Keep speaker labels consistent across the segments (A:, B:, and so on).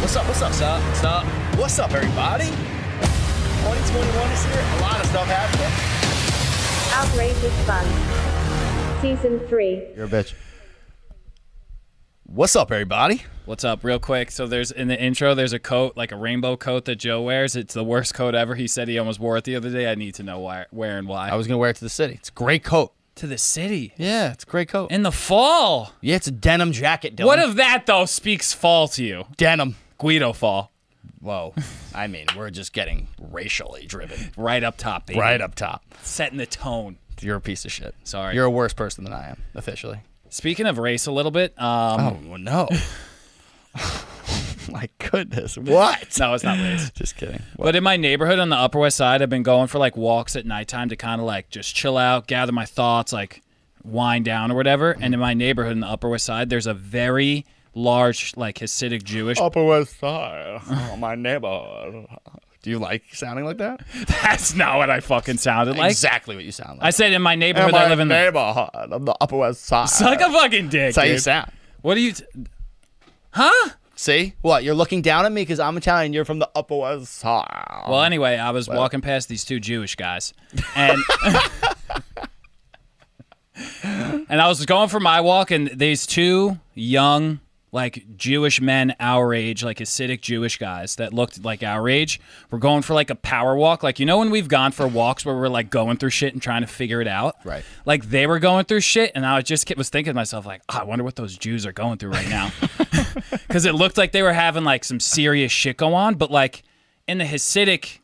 A: What's up? What's up? What's up? What's up? What's up, everybody? 2021 is here. A lot of stuff happening.
B: Outrageous Fun. Season 3.
C: You're a bitch.
A: What's up, everybody?
D: What's up? Real quick. So there's in the intro, there's a coat, like a rainbow coat that Joe wears. It's the worst coat ever. He said he almost wore it the other day. I need to know why, where, and why.
C: I was gonna wear it to the city. It's a great coat.
D: to the city
C: Yeah, it's a great coat.
D: in the fall.
C: yeah, it's a denim jacket. Dylan.
D: What if that though speaks fall to you,
C: denim?
D: Guido fall,
C: Whoa. I mean, we're just getting racially driven
D: right up top, baby.
C: right up top.
D: setting the tone.
C: You're a piece of shit.
D: Sorry.
C: You're a worse person than I am officially.
D: Speaking of race, a little bit. Um,
C: Oh no. My goodness. What?
D: No, it's not race.
C: Just kidding. What?
D: But in my neighborhood on the Upper West Side, I've been going for like walks at nighttime to kind of like just chill out, gather my thoughts, like wind down or whatever. And in my neighborhood in the Upper West Side, there's a very large like Hasidic Jewish.
C: Upper West Side. Oh, my neighborhood. Do you like sounding like that?
D: That's not what I fucking sounded like.
C: exactly what you sound like.
D: I said in my neighborhood, I live in the
C: neighborhood of the Upper West Side.
D: suck a fucking dick.
C: That's how you
D: dude.
C: sound.
D: What do you? T- huh?
C: See? What? You're looking down at me because I'm Italian. You're from the Upper West Side.
D: Well, anyway, I was walking past these two Jewish guys, and and I was going for my walk, and these two young, like Jewish men our age, like Hasidic Jewish guys that looked like our age, were going for like a power walk, like you know when we've gone for walks where we're like going through shit and trying to figure it out,
C: Right.
D: Like they were going through shit, and I just was thinking to myself, like, "Oh, I wonder what those Jews are going through right now. because it looked like they were having like some serious shit go on. But like in the Hasidic,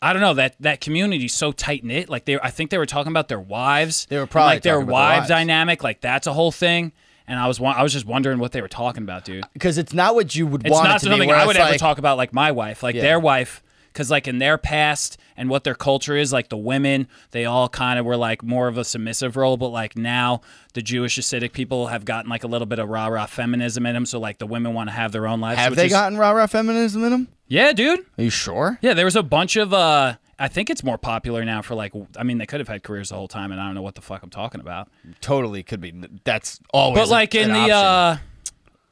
D: I don't know that that community's so tight knit. Like they, I think they were talking about their wives.
C: They were probably
D: like their
C: talking about their
D: wife
C: wives.
D: dynamic. Like that's a whole thing. And I was wa- I was just wondering what they were talking about, dude.
C: Because it's not what you would
D: It's
C: want
D: not
C: it to be.
D: something
C: where
D: I would
C: it's
D: ever
C: like-
D: talk about, like my wife, like
C: Yeah.
D: their wife, because like in their past and what their culture is, like the women, they all kind of were like more of a submissive role, but like now the Jewish Hasidic people have gotten like a little bit of rah rah feminism in them, so like the women want to have their own lives.
C: Have
D: which
C: they
D: is-
C: gotten rah rah feminism in them?
D: Yeah, dude.
C: Are you sure?
D: Yeah, there was a bunch of. uh I think it's more popular now for like. I mean, they could have had careers the whole time, and I don't know what the fuck I'm talking about.
C: Totally could be. That's always.
D: But like in
C: an
D: the
C: option.
D: uh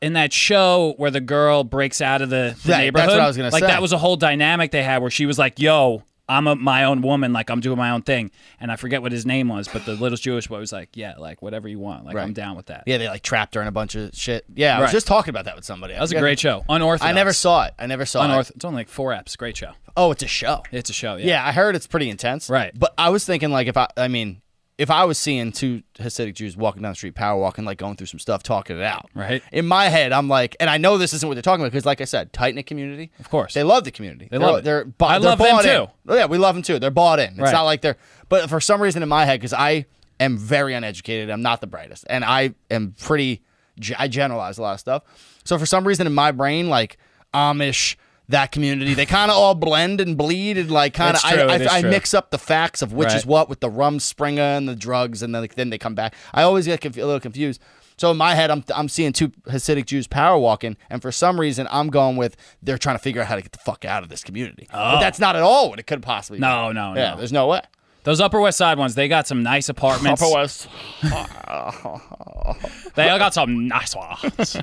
D: in that show where the girl breaks out of the, the
C: That- that's
D: neighborhood,
C: what I was gonna
D: like
C: say.
D: that was a whole dynamic they had where she was like, "Yo, I'm a, my own woman, like I'm doing my own thing," and I forget what his name was, but the little Jewish boy was like, "Yeah, like whatever you want, like I'm
C: Right.
D: down with that."
C: Yeah, they like trapped her in a bunch of shit. Yeah, I was
D: Right.
C: just talking about that with somebody.
D: that was a great show. Unorthodox.
C: I never saw it. I never saw
D: Unorth.
C: it.
D: It's only like four apps. Great show.
C: Oh, it's a show.
D: It's a show. Yeah.
C: Yeah. I heard it's pretty intense.
D: Right.
C: But I was thinking like if I I mean, if I was seeing two Hasidic Jews walking down the street, power walking, like going through some stuff, talking it out.
D: Right.
C: In my head, I'm like, and I know this isn't what they're talking about because, like I said, tight knit community. Of
D: course.
C: they love the community. They
D: love it.
C: They're, bu-
D: I
C: they're
D: love them
C: bought
D: too.
C: in. Oh, Yeah, we love them too. They're bought in. It's
D: Right.
C: not like they're. But for some reason, in my head, because I am very uneducated, I'm not the brightest, and I am pretty. ge- I generalize a lot of stuff. So for some reason, in my brain, like Amish. That community, they kind of all blend and bleed, and like kind of.
D: It's
C: I,
D: true,
C: I,
D: it is
C: I
D: true.
C: mix up the facts of which
D: Right.
C: is what with the rum springer and the drugs, and then like, then they come back. I always get conf- a little confused. So in my head, I'm I'm seeing two Hasidic Jews power walking, and for some reason, I'm going with they're trying to figure out how to get the fuck out of this community. But that's not at all what it could possibly.
D: Oh. No,
C: be.
D: no,
C: yeah,
D: no.
C: there's no way.
D: Those Upper West Side ones, they got some nice apartments.
C: West.
D: They all got some nice ones.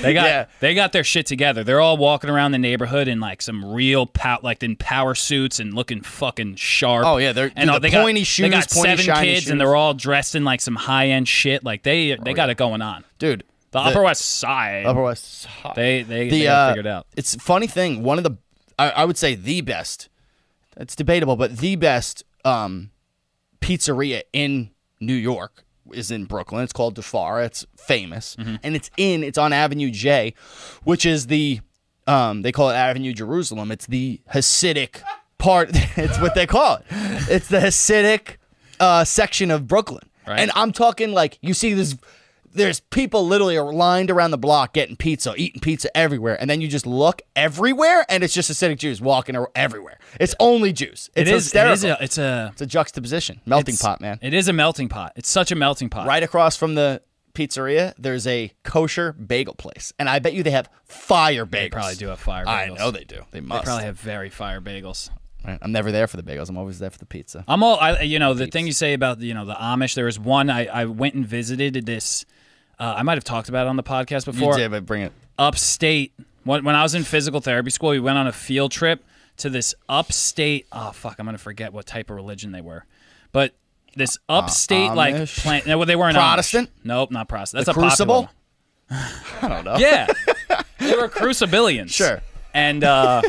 D: They got
C: Yeah.
D: they got their shit together. They're all walking around the neighborhood in like some real pow- like in power suits and looking fucking sharp.
C: Oh, yeah, they're-
D: and
C: dude,
D: all-
C: the
D: they got-
C: pointy
D: They
C: shoes,
D: got
C: pointy,
D: seven
C: shiny
D: kids and
C: shoes.
D: they're all dressed in like some high end shit. Like they they got it going on.
C: dude.
D: The, Upper West Side.
C: Upper West.
D: they they,
C: the
D: they got
C: uh,
D: it figured out.
C: It's a funny thing. One of the, I, I would say the best. It's debatable, but the best um, pizzeria in New York is in Brooklyn. It's called Defara. It's famous,
D: Mm-hmm.
C: and it's in. It's on Avenue J, which is the. Um, they call it Avenue Jerusalem. It's the Hasidic part. it's what they call it. It's the Hasidic uh, section of Brooklyn,
D: Right.
C: and I'm talking like you see this. There's people literally are lined around the block getting pizza, eating pizza everywhere, and then you just look everywhere, and it's just Hasidic Jews walking ar- everywhere. It's only Jews. It's
D: It is, it
C: hysterical.
D: is a, it's a
C: It's a juxtaposition, melting
D: it's-
C: pot, man.
D: It is a melting pot. It's such a melting pot.
C: Right across from the pizzeria, there's a kosher bagel place, and I bet you they have fire bagels. They
D: probably do have fire
C: I
D: bagels.
C: know they do. They must.
D: Probably have very fire bagels.
C: Right. I'm never there for the bagels. I'm always there for the pizza.
D: I'm all, I, you know, the thing you say about, you know, the Amish, there was one, I, I went and visited this, uh, I might have talked about it on the podcast
C: You
D: before,
C: did, but bring it.
D: upstate When, when I was in physical therapy school, we went on a field trip to this upstate. Oh fuck, I'm gonna forget what type of religion they were, but this upstate like
C: Uh, Amish?
D: plant. No, they weren't Amish.
C: Protestant?
D: Nope, not Protestant. That's
C: The
D: a
C: Crucible?
D: Popular one.
C: I don't know.
D: Yeah. they were crucibilians.
C: Sure.
D: And uh,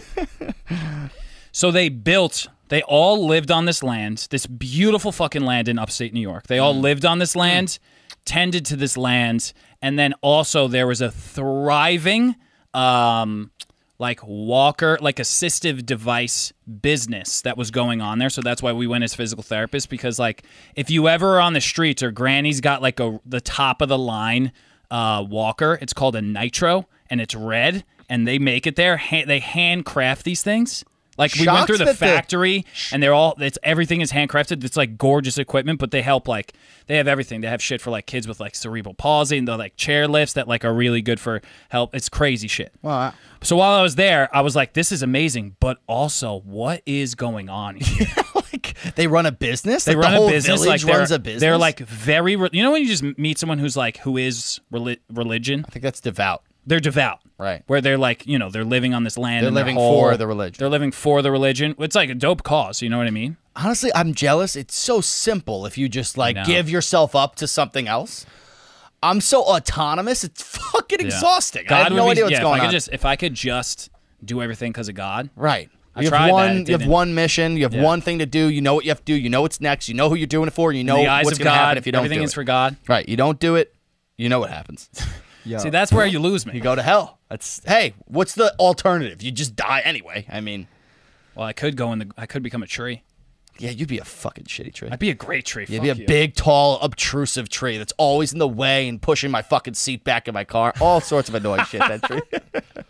D: so they built, they all lived on this land, this beautiful fucking land in upstate New York. They all lived on this land, tended to this land. And then also there was a thriving, um, like walker, like assistive device business that was going on there. So that's why we went as physical therapists because like if you ever are on the streets or granny's got like a the top of the line uh, walker, it's called a nitro and it's red and they make it there. Ha- they handcraft these things. Like we went
C: Shocked
D: through the
C: that the-
D: factory and they're all it's everything is handcrafted. It's like gorgeous equipment, but they help like they have everything. They have shit for like kids with like cerebral palsy and the like chair lifts that like are really good for help. It's crazy shit.
C: Well,
D: So while I was there, I was like, this is amazing, but also, what is going on here?
C: I- like they run a business.
D: They
C: like,
D: run
C: the whole
D: a business, like
C: village
D: they're,
C: runs a business.
D: they're like very, re- you know, when you just meet someone who's like, who is reli- religion,
C: I think that's devout.
D: they're devout,
C: Right.
D: Where they're like, you know, they're living on this land.
C: They're
D: and their
C: living
D: whole-
C: for the religion.
D: They're living for the religion. It's like a dope cause. You know what I mean?
C: Honestly, I'm jealous. It's so simple if you just like
D: know.
C: give yourself up to something else. I'm so autonomous. It's fucking
D: Yeah.
C: exhausting. I have
D: would
C: no
D: be-
C: idea what's
D: yeah, if
C: going
D: I could
C: on.
D: Just, if I could just do everything because of God,
C: Right.
D: I
C: you
D: tried
C: have
D: that,
C: one.
D: it
C: you have
D: didn't.
C: one mission. You have
D: Yeah.
C: one thing to do. You know what you have to do. You know what's next. You know who you're doing it for. You know
D: in the eyes
C: what's
D: of
C: going to happen
D: God,
C: if you don't
D: everything
C: do
D: is
C: it.
D: for God.
C: Right. You don't do it. You know what happens.
D: See, that's where you lose
C: You
D: me.
C: go to hell. That's hey. What's the alternative? You just die anyway. I mean,
D: Well, I could go in the, I could become a tree.
C: yeah, you'd be a fucking shitty tree.
D: I'd be a great tree.
C: You'd
D: Fuck
C: be a
D: you.
C: big, tall, obtrusive tree that's always in the way and pushing my fucking seat back in my car. All sorts of annoying shit. That tree.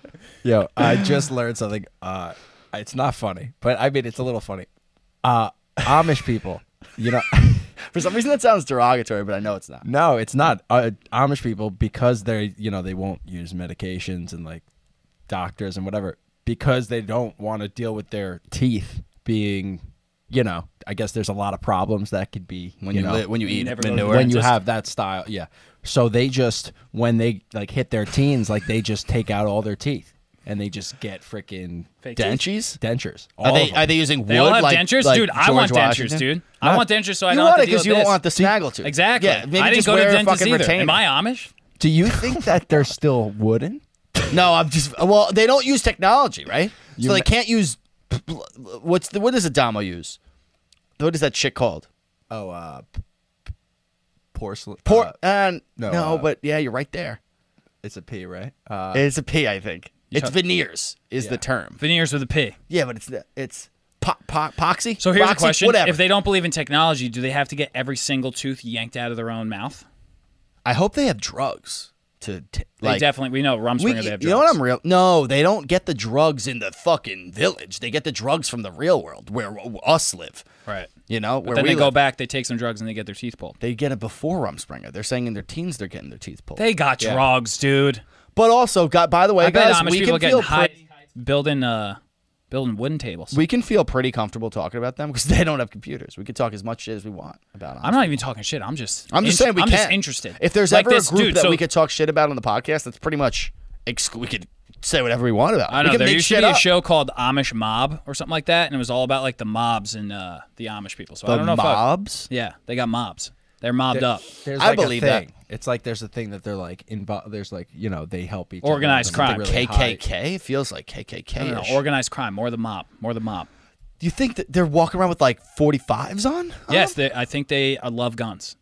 E: Yo, I just learned something. Uh, it's not funny, but I mean, it's a little funny. Uh, Amish people, you know,
C: For some reason, that sounds derogatory, but I know it's not.
E: no, it's not uh, Amish people because they're, you know, they won't use medications and like doctors and whatever because they don't want to deal with their teeth being, you know, I guess there's a lot of problems that could be
C: When you,
E: know,
C: li- when you eat
D: never go to
C: manure,
D: the
E: when you
D: Just-
E: have that style yeah so they just when they like hit their teens like they just take out all their teeth and they just get freaking
D: Fake teeth.
C: dentures.
E: dentures all
C: Are they
E: of them.
C: are they using wood?
D: They all have
C: like-
D: dentures,
C: like
D: dude. I
C: George
D: want
C: Washington?
D: dentures, dude. I
E: No.
D: want dentures, so I
C: You
D: don't
C: want
D: have
C: it
D: to deal
C: because
D: with
C: you don't
D: this.
C: want the snaggle tooth.
D: Exactly.
C: Yeah, maybe
D: I didn't
C: just
D: go to
C: wear
D: the
C: a
D: dentist
C: fucking
D: either.
C: retainer.
D: Am I Amish?
E: do you think that they're still wooden
C: No, I'm just. Well, they don't use technology, right? so they
E: ma-
C: can't use. What's the what does Adamo use? What is that shit called?
E: oh uh porcelain
C: Por and no,
E: no, uh,
C: but yeah, you're right there.
E: it's a p right uh
C: It's a P, I think. It's
D: talk-
C: veneers is the
E: Yeah.
C: term.
D: Veneers with a P.
C: Yeah, but it's the- it's po- po- poxy.
D: So here's
C: Roxy?
D: a question:
C: Whatever.
D: If they don't believe in technology, do they have to get every single tooth yanked out of their own mouth?
C: I hope they have drugs to t-
D: They
C: like.
D: definitely. We know Rumspringer.
C: We,
D: they have drugs.
C: you know what I'm real? No, they don't get the drugs in the fucking village. They get the drugs from the real world where w- us live.
D: Right.
C: You know,
D: But
C: where
D: then
C: we
D: they go
C: live.
D: back, they take some drugs, and they get their teeth pulled.
C: They get it before Rumspringer. They're saying in their teens they're getting their teeth pulled.
D: They got drugs, dude.
C: but also, got by the way,
D: I bet
C: guys,
D: Amish
C: we
D: people
C: can
D: getting
C: feel
D: high,
C: pre-
D: building uh, building wooden tables.
C: we can feel pretty comfortable talking about them because they don't have computers. We can talk as much shit as we want about.
D: I'm not even talking shit. I'm just.
C: I'm just
D: in-
C: saying we
D: I'm
C: can.
D: just interested.
C: If there's
D: Like
C: ever
D: this
C: a group
D: dude,
C: that
D: so-
C: we could talk shit about on the podcast, that's pretty much exclu- we could say whatever we want about. it.
D: I
C: we
D: don't know.
C: can
D: There
C: make
D: used
C: shit
D: to be
C: up.
D: a show called Amish Mob or something like that, and it was all about like the mobs and uh, the Amish people. So I
C: The
D: don't know if I-
C: mobs.
D: Yeah, they got mobs. They're mobbed up.
E: there's
C: I
E: like
C: believe
E: a
C: that.
E: thing. it's like there's a thing that they're like involved there's like you know they help each
D: Organized
E: other.
D: crime.
E: Something really high.
C: KKK It feels like KKK.
D: No, no, no, organized crime, more the mob, more the mob.
C: Do you think that they're walking around with like 45s on? I
D: Yes, they, I think they uh, love guns.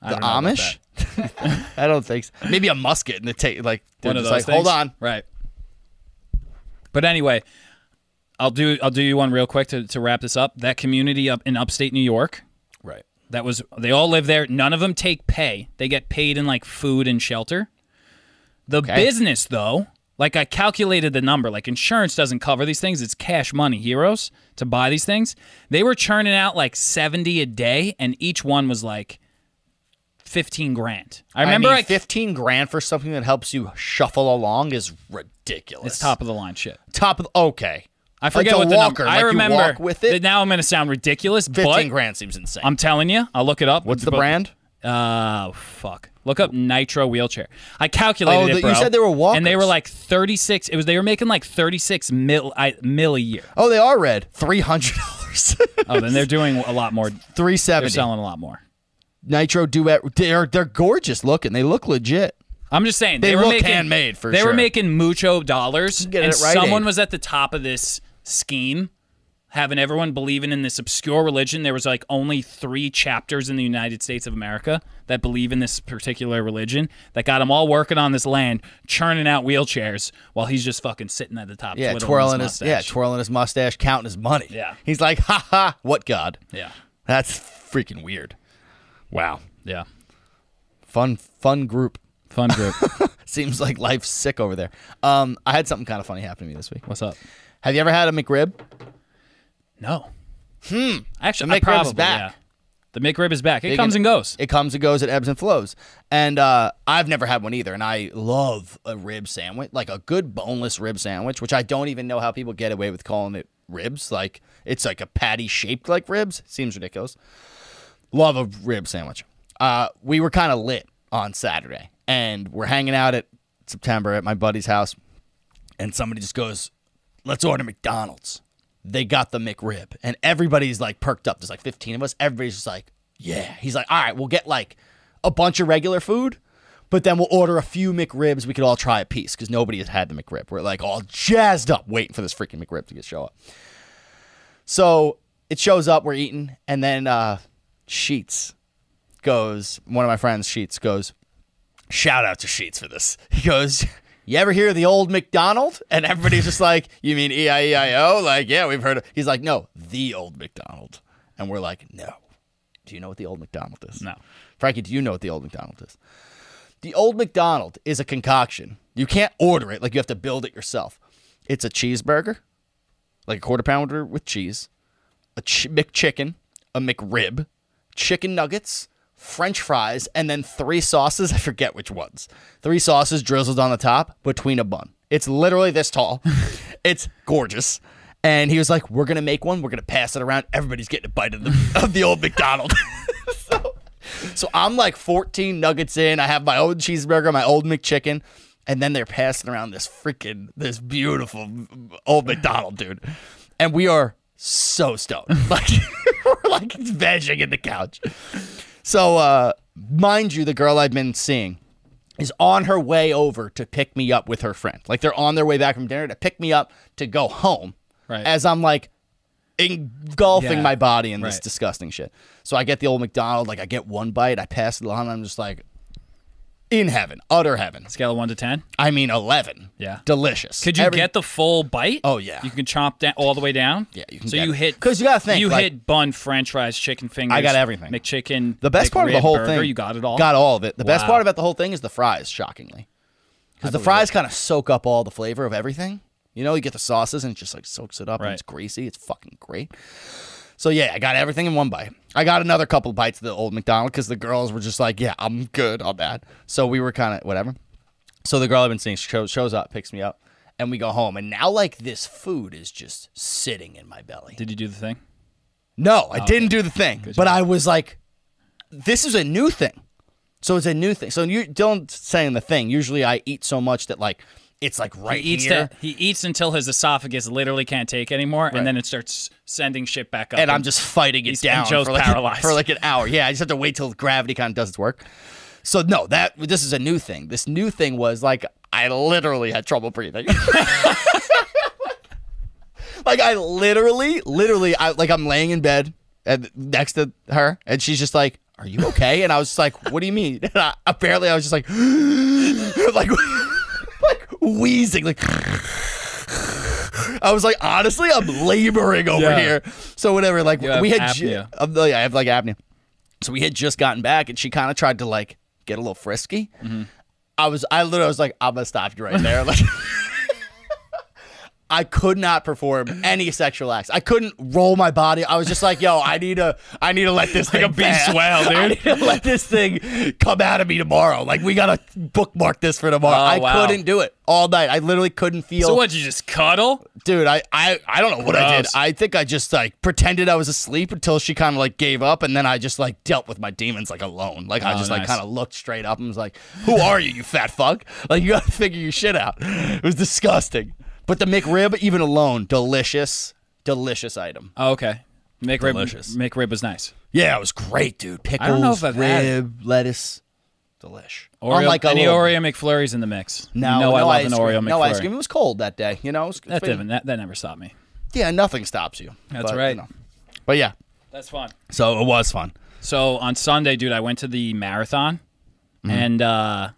D: I
C: don't
D: don't know about
C: know. the Amish.
D: that.
C: I don't think so. Maybe a musket and they take like they're
D: One of
C: just
D: those
C: like
D: things.
C: hold on.
D: right? But anyway, I'll do I'll do you one real quick to, to wrap this up. That community up in upstate New York,
E: right
D: that was they all live there. None of them take pay. They get paid in like food and shelter. The business though, like I calculated the number, like insurance doesn't cover these things. It's cash money, heroes to buy these things. They were churning out like 70 a day and each one was like 15 grand. I remember
C: mean,
D: I
C: 15 grand for something that helps you shuffle along is ridiculous.
D: it's top of the line shit.
C: top of okay.
D: I forget
C: like
D: what
C: a
D: the
C: walker.
D: number.
C: Like
D: I remember
C: you walk with it.
D: Now I'm going to sound ridiculous,
C: 15
D: but
C: grand seems insane.
D: I'm telling you, I'll look it up.
C: What's the
D: But
C: brand?
D: Uh, fuck. Look up Nitro wheelchair. I calculated
C: Oh,
D: it,
C: that you
D: bro.
C: said they were
D: and they
C: walkers.
D: were like thirty six. It was they were making like thirty six mil I, mil a year.
C: Oh, they are red. Three hundred dollars.
D: Oh, then they're doing a lot more.
C: Three
D: They're
C: seventy.
D: selling a lot more.
C: Nitro duet. They're they're gorgeous looking. They look legit.
D: I'm just saying
C: They
D: were
C: look
D: making,
C: handmade, for
D: They
C: sure.
D: were making mucho dollars,
C: Get
D: and
C: it right,
D: someone
C: Abe.
D: was at the top of this scheme, having everyone believing in this obscure religion. There was like only three chapters in the United States of America that believe in this particular religion. That got them all working on this land, churning out wheelchairs, while he's just fucking sitting at the top,
C: Yeah,
D: twiddling
C: twirling his,
D: his,
C: yeah
D: mustache.
C: twirling his mustache, counting his money.
D: Yeah.
C: He's like, ha ha. What god?
D: yeah,
C: That's freaking weird. Wow.
D: yeah.
C: Fun fun group.
D: Fun group.
C: Seems like life's sick over there. Um, I had something kind of funny happen to me this week.
D: What's up?
C: Have you ever had a McRib?
D: No. Hmm. Actually,
C: The
D: I
C: McRib's
D: probably,
C: back.
D: yeah. The McRib is back. It
C: Big
D: comes and goes.
C: It comes and goes. It ebbs and flows. And uh, I've never had one either. And I love a rib sandwich, like a good boneless rib sandwich, which I don't even know how people get away with calling it ribs. Like it's like a patty shaped like ribs. Seems ridiculous. Love a rib sandwich. Uh, we were kind of lit on Saturday, and we're hanging out at September at my buddy's house, and somebody just goes, "Let's order McDonald's." They got the McRib, and everybody's like perked up. There's like 15 of us. Everybody's just like, "Yeah." He's like, "All right, we'll get like a bunch of regular food." But then we'll order a few McRibs. We could all try a piece because nobody has had the McRib. We're like all jazzed up waiting for this freaking McRib to get show up. So it shows up, we're eating, and then uh, Sheets goes, one of my friends, Sheets, goes, shout out to Sheets for this. He goes, You ever hear of the old McDonald? And everybody's just like, You mean E I E I O? Like, yeah, we've heard of He's like, No, the old McDonald. And we're like, No. Do you know what the old McDonald is?
D: No.
C: Frankie, do you know what the old McDonald is? The old McDonald is a concoction. You can't order it, like you have to build it yourself. It's a cheeseburger, like a quarter pounder with cheese, a ch- McChicken, a McRib, chicken nuggets, French fries, and then three sauces. I forget which ones. Three sauces drizzled on the top between a bun. It's literally this tall. it's gorgeous. And he was like, "We're gonna make one. We're gonna pass it around. Everybody's getting a bite of the of the old McDonald." So I'm like 14 nuggets in. I have my old cheeseburger, my old McChicken, and then they're passing around this freaking this beautiful old McDonald, dude. And we are so stoned, like we're like vegging in the couch. So, uh, mind you, the girl I've been seeing is on her way over to pick me up with her friend. Like they're on their way back from dinner to pick me up to go home.
D: Right.
C: As I'm like engulfing
D: Yeah.
C: my body in this
D: Right.
C: disgusting shit. So I get the old McDonald, like I get one bite, I pass it along, and I'm just like, in heaven, utter heaven.
D: Scale of one to ten.
C: I mean, eleven.
D: Yeah.
C: delicious.
D: Could you
C: Every-
D: get the full bite?
C: Oh, yeah.
D: you can chomp down all the way down.
C: Yeah, you can
D: So
C: get
D: you
C: it.
D: hit
C: 'Cause you gotta think,
D: You
C: like-
D: hit bun, French fries, chicken fingers.
C: I got everything.
D: McChicken.
C: The best part of the
D: McRib,
C: whole
D: burger,
C: thing,
D: You got it all.
C: Got all of it. The best
D: Wow.
C: part about the whole thing is the fries, shockingly, because the fries kind of soak up all the flavor of everything. You know, you get the sauces and it just like soaks it up, and
D: Right.
C: it's greasy. It's fucking great. So yeah, I got everything in one bite. I got another couple bites of the old McDonald because the girls were just like, "Yeah, I'm good on that." So we were kind of whatever. So the girl I've been seeing shows, shows up, picks me up, and we go home. And now like this food is just sitting in my belly.
D: Did you do the thing?
C: No,
D: Oh,
C: I didn't do the thing. but I was like, this is a new thing. So it's a new thing. So you don't saying the thing. Usually I eat so much that like it's like right
D: He eats
C: here.
D: to- he eats until his esophagus literally can't take anymore, and then it starts sending shit back up.
C: and I'm just fighting it
D: He's-
C: down
D: and Joe's
C: for, like,
D: paralyzed.
C: for like an hour. Yeah, I just have to wait till gravity kind of does its work. So no, that this is a new thing. This new thing was like I literally had trouble breathing. like I literally, literally, I like I'm laying in bed and next to her, and she's just like, "Are you okay?" And I was just like, "What do you mean?" And I, apparently, I was just like, like, like wheezing, like. I was like, honestly, I'm laboring over
D: Yeah.
C: here. So whatever, like
D: have
C: we had, ju-
D: apnea.
C: I'm like- I have like apnea. So we had just gotten back, and she kind of tried to like get a little frisky.
D: Mm-hmm.
C: I was, I literally was like, I'm gonna stop you right there. Like, I could not perform any sexual acts. I couldn't roll my body. I was just like, yo, I need to, I need to let this thing
D: a beach
C: pass.
D: swell, dude.
C: I need to let this thing come out of me tomorrow. Like we gotta bookmark this for tomorrow.
D: Oh,
C: I
D: wow.
C: couldn't do it all night. I literally couldn't feel.
D: So what? You just cuddle?
C: dude I, I i don't know what i did
D: Gross.
C: i think i just like pretended i was asleep until she kind of like gave up and then i just like dealt with my demons like alone like i
D: Oh,
C: just like
D: nice.
C: kind of looked straight up and was like who are you you fat fuck like you gotta figure your shit out it was disgusting but the mcrib even alone delicious delicious item
D: Oh, okay. McRib,
C: Delicious.
D: McRib was nice.
C: yeah it was great dude pickles
D: don't know if I've had it.
C: rib lettuce delish
D: Oreo,
C: Unlike a
D: any
C: little-
D: Oreo McFlurries in the mix?
C: no,
D: you know
C: no
D: I love
C: ice
D: an Oreo
C: cream.
D: McFlurry.
C: No ice cream. It was cold that day. You know, It's- it's
D: That,
C: been-
D: didn't, that, that never stopped me.
C: yeah, nothing stops you.
D: That's
C: But, you
D: right.
C: know. But yeah,
D: That's fun.
C: so it was fun.
D: So on Sunday, dude, I went to the marathon,
C: Mm-hmm.
D: and uh,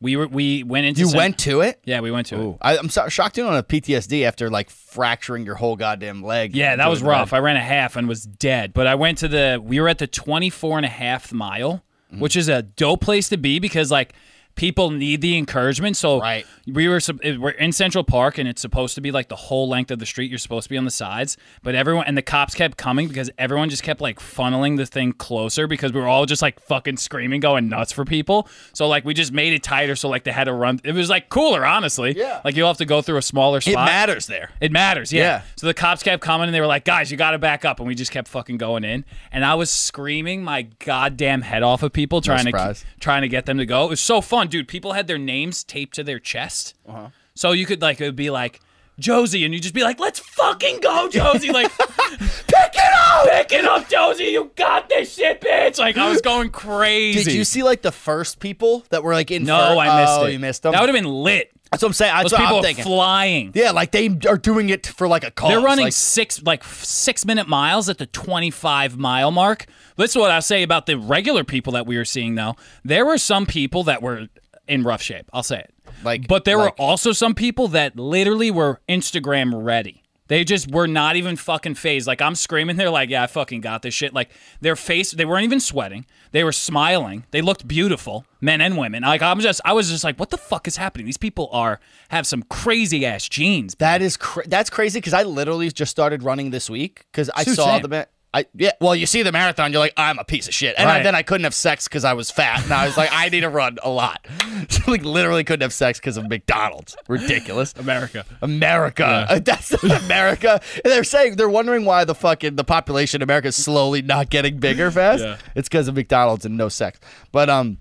D: we were we went into
C: You
D: some-
C: went to it?
D: Yeah, we went to it.
C: I, I'm so, shocked you don't have PTSD after like fracturing your whole goddamn leg.
D: Yeah, that
C: Doing
D: was rough. I ran a half and was dead. But I went to the, we were at the 24 and a half mile,
C: Mm-hmm.
D: which is a dope place to be because like people need the encouragement. So
C: Right.
D: we were, sup- it- we're in Central Park and it's supposed to be like the whole length of the street. You're supposed to be on the sides. But everyone, and the cops kept coming because everyone just kept like funneling the thing closer because we were all just like fucking screaming, going nuts for people. So like we just made it tighter. So like they had to run. It was like cooler, honestly.
C: Yeah.
D: Like you'll have to go through a smaller
C: It
D: spot.
C: matters there.
D: It matters, yeah.
C: Yeah.
D: So the cops kept coming and they were like, guys, you got to back up. And we just kept fucking going in. And I was screaming my goddamn head off of people trying, to,
C: surprise.
D: trying to get them to go. It was so fun, dude. People had their names taped to their chest.
C: Uh-huh.
D: So you could, like, it would be like, Josie, and you'd just be like, let's fucking go, Josie. Like, pick it up! Pick it up, Josie. You got this shit, bitch. Like, I was going crazy.
C: Did you see like the first people that were like in?
D: No,
C: fur-
D: I missed
C: oh,
D: it.
C: You missed them.
D: That would have been lit.
C: That's what I'm saying. That's
D: Those
C: what
D: people
C: I'm
D: are
C: thinking.
D: flying.
C: yeah, like they are doing it for like a cause.
D: They're running
C: Like,
D: six like f- six minute miles at the 25 mile mark. This is what I say about the regular people that we were seeing though. There were some people that were in rough shape. I'll say it.
C: Like-
D: but there
C: like-
D: were also some people that literally were Instagram ready. They just were not even fucking phased. Like I'm screaming, they're like, "Yeah, I fucking got this shit." Like their face, they weren't even sweating. They were smiling. They looked beautiful, men and women. Like I'm just, I was just like, "What the fuck is happening?" These people are have some crazy ass genes.
C: that is cra- that's crazy because I literally just started running this week because I
D: Dude,
C: saw
D: same.
C: the. Ma- I, yeah, well, you see the marathon, you're like, I'm a piece of shit, and I-
D: Right.
C: then I couldn't have sex because I was fat, and I was like, I need to run a lot. like, literally couldn't have sex because of McDonald's. Ridiculous.
D: America.
C: America. That's not America. And they're saying they're wondering why the fucking the population in America is slowly not getting bigger fast.
D: Yeah.
C: It's because of McDonald's and no sex. But um,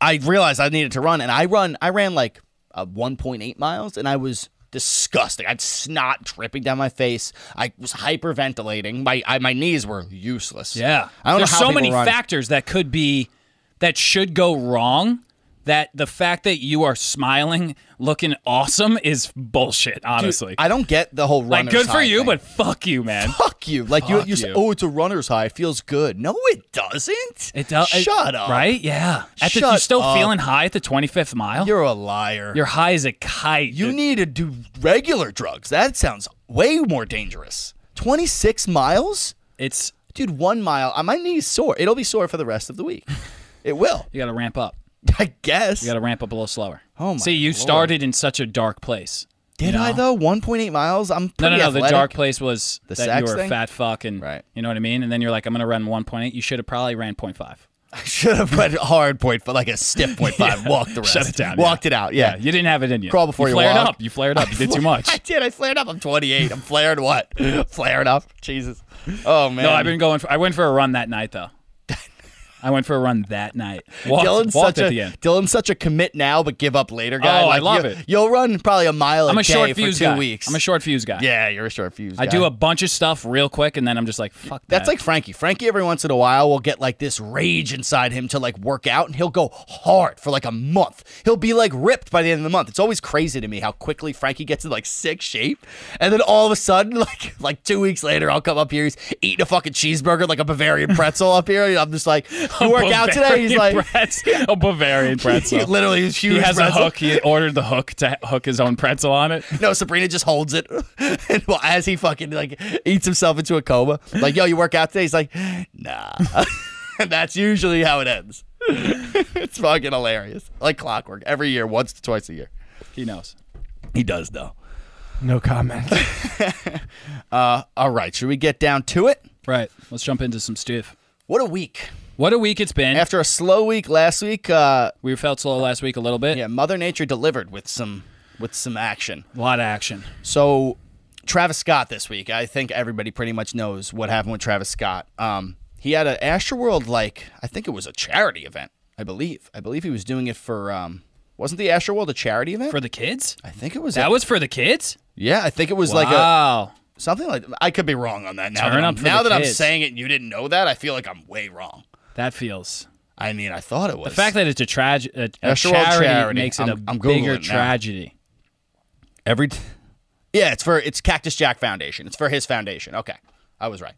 C: I realized I needed to run, and I run. I ran like uh, 1.8 miles, and I was disgusting. I had snot dripping down my face. I was hyperventilating. My I, my knees were useless.
D: Yeah.
C: I don't
D: There's
C: know how
D: so
C: people
D: many
C: run.
D: factors that could be that should go wrong that the fact that you are smiling looking awesome is bullshit,
C: Dude,
D: honestly.
C: I don't get the whole runner's
D: like good for
C: high
D: you,
C: thing.
D: but fuck you, man.
C: fuck you. Like you,
D: Fuck
C: you, say,
D: you.
C: oh, it's a runner's high. It feels good. No, it doesn't.
D: It does it-
C: Shut up.
D: Right? Yeah. At the, you're
C: Shut
D: still
C: up.
D: feeling high at the 25th mile? You're,
C: You're a liar.
D: high as a kite.
C: you
D: dude.
C: need to do regular drugs. That sounds way more dangerous. 26 miles?
D: it's
C: Dude, one mile. uh, My knee's sore. It'll be sore for the rest of the week. It will.
D: you got to ramp up.
C: I guess.
D: You got to ramp up a little slower.
C: Oh my
D: See, you started in such a dark place.
C: Did I, though? 1.8 miles? I'm
D: No,
C: pretty
D: no, no. The
C: athletic.
D: dark place was
C: The
D: that you
C: sex
D: were a
C: thing?
D: fat fuck, and
C: Right.
D: you know what I mean. And then you're like, I'm gonna run 1.8. You should have probably ran 0.5.
C: I should have read hard point, but like a stiff point five. Walked the rest.
D: Shut it down, yeah.
C: Walked it out. Yeah.
D: You didn't have it in you.
C: Crawl before you
D: flared
C: walk.
D: up. You flared up. You did too
C: I
D: much.
C: did. I flared up. I'm 28. I'm flared what? flared up. Jesus. Oh man.
D: No, I've been going. For, I went for a run that night though. I went for a run that night. Walked,
C: Dylan's
D: walked
C: such
D: at
C: a
D: the end.
C: Dylan's such a commit now but give up later guy.
D: Oh, I love
C: you,
D: it.
C: You'll run probably a mile a
D: I'm a
C: day
D: short
C: for
D: fuse
C: two
D: guy.
C: weeks.
D: I'm a short fuse guy.
C: yeah, you're a short fuse.
D: I
C: guy.
D: do a bunch of stuff real quick, and then I'm just like, fuck.
C: That's
D: that.
C: like Frankie. Frankie every once in a while will get like this rage inside him to like work out, and he'll go hard for like a month. He'll be like ripped by the end of the month. It's always crazy to me how quickly Frankie gets in like sick shape, and then all of a sudden, like like two weeks later, I'll come up here, he's eating a fucking cheeseburger like a Bavarian pretzel up here, and I'm just like, you work out today? He's
D: Bavarian
C: like.
D: pretzel. a Bavarian
C: He
D: pretzel.
C: literally is huge.
D: he has a
C: pretzel.
D: hook. He ordered the hook to hook his own pretzel on it.
C: No, Sabrina just holds it, and well, as he fucking like eats himself into a coma, like, "Yo, you work out today?" He's like, "Nah." and that's usually how it ends. it's fucking hilarious, like clockwork. Every year, once to twice a year.
D: He knows.
C: He does though.
E: No comment.
C: All right, should we get down to it?
D: Right. Let's jump into some stiff.
C: What a week.
D: What a week it's been.
C: After a slow week last week, uh,
D: we felt slow last week a little bit.
C: yeah, Mother Nature delivered with some with some action.
D: A lot of action.
C: So, Travis Scott this week. I think everybody pretty much knows what happened with Travis Scott. Um, he had an Astroworld like I think it was a charity event. I believe. I believe he was doing it for. Um, wasn't the Astroworld a charity event?
D: For the kids?
C: I think it was.
D: That
C: a-
D: was for the kids?
C: Yeah, I think it was like a
D: wow.
C: something like. I could be wrong on that now.
D: Turn up
C: that I'm-
D: for
C: now
D: the
C: that I'm
D: kids.
C: saying it, and you didn't know that. I feel like I'm way wrong.
D: That feels.
C: I mean, I thought it was
D: The fact that it's a, trage- a, a
C: That's your old
D: charity,
C: charity.
D: makes it
C: I'm-
D: a
C: I'm Googling
D: bigger
C: now.
D: tragedy.
C: Every. T- yeah, it's for it's Cactus Jack Foundation. It's for his foundation. Okay, I was right.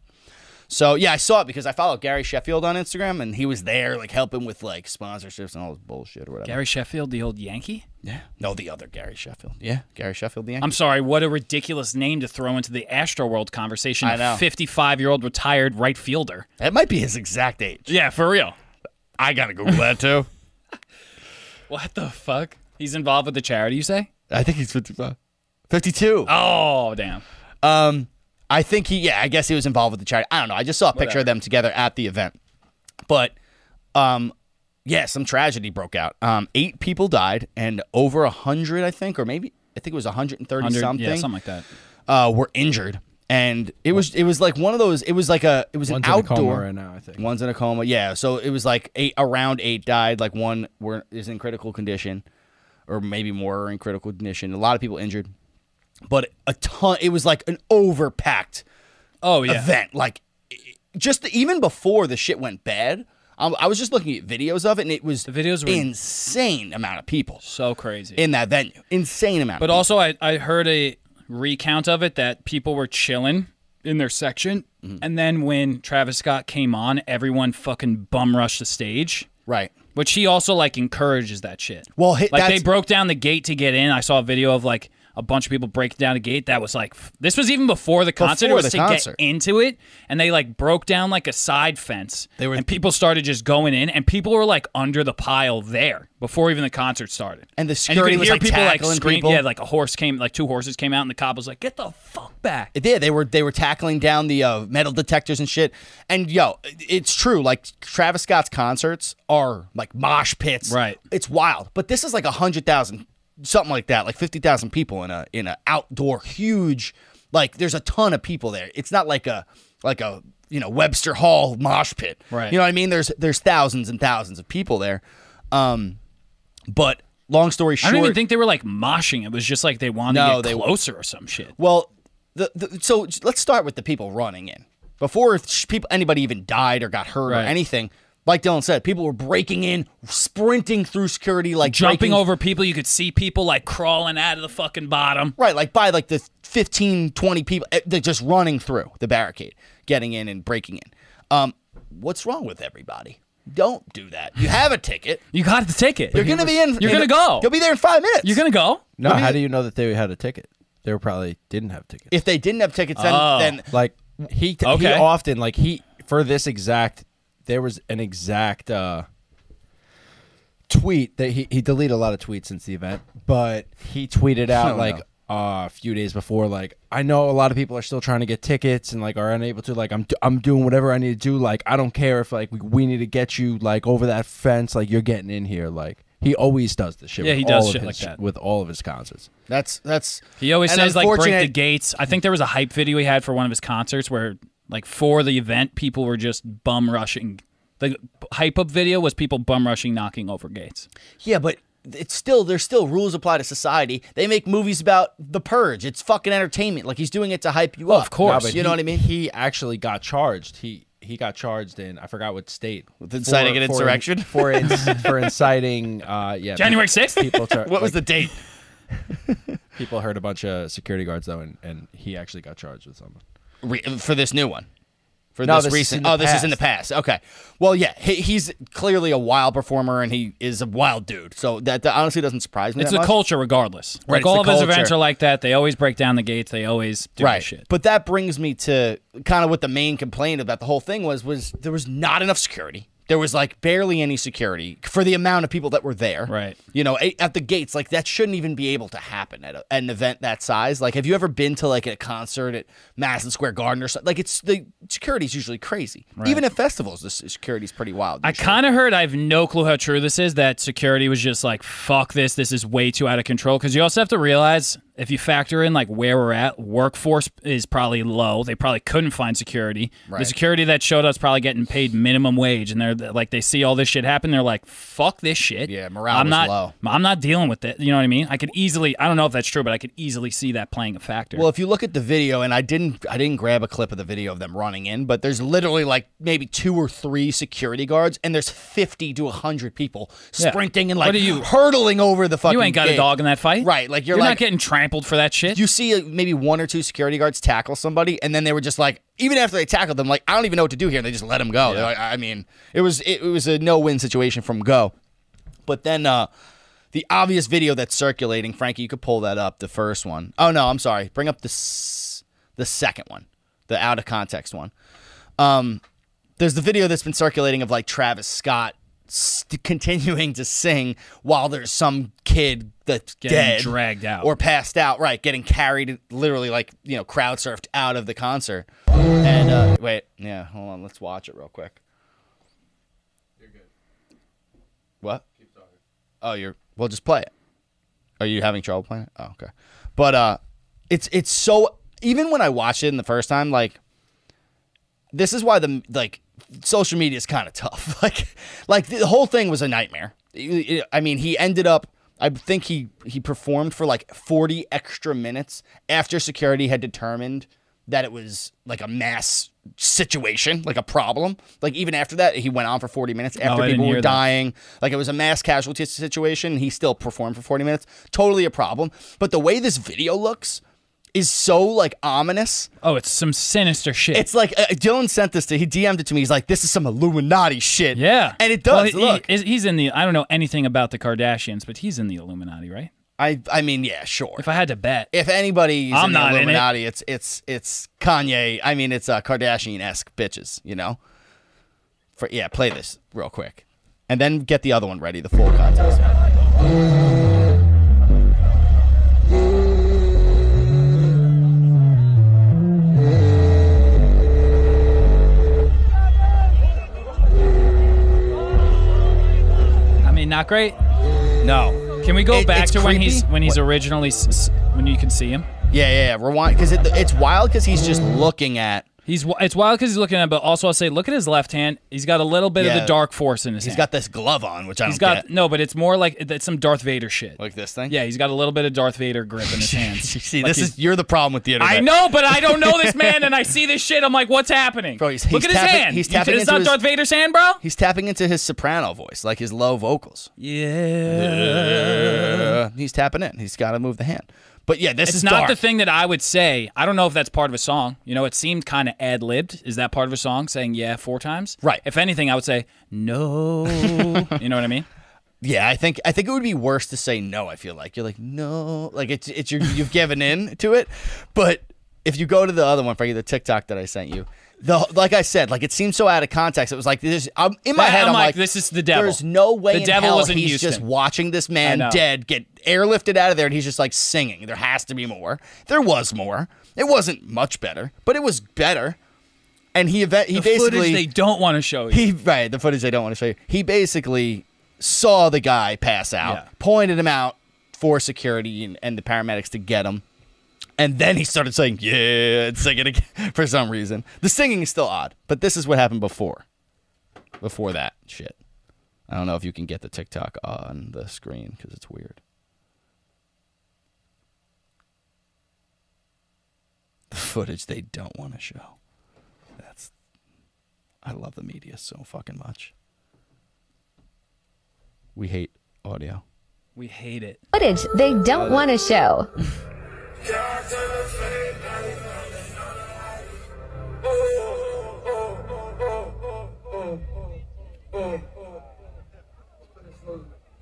C: So yeah, I saw it because I followed Gary Sheffield on Instagram, and he was there like helping with like sponsorships and all this bullshit or whatever.
D: Gary Sheffield, the old Yankee?
C: yeah, no, the other Gary Sheffield. Yeah, Gary Sheffield. The
D: I'm sorry, what a ridiculous name to throw into the Astroworld conversation.
C: I know.
D: 55 year old retired right fielder.
C: that might be his exact age.
D: Yeah, for real.
C: I gotta Google that too.
D: What the fuck? He's involved with the charity, you say?
C: I think he's 55. 52.
D: Oh, damn.
C: Um, I think he, yeah, I guess he was involved with the charity. I don't know. I just saw a picture
D: Whatever.
C: of them together at the event. But, um, yeah, some tragedy broke out. Um, eight people died, and over a hundred, I think, or maybe I think it was 130
D: Under,
C: something,
D: Yeah, something like that.
C: uh, were injured. And it was it was like one of those. It was like a it was
E: One's
C: an
E: in a coma
C: outdoor.
E: right now, I think.
C: One's in a coma. Yeah. So it was like eight around eight died. Like one were is in critical condition, or maybe more are in critical condition. A lot of people injured, but a ton. It was like an overpacked
D: Oh, yeah.
C: event. Like i- just even before the shit went bad, um, I was just looking at videos of it, and it was the
D: videos were-
C: insane amount of people
D: So crazy.
C: in that venue. Insane amount.
D: But also, I, I heard a recount of it that people were chilling in their section. And then when Travis Scott came on, everyone fucking bum rushed the stage,
C: right.
D: which he also like encourages that shit.
C: Well, hey,
D: like they
C: that's-
D: broke down the gate to get in. I saw a video of like a bunch of people breaking down a gate. That was like, f- this was even before the concert.
C: Before
D: it was to
C: the concert.
D: get into it. And they like broke down like a side fence.
C: They were-
D: and people started just going in. And people were like under the pile there before even the concert started.
C: And the
D: you
C: security
D: could
C: was,
D: hear
C: like,
D: people like
C: tackling
D: scream.
C: people.
D: Yeah, like a horse came, like two horses came out, and the cop was like, "Get the fuck back!"
C: Yeah, they were they were tackling down the uh, metal detectors and shit. And yo, it's true. Like Travis Scott's concerts are like mosh pits.
D: Right.
C: It's wild. But this is like a hundred thousand, something like that, like fifty thousand people in a in a outdoor huge. Like there's a ton of people there. It's not like a like a you know Webster Hall mosh pit.
D: Right.
C: You know what I mean? There's there's thousands and thousands of people there. Um, but long story
D: I
C: short,
D: don't even think they were like moshing. It was just like they wanted
C: No,
D: to get
C: they-
D: closer or some shit.
C: Well, the, the so j- let's start with the people running in before sh- people anybody even died or got hurt
D: Right.
C: or anything. Like Dylan said, people were breaking in, sprinting through security, like
D: Jumping
C: breaking-
D: over people, you could see people like crawling out of the fucking bottom.
C: Right, like by like the 15, 20 people, eh, they're just running through the barricade, getting in and breaking in. Um, what's wrong with everybody? Don't do that. You have a ticket.
D: You got to take it.
C: You're gonna be in.
D: You're
C: in-
D: gonna go.
C: You'll be there in five minutes.
D: You're gonna go.
E: no, how do you know that they had a ticket? They were probably didn't have tickets.
C: If they didn't have tickets, then,
D: Oh.
C: then
E: like he t- he
D: Okay.
E: often like he for this exact there was an exact uh tweet that he he deleted a lot of tweets since the event but he tweeted out
C: Oh,
E: like
C: no.
E: uh, a few days before like I know a lot of people are still trying to get tickets and like are unable to like I'm do- I'm doing whatever I need to do like I don't care if like we, we need to get you like over that fence like you're getting in here like he always does this shit
D: Yeah,
E: with
D: he does
E: all of
D: shit
E: his
D: like that.
E: with all of his concerts
C: that's that's.
D: He always
C: and
D: says like break the
C: unfortunate-
D: gates. I think there was a hype video he had for one of his concerts where like for the event, people were just bum rushing. The hype up video was people bum rushing, knocking over gates.
C: Yeah, but it's still there's still rules apply to society. They make movies about the purge. It's fucking entertainment. Like he's doing it to hype you up.
D: of course.
E: No, but
C: you know
E: he-
C: what I mean?
E: He actually got charged. He he got charged in I forgot what state with
C: inciting an insurrection?
E: for ins- for inciting. Uh, yeah,
D: January
E: pe-
D: 6th?
E: People tar-
C: What was the
E: like,
C: date?
E: people heard a bunch of security guards though, and, and he actually got charged with something.
C: Re- for this new one? For
E: No,
C: this,
E: this is in
C: recent?
E: the
C: Oh, this is in the past. Okay. Well, yeah, he, he's clearly a wild performer and he is a wild dude. So that, that honestly doesn't surprise me.
D: It's
C: that
D: a
C: much.
D: culture, regardless.
C: Right,
D: like
C: it's
D: all
C: the
D: of his events
C: culture.
D: are like that. They always break down the gates. They always do
C: right.
D: this shit.
C: But that brings me to kind of what the main complaint about the whole thing was was there was not enough security. There was like barely any security for the amount of people that were there.
D: Right.
C: You know, a- at the gates, like that shouldn't even be able to happen at, a, at an event that size. Like, have you ever been to like a concert at Madison Square Garden or something? Like, it's the security's usually crazy. Even at festivals, the s- security's pretty wild.
D: I
C: usually.
D: kind of heard, I have no clue how true this is, that security was just like, fuck this, this is way too out of control. Because you also have to realize, if you factor in like where we're at, workforce is probably low. They probably couldn't find security. The
C: Right.
D: security that showed up's probably getting paid minimum wage. And they're like, they see all this shit happen. They're like, fuck this shit.
C: Yeah, morale
D: I'm
C: was
D: not,
C: low.
D: I'm not dealing with it. You know what I mean? I could easily, I don't know if that's true, but I could easily see that playing a factor.
C: Well, if you look at the video, and I didn't, I didn't grab a clip of the video of them running in, but there's literally like maybe two or three security guards, and there's fifty to hundred people
D: Yeah.
C: sprinting and
D: What
C: like
D: are you-
C: hurtling over the fucking.
D: you ain't got a
C: gate.
D: dog in that fight.
C: right? Like you're,
D: You're, not
C: like
D: getting trampled for that shit.
C: you see uh, maybe one or two security guards tackle somebody, and then they were just like, even after they tackled them, like I don't even know what to do here, and they just let them go. They're like, I mean, it was it, was a no win situation from go, but then uh, the obvious video that's circulating, Frankie, you could pull that up, the first one. Oh no, I'm sorry, bring up the s- the second one, the out of context one. Um, there's the video that's been circulating of like Travis Scott. St- continuing to sing while there's some kid that's
D: Getting
C: dead
D: dragged out.
C: or passed out, right? Getting carried, literally like you know, crowd surfed out of the concert. And uh, wait, yeah, hold on, let's watch it real quick. You're good. What? Keep talking. Oh, you're. Well, just play it. Are you having trouble playing it? Oh, okay. But uh, it's it's so even when I watched it in the first time, like this is why the like social media is kind of tough. Like like the whole thing was a nightmare. I- I mean, he ended up I think he he performed for like 40 extra minutes after security had determined that it was like a mass situation, like a problem. Like even after that, he went on for 40 minutes after
D: Oh, I didn't
C: people were
D: hear that.
C: dying dying. Like it was a mass casualty situation. He still performed for 40 minutes. Totally a problem. But the way this video looks is so like ominous.
D: oh, it's some sinister shit.
C: It's like uh, Dylan sent this to he DM'd it to me. He's like, this is some Illuminati shit.
D: Yeah,
C: and it
D: Well,
C: does
D: he-
C: look.
D: he- is- he's in the. I don't know anything about the Kardashians, but he's in the Illuminati, right?
C: I I mean, yeah, sure. If,
D: If I had to bet,
C: anybody's
D: I'm
C: in the
D: not in it.
C: Illuminati, it's it's it's Kanye. I mean, it's uh, Kardashian esque bitches. You know. For yeah, play this real quick, and then get the other one ready. The full contest.
D: I mean, not great.
C: No.
D: Can we go
C: It-
D: back
C: it's
D: to when he's
C: creepy.
D: when he's originally s- s- when you can see him?
C: Yeah, yeah, yeah. Rewind because it, it's wild because he's just looking at.
D: He's wi- it's wild because he's looking at, him, but also I'll say, look at his left hand. He's got a little bit of
C: Yeah.
D: the dark force in his
C: He's
D: hand.
C: got this glove on, which I don't
D: he's got
C: get.
D: no, but it's more like it's some Darth Vader shit.
C: like this thing.
D: yeah, he's got a little bit of Darth Vader grip in his hands.
C: See,
D: Like
C: this
D: he's-
C: is you're the problem with the internet.
D: I know, but I don't know this man, and I see this shit. I'm like, what's happening?
C: Bro, he's-
D: Look
C: he's
D: at his
C: tapping-
D: hand.
C: he's
D: You-
C: tapping
D: It's
C: into
D: not
C: his-
D: Darth Vader's hand, bro.
C: He's tapping into his soprano voice, like his low vocals.
D: Yeah.
C: Uh, he's tapping in. He's got to move the hand. But yeah, this
D: It's
C: is
D: not
C: dark.
D: the thing that I would say. I don't know if that's part of a song. You know, it seemed kind of ad libbed. Is that part of a song saying yeah four times?
C: Right.
D: If anything, I would say no. you know what I mean?
C: Yeah, I think I think it would be worse to say no. I feel like you're like no, like it's it's you you've given in to it. But if you go to the other one, Frankie, the TikTok that I sent you, the like I said, like it seems so out of context. It was like this. I'm, in my
D: That-
C: head,
D: I'm
C: I'm
D: like,
C: like,
D: this is the devil.
C: There's no way
D: The
C: in
D: devil
C: hell
D: was in
C: he's
D: Houston.
C: just watching this man
D: know.
C: dead get airlifted out of there, and he's just like singing. There has to be more. There was more. It wasn't much better, but it was better. And he event he
D: The
C: basically
D: footage they don't want to show you.
C: he right the footage they don't want to show you. He basically saw the guy pass out,
D: Yeah.
C: pointed him out for security and, and the paramedics to get him, and then he started saying yeah and singing again for some reason. The singing is still odd, but this is what happened before, before that shit. I don't know if you can get the TikTok on the screen because it's weird. The footage they don't want to show. That's I love the media so fucking much. We hate audio.
D: we hate it.
F: footage they don't want to show.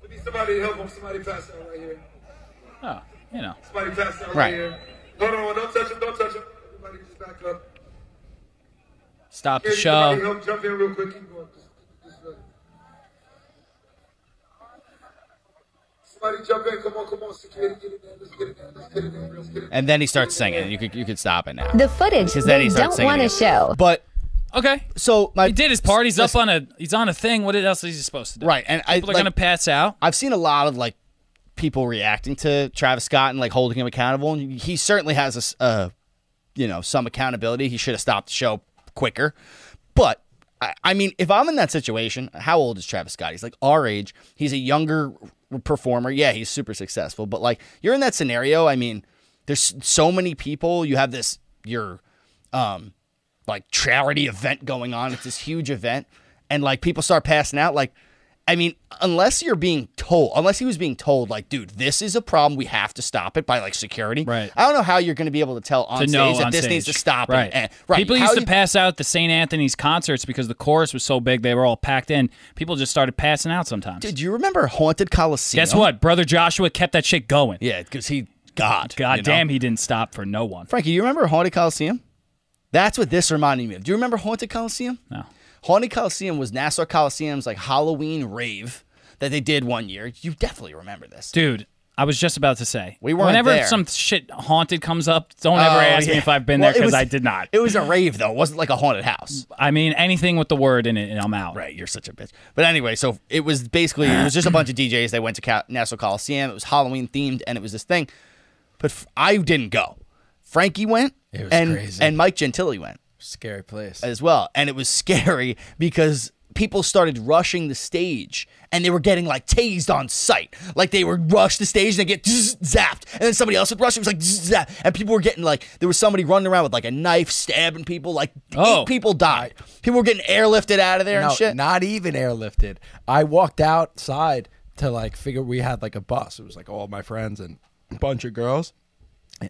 G: We need somebody to help him. Somebody pass out right here.
D: Oh, you know.
G: Somebody pass out right,
C: Right.
G: here. No, no, no, don't touch him. Don't touch him. Everybody just back up.
D: Stop the
G: Here, somebody
D: show.
G: help. Jump in real quick. Keep going. Just, just, just, Somebody jump in. Come on, come on. Security, get in there. Let's get in there. Let's get in there. Let's get in there.
C: And then he starts singing. You could you could stop it now.
F: The footage
C: Because then
F: they
C: he
F: don't
C: starts singing.
F: want to
C: again.
F: show.
C: But
D: Okay.
C: so my
D: He did his part. He's up on
C: listen,
D: a he's on a thing. What else is he supposed to do?
C: right, and I
D: People are
C: like,
D: gonna pass out.
C: I've seen a lot of like people reacting to Travis Scott and like holding him accountable, and he certainly has a s- uh, you know some accountability. He should have stopped the show quicker, but. I- I mean, if I'm in that situation, how old is Travis Scott? He's like our age. He's a younger performer. Yeah, he's super successful, but like you're in that scenario. I mean, there's so many people. You have this your um like charity event going on. It's this huge event, and like people start passing out. Like, I mean, unless you're being told, unless he was being told, like, dude, this is a problem. We have to stop it by like security.
D: Right.
C: I don't know how you're going to be able to tell on
D: To know
C: stage that
D: on
C: this
D: stage.
C: needs to stop.
D: Right.
C: And, and- right.
D: People
C: How
D: used to
C: you-
D: pass out at the St. Anthony's concerts because the chorus was so big they were all packed in. People just started passing out sometimes.
C: Dude, you remember Haunted Coliseum?
D: Guess what? Brother Joshua kept that shit going.
C: Yeah, because he God.
D: God
C: you know?
D: damn, he didn't stop for no one.
C: Frankie, you remember Haunted Coliseum? That's what this reminded me of. Do you remember Haunted Coliseum?
D: No.
C: Haunted Coliseum was Nassau Coliseum's like Halloween rave that they did one year. You definitely remember this.
D: Dude, I was just about to say.
C: We weren't
D: Whenever
C: there.
D: some shit haunted comes up, don't ever
C: Oh,
D: ask me
C: yeah.
D: if I've been
C: Well,
D: there
C: it
D: because
C: was-
D: I did not.
C: It was a rave though. It wasn't like a haunted house.
D: I mean, anything with the word in it, and I'm out.
C: Right, you're such a bitch. But anyway, so it was basically it was just a bunch of DJs. They went to Cal- Nassau Coliseum. It was Halloween themed, and it was this thing. But f- I didn't go. Frankie went,
H: It was
C: and
H: crazy.
C: and Mike Gentili went.
H: Scary place.
C: as well. And it was scary because people started rushing the stage and they were getting like tased on sight. Like they would rush the stage and they get zzz, zapped. And then somebody else would rush. It was like zzz, zap. And people were getting like, there was somebody running around with like a knife stabbing people. Like
D: Oh.
C: eight people died. People were getting airlifted out of there
H: No,
C: and shit.
H: not even airlifted. I walked outside to like figure we had like a bus. It was like all my friends and a bunch of girls.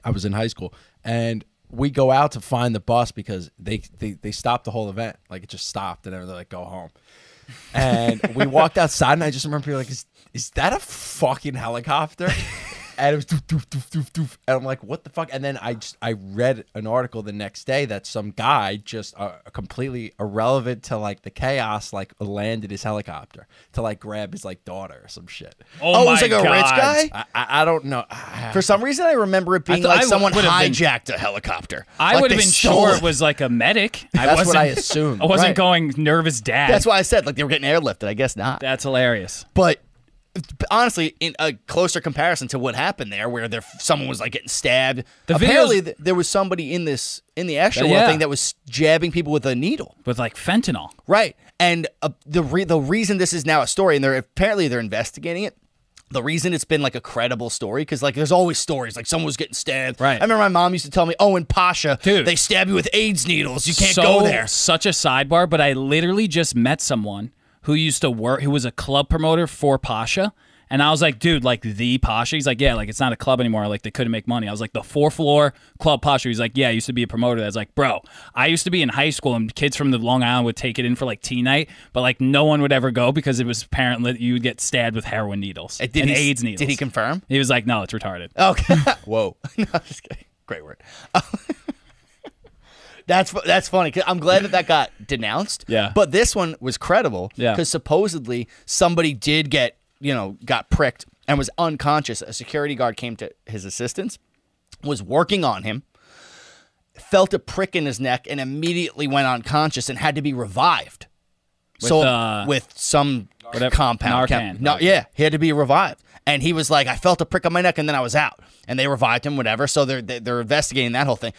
H: I was in high school and we go out to find the bus because they they, they stopped the whole event. Like it just stopped and everything like go home. And we walked outside and I just remember being like, is, is that a fucking helicopter? And it was doof, doof, doof, doof, doof. And I'm like, what the fuck? And then I just I read an article the next day that some guy just uh, completely irrelevant to like the chaos like landed his helicopter to like grab his like daughter or some shit.
D: Oh,
C: it was
D: my
C: like a
D: God.
C: rich guy?
H: I, I, I don't know. Ah, I-
C: For some reason, I remember it being
D: thought
C: like
D: I
C: someone
D: would've been-
C: hijacked a helicopter.
D: I
C: Like,
D: would have
C: they
D: been
C: stole
D: sure it was like a medic. I
H: That's what
D: wasn't-
H: I assumed.
D: I wasn't
H: Right.
D: going nervous dad.
C: That's why I said like they were getting airlifted. I guess not.
D: That's hilarious.
C: But honestly, in a closer comparison to what happened there, where there someone was like getting stabbed.
D: The
C: Apparently,
D: videos-
C: th- there was somebody in this in the actual
D: Yeah.
C: thing that was jabbing people with a needle.
D: With like fentanyl.
C: Right. And uh, the re- the reason this is now a story, and they're apparently they're investigating it. The reason it's been like a credible story, because like there's always stories like someone was getting stabbed.
D: Right.
C: I remember my mom used to tell me, "Oh, in Pasha,
D: Dude.
C: they stab you with AIDS needles. You can't
D: so,
C: go there."
D: Such a sidebar, but I literally just met someone who used to work, who was a club promoter for Pasha. And I was like, dude, like the Pasha? He's like, yeah, like it's not a club anymore. Like they couldn't make money. I was like, the four floor club Pasha. He's like, yeah, I used to be a promoter. I was like, bro, I used to be in high school and kids from the Long Island would take it in for like tea night, but like no one would ever go because it was apparent that you would get stabbed with heroin needles
C: Uh, did
D: and
C: he s-
D: AIDS needles.
C: Did he confirm? Oh,
D: He was like, no, it's retarded.
C: Okay. Whoa. no, I'm just kidding. Great word. that's fu- that's funny. 'cause I'm glad that that got denounced.
D: Yeah.
C: But this one was credible.
D: Yeah.
C: Because supposedly somebody did get you know got pricked and was unconscious. A security guard came to his assistance, was working on him. Felt a prick in his neck and immediately went unconscious and had to be revived. so
D: uh,
C: with some
D: whatever-
C: compound,
D: Narcan.
C: chem- no, yeah, he had to be revived, and he was like, "I felt a prick on my neck, and then I was out." And they revived him, whatever. So they're they- they're investigating that whole thing.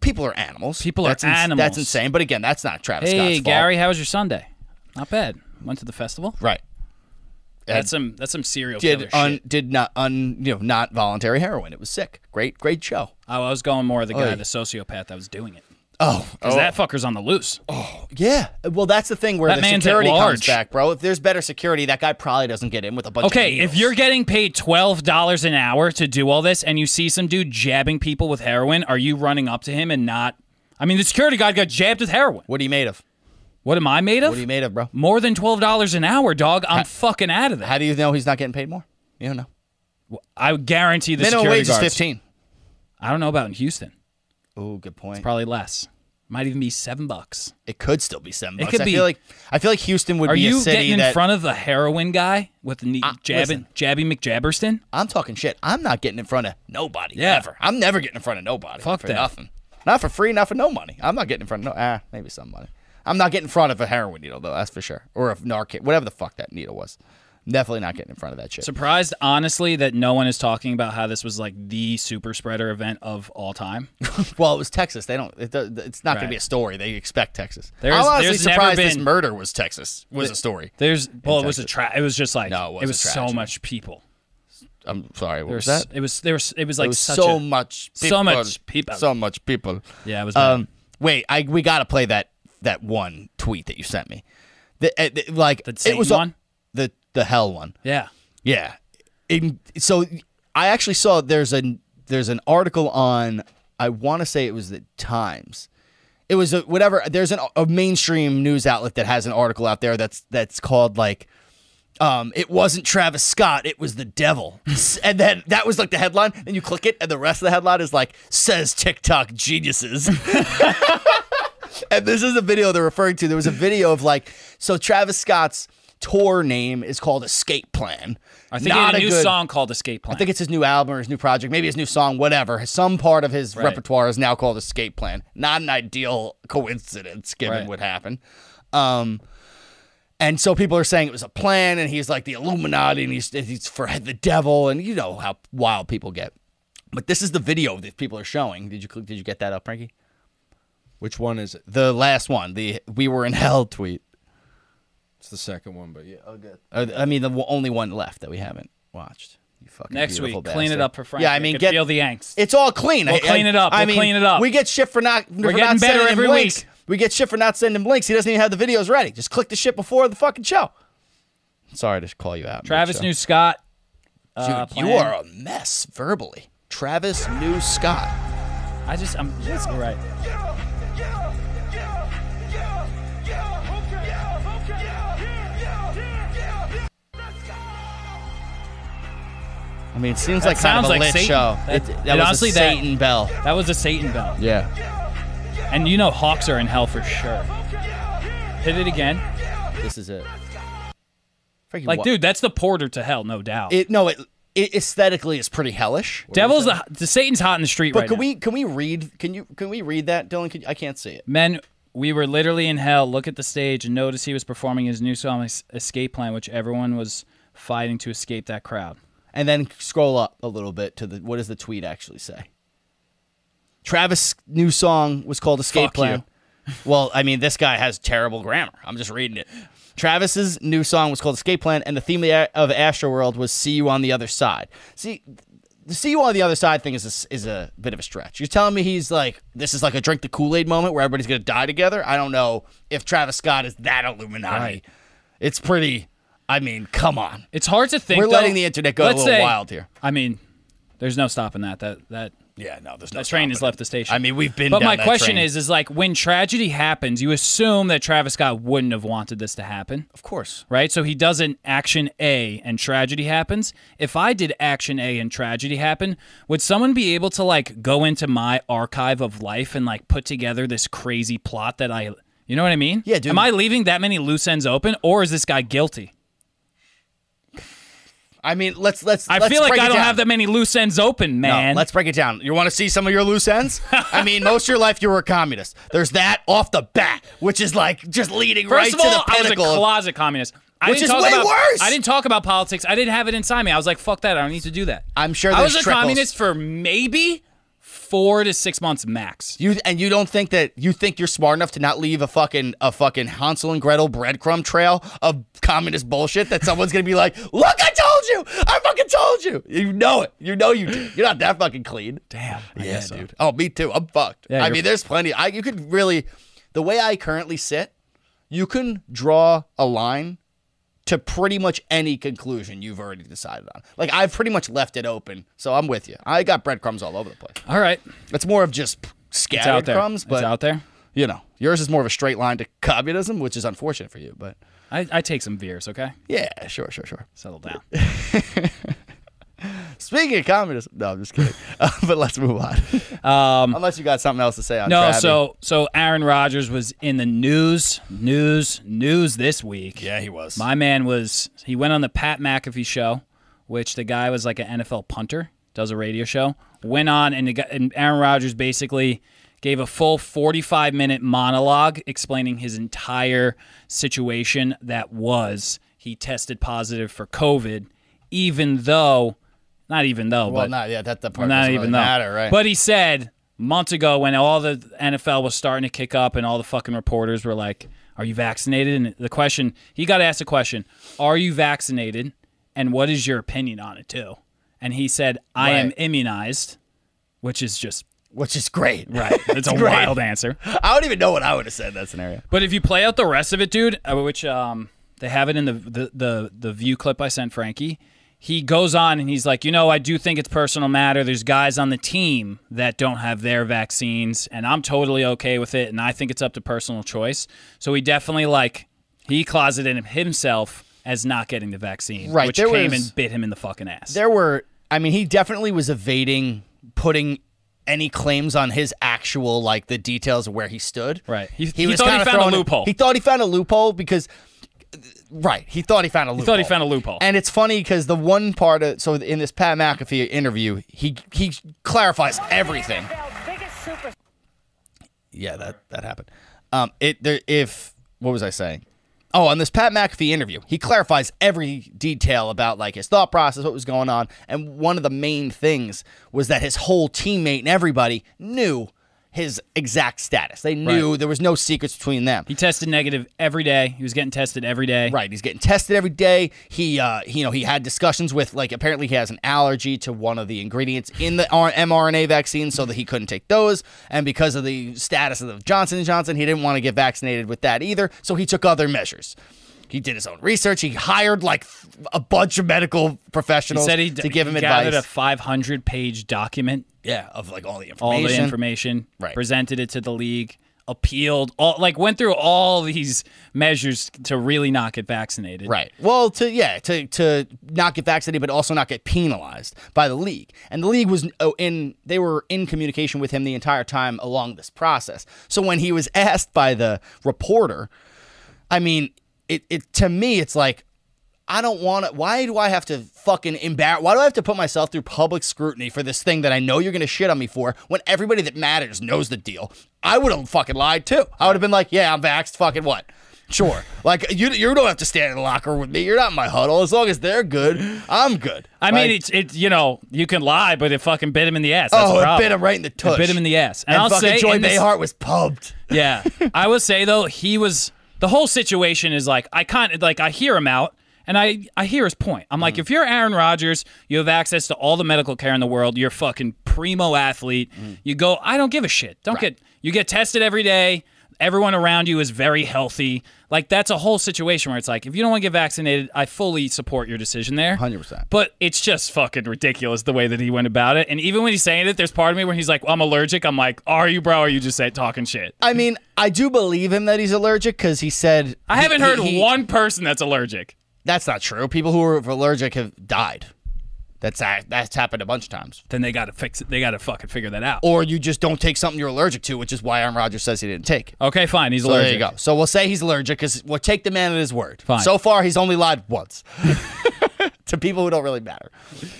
C: People are animals.
D: People are
C: that's
D: animals.
C: That's insane. But again, that's not Travis Scott's
D: Hey,
C: fault.
D: Gary, how was your Sunday? Not bad. Went to the festival.
C: Right.
D: That's some that's some serial killer
C: Did un,
D: shit.
C: did not un you know not voluntary heroin. It was sick. Great great show.
D: Oh, I was going more of the guy,
C: Oy.
D: the sociopath that was doing it.
C: Oh,
D: Because that fucker's on the loose.
C: yeah. Well, that's the thing where
D: That
C: the
D: man's at
C: security
D: large.
C: comes back, bro. If there's better security, that guy probably doesn't get in with a bunch. of
D: Okay, if
C: needles.
D: you're getting paid twelve dollars an hour to do all this and you see some dude jabbing people with heroin, are you running up to him and not I mean the security guard got jabbed with heroin.
C: what are you made of?
D: What am I made of?
C: What are you made of, bro?
D: More than twelve dollars an hour, dog. I'm fucking out of there.
C: How do you know he's not getting paid more? You don't know.
D: I guarantee the
C: Minimum
D: security
C: wage
D: guards-
C: is fifteen.
D: I don't know about in Houston.
C: Oh, good point.
D: Probably less. Might even be seven bucks.
C: It could still be seven
D: It
C: bucks.
D: could
C: I
D: be-
C: feel like I feel like Houston would
D: Are
C: be a
D: you
C: city
D: getting in
C: that
D: front of the heroin guy with the knee,
C: Ah,
D: jabbing,
C: listen.
D: Jabby McJabberston?
C: I'm talking shit. I'm not getting in front of nobody.
D: Yeah.
C: Ever. I'm never getting in front of nobody.
D: Fuck
C: for
D: that.
C: nothing. Not for free, not for no money. I'm not getting in front of no ah, maybe some money. I'm not getting in front of a heroin needle though, that's for sure. Or a Narcan, whatever the fuck that needle was. Definitely not getting in front of that shit.
D: Surprised, honestly, that no one is talking about how this was like the super spreader event of all time.
C: well, it was Texas. They don't. It, do- it's not going
D: Right.
C: to be a story. They expect Texas.
D: There's-
C: I'm honestly
D: there's never
C: surprised this
D: been-
C: murder was Texas was a story.
D: There's well, it was a
C: Texas.
D: tra- It was just like
C: No, it was
D: it
C: a
D: was so
C: tragedy.
D: much people.
C: I'm sorry. What
D: There was,
C: was that?
D: it was there was it was like
C: There was
D: such
C: so
D: a,
C: much, people,
D: so much people.
C: so much people.
D: Yeah, it was bad.
C: Um, wait, I we gotta play that that one tweet that you sent me. The, uh, the- like
D: The
C: it
D: Satan
C: was
D: one?
C: the the hell one.
D: yeah.
C: Yeah. In, so I actually saw there's an there's an article on I want to say it was the Times. It was a, whatever. There's an, a mainstream news outlet that has an article out there that's that's called like, um, it wasn't Travis Scott, it was the devil, and then that was like the headline. And you click it, and the rest of the headline is like says TikTok geniuses. And this is the video they're referring to. There was a video of like, so Travis Scott's tour name is called Escape Plan.
D: I think he had a new song called Escape Plan.
C: I think it's his new album or his new project, maybe his new song, whatever. Some part of his repertoire is now called Escape Plan. Not an ideal coincidence given
D: Right.
C: what happened. Um, and so people are saying it was a plan, and he's like the Illuminati, and he's, he's for the devil, and you know how wild people get. But this is the video that people are showing. Did you click- did you get that up, Frankie?
H: Which one is it?
C: The last one, the "We were in hell" tweet.
H: It's the second one, but yeah. Okay.
C: Uh, I mean, the w- only one left that we haven't watched. You fucking
D: Next week,
C: beautiful
D: clean it
C: bastard.
D: up for Frank.
C: Yeah, I mean,
D: can
C: get
D: feel the angst.
C: It's all clean.
D: We'll
C: I-
D: clean it up.
C: I
D: We'll
C: mean,
D: clean it up.
C: We get shit for not. We're
D: getting better
C: sending him
D: every
C: links.
D: week.
C: We get shit for not sending him links. He doesn't even have the videos ready. Just click the shit before the fucking show. Sorry to call you out,
D: Travis
C: mid-show.
D: New Scott.
C: Dude,
D: uh,
C: you
D: plan.
C: are a mess verbally. Travis New Scott.
D: I just I'm just all right.
C: I mean, it seems
D: That
C: like kind of
D: sounds
C: a
D: like
C: lit
D: Satan.
C: show.
D: That-
C: It-
D: it
C: that was
D: honestly-
C: a
D: that-
C: Satan Bell.
D: That was a Satan bell.
C: Yeah,
D: And you know Hawks are in hell for sure. Hit it again.
C: this is it. Frankie,
D: Like,
C: what-
D: dude, that's the porter to hell, no doubt.
C: it no, it, it aesthetically is pretty hellish.
D: Devil's the, the Satan's hot in the street
C: But
D: right
C: can
D: now.
C: we can we read can you can we read that Dylan? Can, I can't see it.
D: Men, we were literally in hell. Look at the stage and notice he was performing his new song Es- Escape Plan, which everyone was fighting to escape that crowd.
C: And then scroll up a little bit to the what does the tweet actually say? Travis' new song was called Escape
D: Fuck
C: Plan. well, I mean, this guy has terrible grammar. I'm just reading it. Travis's new song was called Escape Plan, and the theme of Astroworld was "See You on the Other Side." See, the "See You on the Other Side" thing is a, s- is a bit of a stretch. You're telling me he's like this is like a drink the Kool Aid moment where everybody's gonna die together. I don't know if Travis Scott is that Illuminati. It's pretty. I mean, come on.
D: It's hard to think.
C: We're
D: though.
C: letting the internet go a
D: Let's
C: little
D: say-
C: wild here.
D: I mean, there's no stopping that. That that
C: Yeah, no, there's no.
D: that train has
C: stopping it.
D: left the station.
C: I mean, we've been.
D: But
C: down
D: my
C: that
D: question
C: train.
D: is, is like when tragedy happens, you assume that Travis Scott wouldn't have wanted this to happen,
C: of course,
D: right? So he does an action A and tragedy happens. If I did action A and tragedy happen, would someone be able to like go into my archive of life and like put together this crazy plot that I, you know what I mean?
C: Yeah, dude.
D: Am I leaving that many loose ends open, or is this guy guilty?
C: I mean, let's let's.
D: I
C: let's
D: feel like
C: break
D: I
C: it
D: don't
C: down.
D: have that many loose ends open,
C: No,
D: man.
C: let's break it down. You want to see some of your loose ends? I mean, most of your life you were a communist. There's that off the bat, which is like just leading right
D: First of all,
C: to the
D: I was a
C: pinnacle. of-
D: closet communist. I
C: Which
D: didn't talk
C: is way
D: about,
C: worse!
D: I didn't talk about politics. I didn't have it inside me. I was like, fuck that. I don't need to do that.
C: I'm sure
D: I was a
C: there's trickles.
D: communist for maybe four to six months max.
C: you and you don't think that you think you're smart enough to not leave a fucking a fucking Hansel and Gretel breadcrumb trail of communist bullshit that someone's gonna be like, look, I told you, I fucking told you. You know it. You know you did. You're not that fucking clean.
D: Damn.
C: Yeah, dude. Oh, me too. I'm fucked.
D: Yeah,
C: I
D: you're-
C: mean, there's plenty. I you could really, the way I currently sit, you can draw a line to pretty much any conclusion you've already decided on. Like I've pretty much left it open, so I'm with you. I got breadcrumbs all over the place.
D: All right.
C: It's more of just
D: It's
C: scattered
D: out there. it's
C: crumbs, but
D: out there.
C: you know, yours is more of a straight line to communism, which is unfortunate for you. But
D: I, I take some beers, okay?
C: yeah, sure, sure, sure.
D: Settle down.
C: Speaking of communism, no, I'm just kidding. Uh, but let's move on. Unless you got something else to say on
D: Um, No,
C: Travi.
D: so so Aaron Rodgers was in the news, news, news this week.
C: yeah, he was.
D: My man was he went on the Pat McAfee show, which the guy was like an NFL punter, does a radio show. Went on and, the guy, and Aaron Rodgers basically gave a full 45 minute monologue explaining his entire situation that was he tested positive for COVID, even though not even though
C: well,
D: but
C: not yeah, that, that part
D: not
C: doesn't
D: even
C: really
D: though.
C: matter, right?
D: But he said months ago when all the NFL was starting to kick up and all the fucking reporters were like, "Are you vaccinated?" And the question he got asked a question: "Are you vaccinated?" And what is your opinion on it too? And he said, "I am
C: Right.
D: immunized," which is just
C: which is great.
D: right. It's a
C: great.
D: wild answer.
C: I don't even know what I would have said in that scenario.
D: But if you play out the rest of it, dude, uh, which um, they have it in the, the the the view clip I sent Frankie, he goes on and he's like, you know, I do think it's personal matter. There's guys on the team that don't have their vaccines, and I'm totally okay with it, and I think it's up to personal choice. So he definitely like he closeted himself as not getting the vaccine,
C: Right,
D: Which
C: there
D: came
C: was-
D: and bit him in the fucking ass.
C: There were, I mean, he definitely was evading putting any claims on his actual like the details of where he stood.
D: Right. He- he thought he
C: kinda
D: found a
C: throwing-
D: loophole.
C: He thought he found a loophole because. Right, he thought he found a loophole.
D: thought he found a loophole.
C: and it's funny because the one part of so in this Pat McAfee interview, he he clarifies everything. Yeah, that that happened. Um, it there, if what was I saying? Oh, on this Pat McAfee interview, he clarifies every detail about like his thought process, what was going on, and one of the main things was that his whole teammate and everybody knew his exact status. They knew there was no secrets between them.
D: he tested negative every day. He was getting tested every day.
C: Right, he's getting tested every day. He, uh, he- you know, he had discussions with like apparently he has an allergy to one of the ingredients in the R- mRNA vaccine, so that he couldn't take those. And because of the status of the Johnson and Johnson, he didn't want to get vaccinated with that either, so he took other measures. He did his own research. He hired like th- a bunch of medical
D: He
C: professionals
D: said he
C: to give him
D: he
C: advice.
D: gathered a 500 page document
C: yeah, of like all the
D: all
C: information.
D: the information,
C: Right.
D: presented it to the league, appealed, all like went through all these measures to really not get vaccinated.
C: Right. Well, to yeah, to to not get vaccinated, but also not get penalized by the league. And the league was oh, in they were in communication with him the entire time along this process. So when he was asked by the reporter, I mean, it, it to me, it's like. I don't want to. Why do I have to fucking embarrass? Why do I have to put myself through public scrutiny for this thing that I know you're going to shit on me for when everybody that matters knows the deal? I would have fucking lied too. I would have been like, yeah, I'm vaxxed. Fucking what? Sure. Like, you, you don't have to stand in the locker room with me. You're not in my huddle. As long as they're good, I'm good.
D: I
C: Like,
D: mean, it's it. You know, you can lie, but it fucking bit him in the ass. That's
C: oh,
D: the
C: it
D: problem.
C: bit him right in the tush.
D: It bit him in the ass. And,
C: And
D: I'll
C: fucking
D: say,
C: Joy
D: in this-
C: Behart was pumped.
D: Yeah, I will say though, he was the whole situation is like I kind of like I hear him out. And I, I hear his point. I'm like, if you're Aaron Rodgers, you have access to all the medical care in the world. You're a fucking primo athlete. You go, I don't give a shit. Don't get you get tested every day. Everyone around you is very healthy. Like that's a whole situation where it's like, if you don't want to get vaccinated, I fully support your decision there.
C: 100%.
D: But it's just fucking ridiculous the way that he went about it. And even when he's saying it, there's part of me when he's like, I'm allergic. I'm like, are you, bro? Or are you just say, talking shit?
C: I mean, I do believe him that he's allergic because he said.
D: I haven't
C: he-
D: heard
C: he-
D: one person that's allergic.
C: That's not true. People who are allergic have died. That's that's happened a bunch of times.
D: Then they gotta fix it. They gotta fucking figure that out.
C: Or you just don't take something you're allergic to, which is why Aaron Rodgers says he didn't take. it.
D: Okay, fine. He's
C: So
D: allergic.
C: there you go. So we'll say he's allergic because we'll take the man at his word.
D: Fine.
C: So far, he's only lied once to people who don't really matter.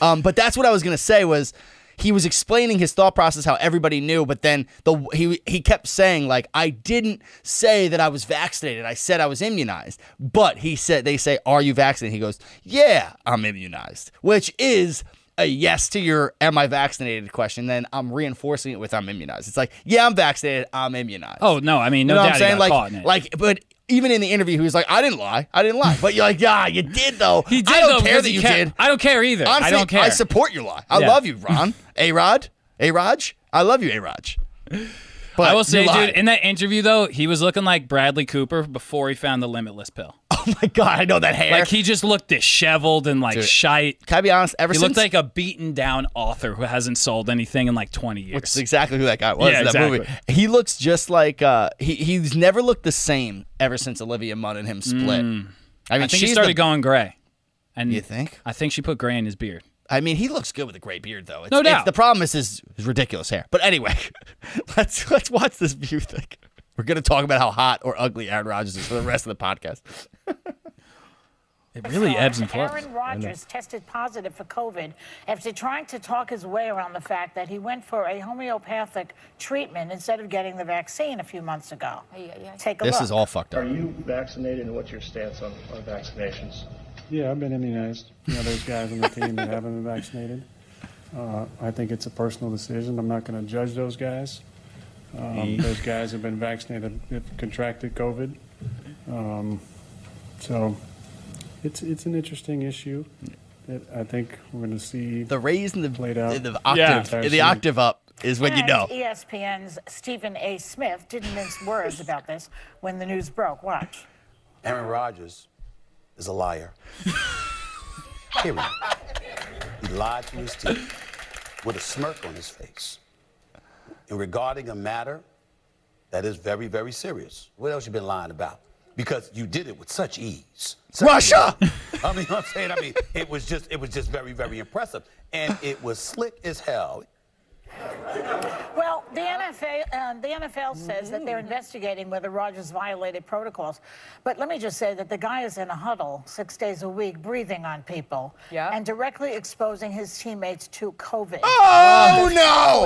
C: Um, but that's what I was gonna say was he was explaining his thought process, how everybody knew, but then the he he kept saying like I didn't say that I was vaccinated. I said I was immunized. But he said they say are you vaccinated? He goes yeah I'm immunized, which is. A yes to your am I vaccinated question, then I'm reinforcing it with I'm immunized. It's like, yeah, I'm vaccinated, I'm immunized.
D: Oh no, I mean, no
C: You know
D: doubt
C: what I'm
D: he
C: saying?
D: got
C: Like,
D: caught in it.
C: like, but even in the interview, he was like, "I didn't lie, I didn't lie." But you're like, "Yeah, you did though."
D: he did
C: I don't
D: though,
C: care
D: because
C: that
D: he
C: you
D: kept-
C: did.
D: I don't care either.
C: Honestly,
D: I don't care.
C: I support your lie. I
D: Yeah.
C: love you, Ron. A Rod, A Raj. I love you, A Raj. But
D: I will
C: you
D: say,
C: lied.
D: dude, in that interview though, he was looking like Bradley Cooper before he found the Limitless pill.
C: oh my god, I know that hair.
D: Like he just looked disheveled and like
C: Dude.
D: shite.
C: Can I be honest? Ever
D: He looked
C: since
D: like a beaten down author who hasn't sold anything in like 20 years.
C: Which is exactly who that guy was
D: Yeah,
C: in that movie.
D: exactly.
C: He looks just like uh, he he's never looked the same ever since Olivia Munn and him split. I mean,
D: Mm. I think
C: she's
D: he started
C: the-
D: going gray. And
C: You think?
D: I think she put gray in his beard.
C: I mean, he looks good with a gray beard, though. It's,
D: No
C: it's-
D: doubt.
C: the problem is his, his ridiculous hair. But anyway, let's let's watch this view thing. We're gonna talk about how hot or ugly Aaron Rodgers is for the rest of the podcast.
D: It really ebbs and flows.
I: Aaron Rodgers tested positive for COVID after trying to talk his way around the fact that he went for a homeopathic treatment instead of getting the vaccine a few months ago. Take a
C: This
I: look.
C: is all fucked up.
J: you vaccinated and what's your stance on, on vaccinations?
I: Yeah, I've been immunized. You know, there's guys on the team that haven't been vaccinated. Uh, I think it's a personal decision. I'm not going to judge those guys. Um, those guys have been vaccinated, have contracted COVID. Um, so it's it's an interesting issue that I think we're going to see.
C: The raise in the
I: Played out.
C: in the
D: Yeah.
C: octave in the octave up is when you know.
I: E ESPN's Stephen A. Smith didn't mince words about this when the news broke. Watch.
J: Aaron Rodgers is a liar. Period. He lied to his team with a smirk on his face. And regarding a matter that is very, very serious. What else you been lying about? Because you did it with such ease. Such
C: Russia!
J: ease. I mean, I'm saying, I mean, it was just, it was just very, very impressive, and it was slick as hell.
I: Well, the NFL, uh, the NFL says that they're investigating whether Rogers violated protocols. But let me just say that the guy is in a huddle six days a week, breathing on people,
K: Yeah.
I: and directly exposing his teammates to COVID.
C: Oh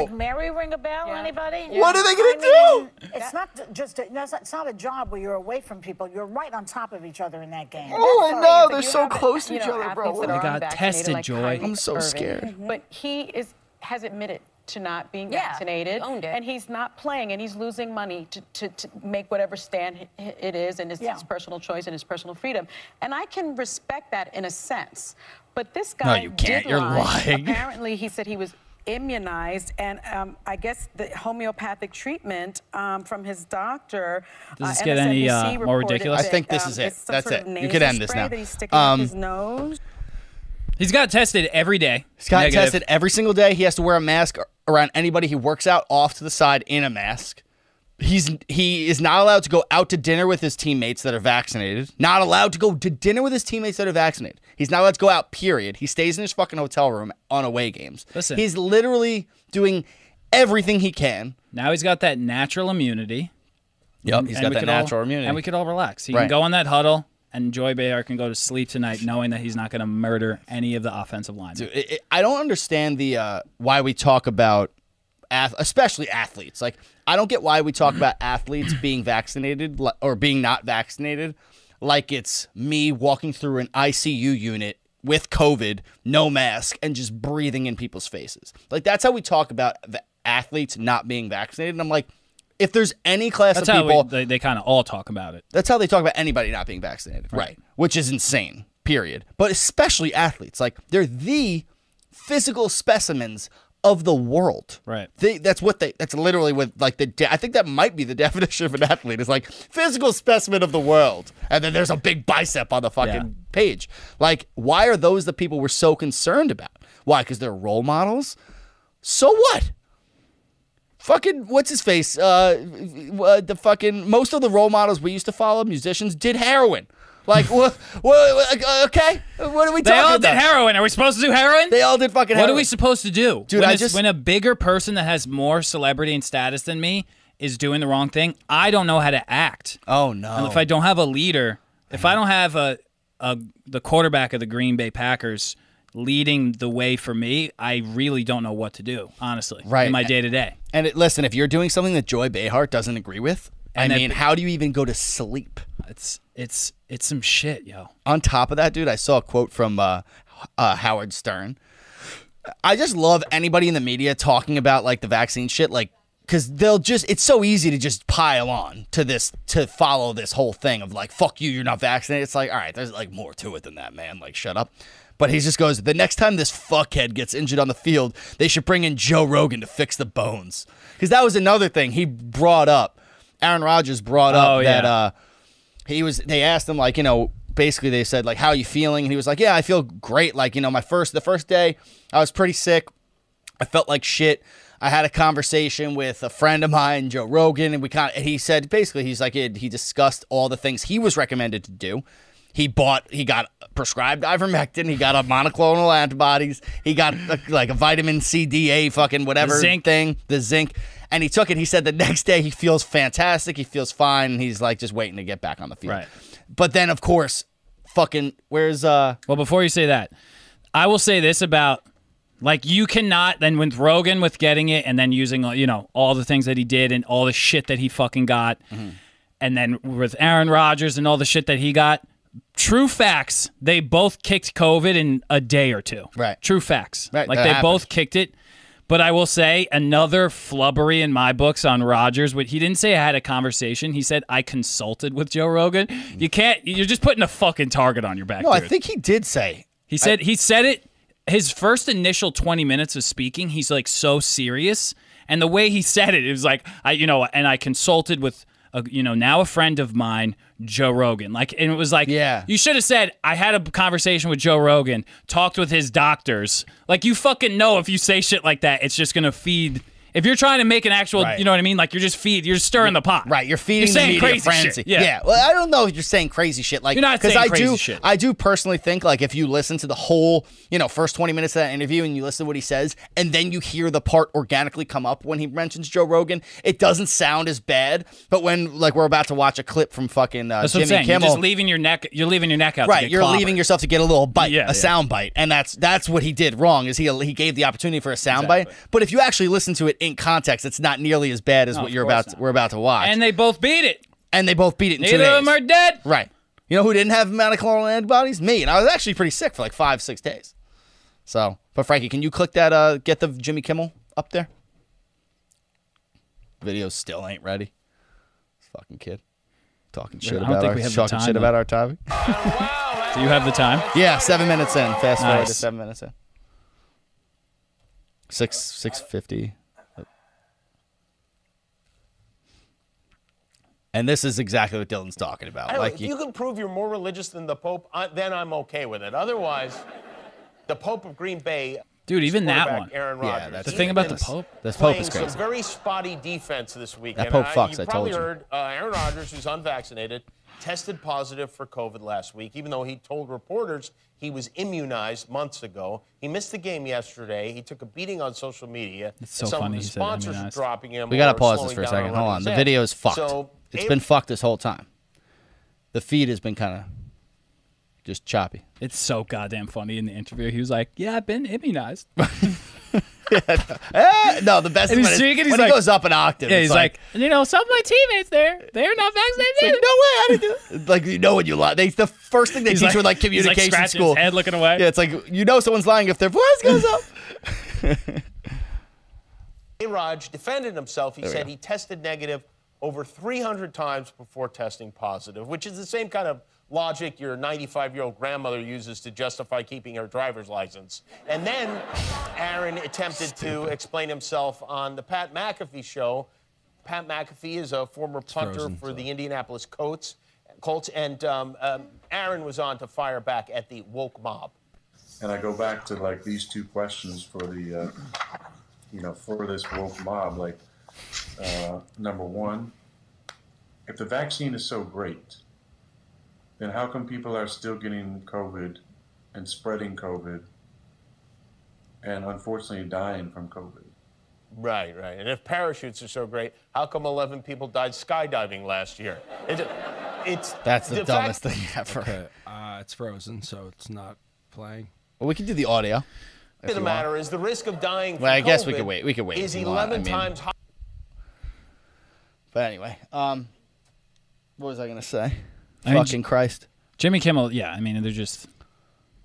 C: no!
I: Mary ring a bell? Anybody?
C: What are they gonna
I: I mean,
C: do?
I: It's not j- just a, no, it's not- it's not a job where you're away from people. You're right on top of each other in that game.
K: Oh
I: no,
K: they're so close to each other, bro. That
D: They
K: are
D: got
K: unvaccinated,
D: tested,
K: like
D: Joy.
K: Kyrie
D: I'm
C: so
K: Irving.
C: scared.
K: But he is has admitted to not being
I: Yeah,
K: vaccinated,
I: he owned it.
K: and he's not playing, and he's losing money to, to, to make whatever stand i- it is, and it's
I: Yeah.
K: his personal choice and his personal freedom. And I can respect that in a sense, but this
C: No,
K: guy
C: you can't.
K: did
C: You're
K: lie.
C: lying.
K: Apparently, he said he was. Immunized, and um, I guess the homeopathic treatment um, from his doctor.
D: Does this
K: uh,
D: get any,
K: MSNBC
D: uh, more
K: reported
D: ridiculous?
C: I think
K: that,
C: this is it.
K: um, it's some
C: That's
K: sort of
C: it. You
K: nasal
C: can end this
K: spray
C: now.
K: that he's sticking up
C: Um,
K: his nose.
D: He's got tested every day.
C: He's got
D: Negative.
C: tested every single day. He has to wear a mask around anybody he works out off to the side in a mask. He's he is not allowed to go out to dinner with his teammates that are vaccinated. Not allowed to go to dinner with his teammates that are vaccinated. He's not allowed to go out. Period. He stays in his fucking hotel room on away games.
D: Listen.
C: he's literally doing everything he can.
D: Now he's got that natural immunity.
C: Yep, Oh, he's
D: and
C: got
D: we
C: that
D: could all-
C: natural immunity.
D: And we could all relax. He
C: Right.
D: can go in that huddle, and Joy Behar can go to sleep tonight knowing that he's not going to murder any of the offensive linemen.
C: Dude, it, it- I don't understand the uh, why we talk about, ath- especially athletes. Like, I don't get why we talk about athletes being vaccinated li- or being not vaccinated, like it's me walking through an ICU unit with COVID, no mask, and just breathing in people's faces. Like that's how we talk about the athletes not being vaccinated. And I'm like, if there's any class
D: That's
C: of
D: how we-
C: people,
D: they, they kind of all talk about it.
C: that's how they talk about anybody not being vaccinated, right? Which is insane, period. But especially athletes, like they're the physical specimens of the world,
D: Right.
C: They, that's what they. That's literally what like the. De- I think that might be the definition of an athlete is like physical specimen of the world, and then there's a big bicep on the fucking
D: Yeah.
C: page. Like, why are those the people we're so concerned about? Why? Because they're role models. So what? Fucking what's his face? Uh, uh, the fucking most of the role models we used to follow, musicians, did heroin. Like, what? uh, okay, what are we
D: They
C: talking
D: all did
C: about?
D: heroin. Are we supposed to do heroin?
C: They all did fucking
D: What are
C: heroin.
D: we supposed to do?
C: Dude,
D: when
C: I
D: a-
C: just-
D: when a bigger person that has more celebrity and status than me is doing the wrong thing, I don't know how to act.
C: Oh Uh-huh. no!
D: And if I don't have a leader, if I don't have a, a the quarterback of the Green Bay Packers leading the way for me, I really don't know what to do, honestly.
C: Right.
D: In my day to day.
C: And it, listen, if you're doing something that Joy Behar doesn't agree with,
D: And
C: I
D: that-
C: mean, how do you even go to sleep?
D: It's it's it's some shit, yo.
C: On top of that, dude, I saw a quote from uh, uh, Howard Stern. I just love anybody in the media talking about like the vaccine shit, like because they'll just it's so easy to just pile on to this to follow this whole thing of like fuck you, you're not vaccinated. It's like all right, there's like more to it than that, man. Like shut up. But he just goes, the next time this fuckhead gets injured on the field, they should bring in Joe Rogan to fix the bones. Because that was another thing he brought up. Aaron Rodgers brought up
D: Oh,
C: that
D: yeah.
C: uh, he was they asked him like you know basically they said like how are you feeling and he was like yeah i feel great like you know my first the first day i was pretty sick i felt like shit i had a conversation with a friend of mine joe rogan and we kind of he said basically he's like it, he discussed all the things he was recommended to do He bought, he got prescribed ivermectin. He got a monoclonal antibodies. He got a, like a vitamin C, D, A, fucking whatever
D: The zinc.
C: thing, the zinc. And he took it. He said the next day he feels fantastic. He feels fine. And he's like just waiting to get back on the field.
D: Right.
C: But then, of course, fucking, where's, uh,
D: Well, before you say that, I will say this about like you cannot then with Rogan with getting it and then using you know all the things that he did and all the shit that he fucking got,
C: Mm-hmm.
D: and then with Aaron Rodgers and all the shit that he got. True facts. They both kicked COVID in a day or two.
C: Right.
D: True facts.
C: Right,
D: Like
C: that
D: they
C: happened.
D: both kicked it. But I will say another flubbery in my books on Rogers. What he didn't say I had a conversation. He said I consulted with Joe Rogan. You can't. You're just putting a fucking target on your back.
C: Mm-hmm. no, I
D: dude.
C: think he did say,
D: He said he said it his first initial 20 minutes of speaking, he's like so serious. And the way he said it, it was like I you know, and I consulted with a, you know, now a friend of mine, Joe Rogan. Like and it was like
C: Yeah.
D: you should have said I had a conversation with Joe Rogan, talked with his doctors. Like you fucking know if you say shit like that, it's just going to feed if you're trying to make an actual,
C: Right.
D: you know what I mean? Like you're just feed, you're stirring the pot.
C: Right, you're feeding
D: you're
C: the
D: saying
C: media
D: crazy
C: frenzy.
D: Shit. Yeah.
C: Well, I don't know if you're saying crazy shit. Like,
D: You're not
C: because
D: saying
C: I
D: crazy
C: do,
D: shit.
C: I do personally think like if you listen to the whole, you know, first 20 minutes of that interview and you listen to what he says, and then you hear the part organically come up when he mentions Joe Rogan, it doesn't sound as bad. But when like we're about to watch a clip from fucking uh,
D: That's what
C: Jimmy
D: I'm saying.
C: Kimmel,
D: You're just leaving your neck. You're leaving your neck out. to
C: right
D: get
C: you're
D: clobbered.
C: leaving yourself to get a little bite
D: Yeah,
C: a
D: yeah.
C: sound bite and that's that's what he did wrong is he he gave the opportunity for a sound bite but if you actually listen to it in context it's not nearly as bad as what
D: of
C: you're
D: course
C: about we're about to watch
D: And they both beat it.
C: and they both beat it in two
D: Neither of them
C: days.
D: are dead.
C: right you know who didn't have monoclonal antibodies me and i was actually pretty sick for like five six days so but frankie can you click that uh get the jimmy kimmel up there video still ain't ready this fucking kid talking shit
D: I don't
C: about
D: think
C: our,
D: we have the
C: talking
D: time,
C: shit
D: though.
C: about our topic
D: Do you have the time?
C: yeah, seven minutes in. Fast forward to
D: Nice.
C: seven minutes in. Six six fifty. And this is exactly what Dylan's talking about. Like you,
L: can prove you're more religious than the Pope, I, then I'm okay with it. Otherwise, the Pope of Green Bay,
D: Dude, even that
L: quarterback
D: one.
L: Aaron
C: Yeah,
L: Rodgers.
C: that's
D: The thing about the Pope?
C: This Pope is
L: playing
C: crazy.
L: Some very spotty defense this weekend.
C: Pope
L: I-
C: fucks, I
L: You
C: told
L: probably
C: you.
L: heard uh, Aaron Rodgers, who's unvaccinated, tested positive for COVID last week, even though he told reporters he was immunized months ago. He missed the game yesterday. He took a beating on social media.
D: It's so
L: and some
D: funny
L: of
D: he
L: the
D: said
L: sponsors are
D: immunized.
L: dropping him.
C: we gotta
L: or
C: pause this
L: slowing
C: for a
L: down or
C: second. Hold
L: letting
C: on. The
L: him say it.
C: video is fucked.
L: So,
C: it's
L: Ab-
C: been fucked this whole time. The feed has been kind of just choppy.
D: It's so goddamn funny in the interview. He was like, Yeah, I've been immunized.
C: Eh, no, the best
D: And he's
C: is when, it-
D: speaking, he's
C: when
D: like-
C: he goes up an octave.
D: yeah,
C: it's
D: he's like, You know, some of my teammates there, they're not
C: It's like,
D: vaccinated.
C: no way, I didn't do it. Like, you know when you lie. They, the first thing they
D: He's
C: teach
D: like-
C: you in like
D: he's like
C: communication
D: scratching his
C: school.
D: head looking away.
C: Yeah, it's like, you know someone's lying if their voice goes up.
L: Araj defended himself. He
C: we
L: said
C: go.
L: he tested negative over 300 times before testing positive, which is the same kind of logic your 95 year old grandmother uses to justify keeping her driver's license. And then Aaron attempted to explain himself on the Pat McAfee show. Pat McAfee is a former punter for the Indianapolis Colts. Colts and um, um, Aaron was on to fire back at the woke mob.
G: And I go back to like these two questions for the, uh, you know, for this woke mob. Like, uh, number one, if the vaccine is so great, then how come people are still getting COVID and spreading COVID and unfortunately dying from COVID?
L: Right, right. And if parachutes are so great, how come 11 people died skydiving last year? It, it's
C: That's the,
L: fact-
C: dumbest thing ever.
E: Okay, uh, it's frozen, so it's not playing.
C: Well, we can do the audio.
L: The matter is the risk of dying. From
C: Well, I guess we
L: COVID
C: could wait- we could wait
L: Is
C: if you want. I
L: 11
C: mean-
L: times higher.
C: But anyway, um, what was I going to say?
D: I mean,
C: Fucking Christ.
D: Jimmy Kimmel, yeah, I mean, they're just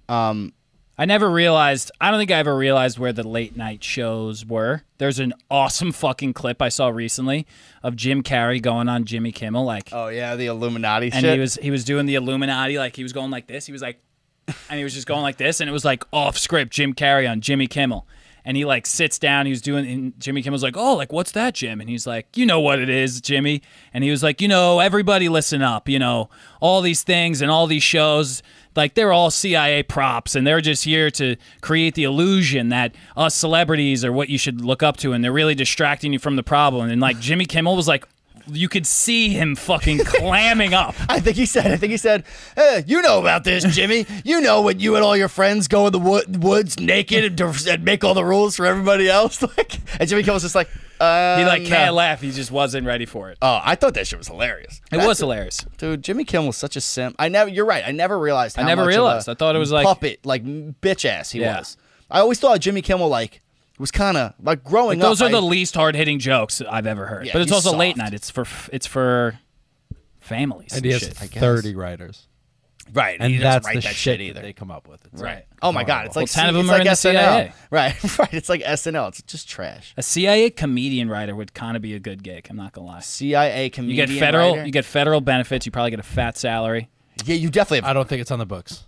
C: Um,
D: I never realized. I don't think I ever realized where the late night shows were. There's an awesome fucking clip I saw recently of Jim Carrey going on Jimmy Kimmel, like,
C: oh, yeah, the Illuminati
D: and
C: shit.
D: he was he was doing the Illuminati, like he was going like this. He was like, and he was just going like this, and it was like off script. Jim Carrey on Jimmy Kimmel, and he like sits down. He was doing. And Jimmy Kimmel's like, oh, like what's that, Jim? And he's like, you know what it is, Jimmy. And he was like, you know, everybody listen up. You know, all these things and all these shows. Like they're all CIA props, and they're just here to create the illusion that us celebrities are what you should look up to, and they're really distracting you from the problem. And like Jimmy Kimmel was like, you could see him fucking clamming up.
C: I think he said. I think he said, eh, "You know about this, Jimmy. You know when you and all your friends go in the wo- woods naked and, and make all the rules for everybody else." Like, and Jimmy Kimmel's just like, uh,
D: he like
C: no.
D: can't laugh. He just wasn't ready for it.
C: Oh, I thought that shit was hilarious.
D: It was hilarious,
C: dude. Jimmy Kimmel was such a simp. I never. You're right. I never realized.
D: I
C: How
D: never
C: much of
D: realized.
C: a
D: I thought it was like-
C: puppet, like bitch ass. He
D: Yeah.
C: was. I always thought Jimmy Kimmel like was kind of like growing
D: Like, those
C: up.
D: are the
C: I-
D: least hard hitting jokes I've ever heard.
C: Yeah,
D: but it's
C: he's
D: also late
C: soft.
D: night. It's for it's for families.
H: And he has
D: shit, I guess.
H: thirty writers.
C: Right,
H: and
C: he doesn't
H: that's
C: write
H: the
C: that
H: shit
C: shit either.
H: that they come up with. It's
C: Right.
H: like,
C: oh my
H: horrible.
C: God! It's like
D: Well, 10 of
C: C-
D: them
C: it's
D: are
C: like
D: in the CIA.
C: SNL. Right, right. It's like SNL. It's just trash.
D: A CIA comedian writer would kind of be a good gig. I'm not gonna lie.
C: CIA
D: You
C: comedian.
D: get federal,
C: writer.
D: you get federal benefits. You probably get a fat salary.
C: yeah, you definitely. Have,
H: I don't think it's on the books.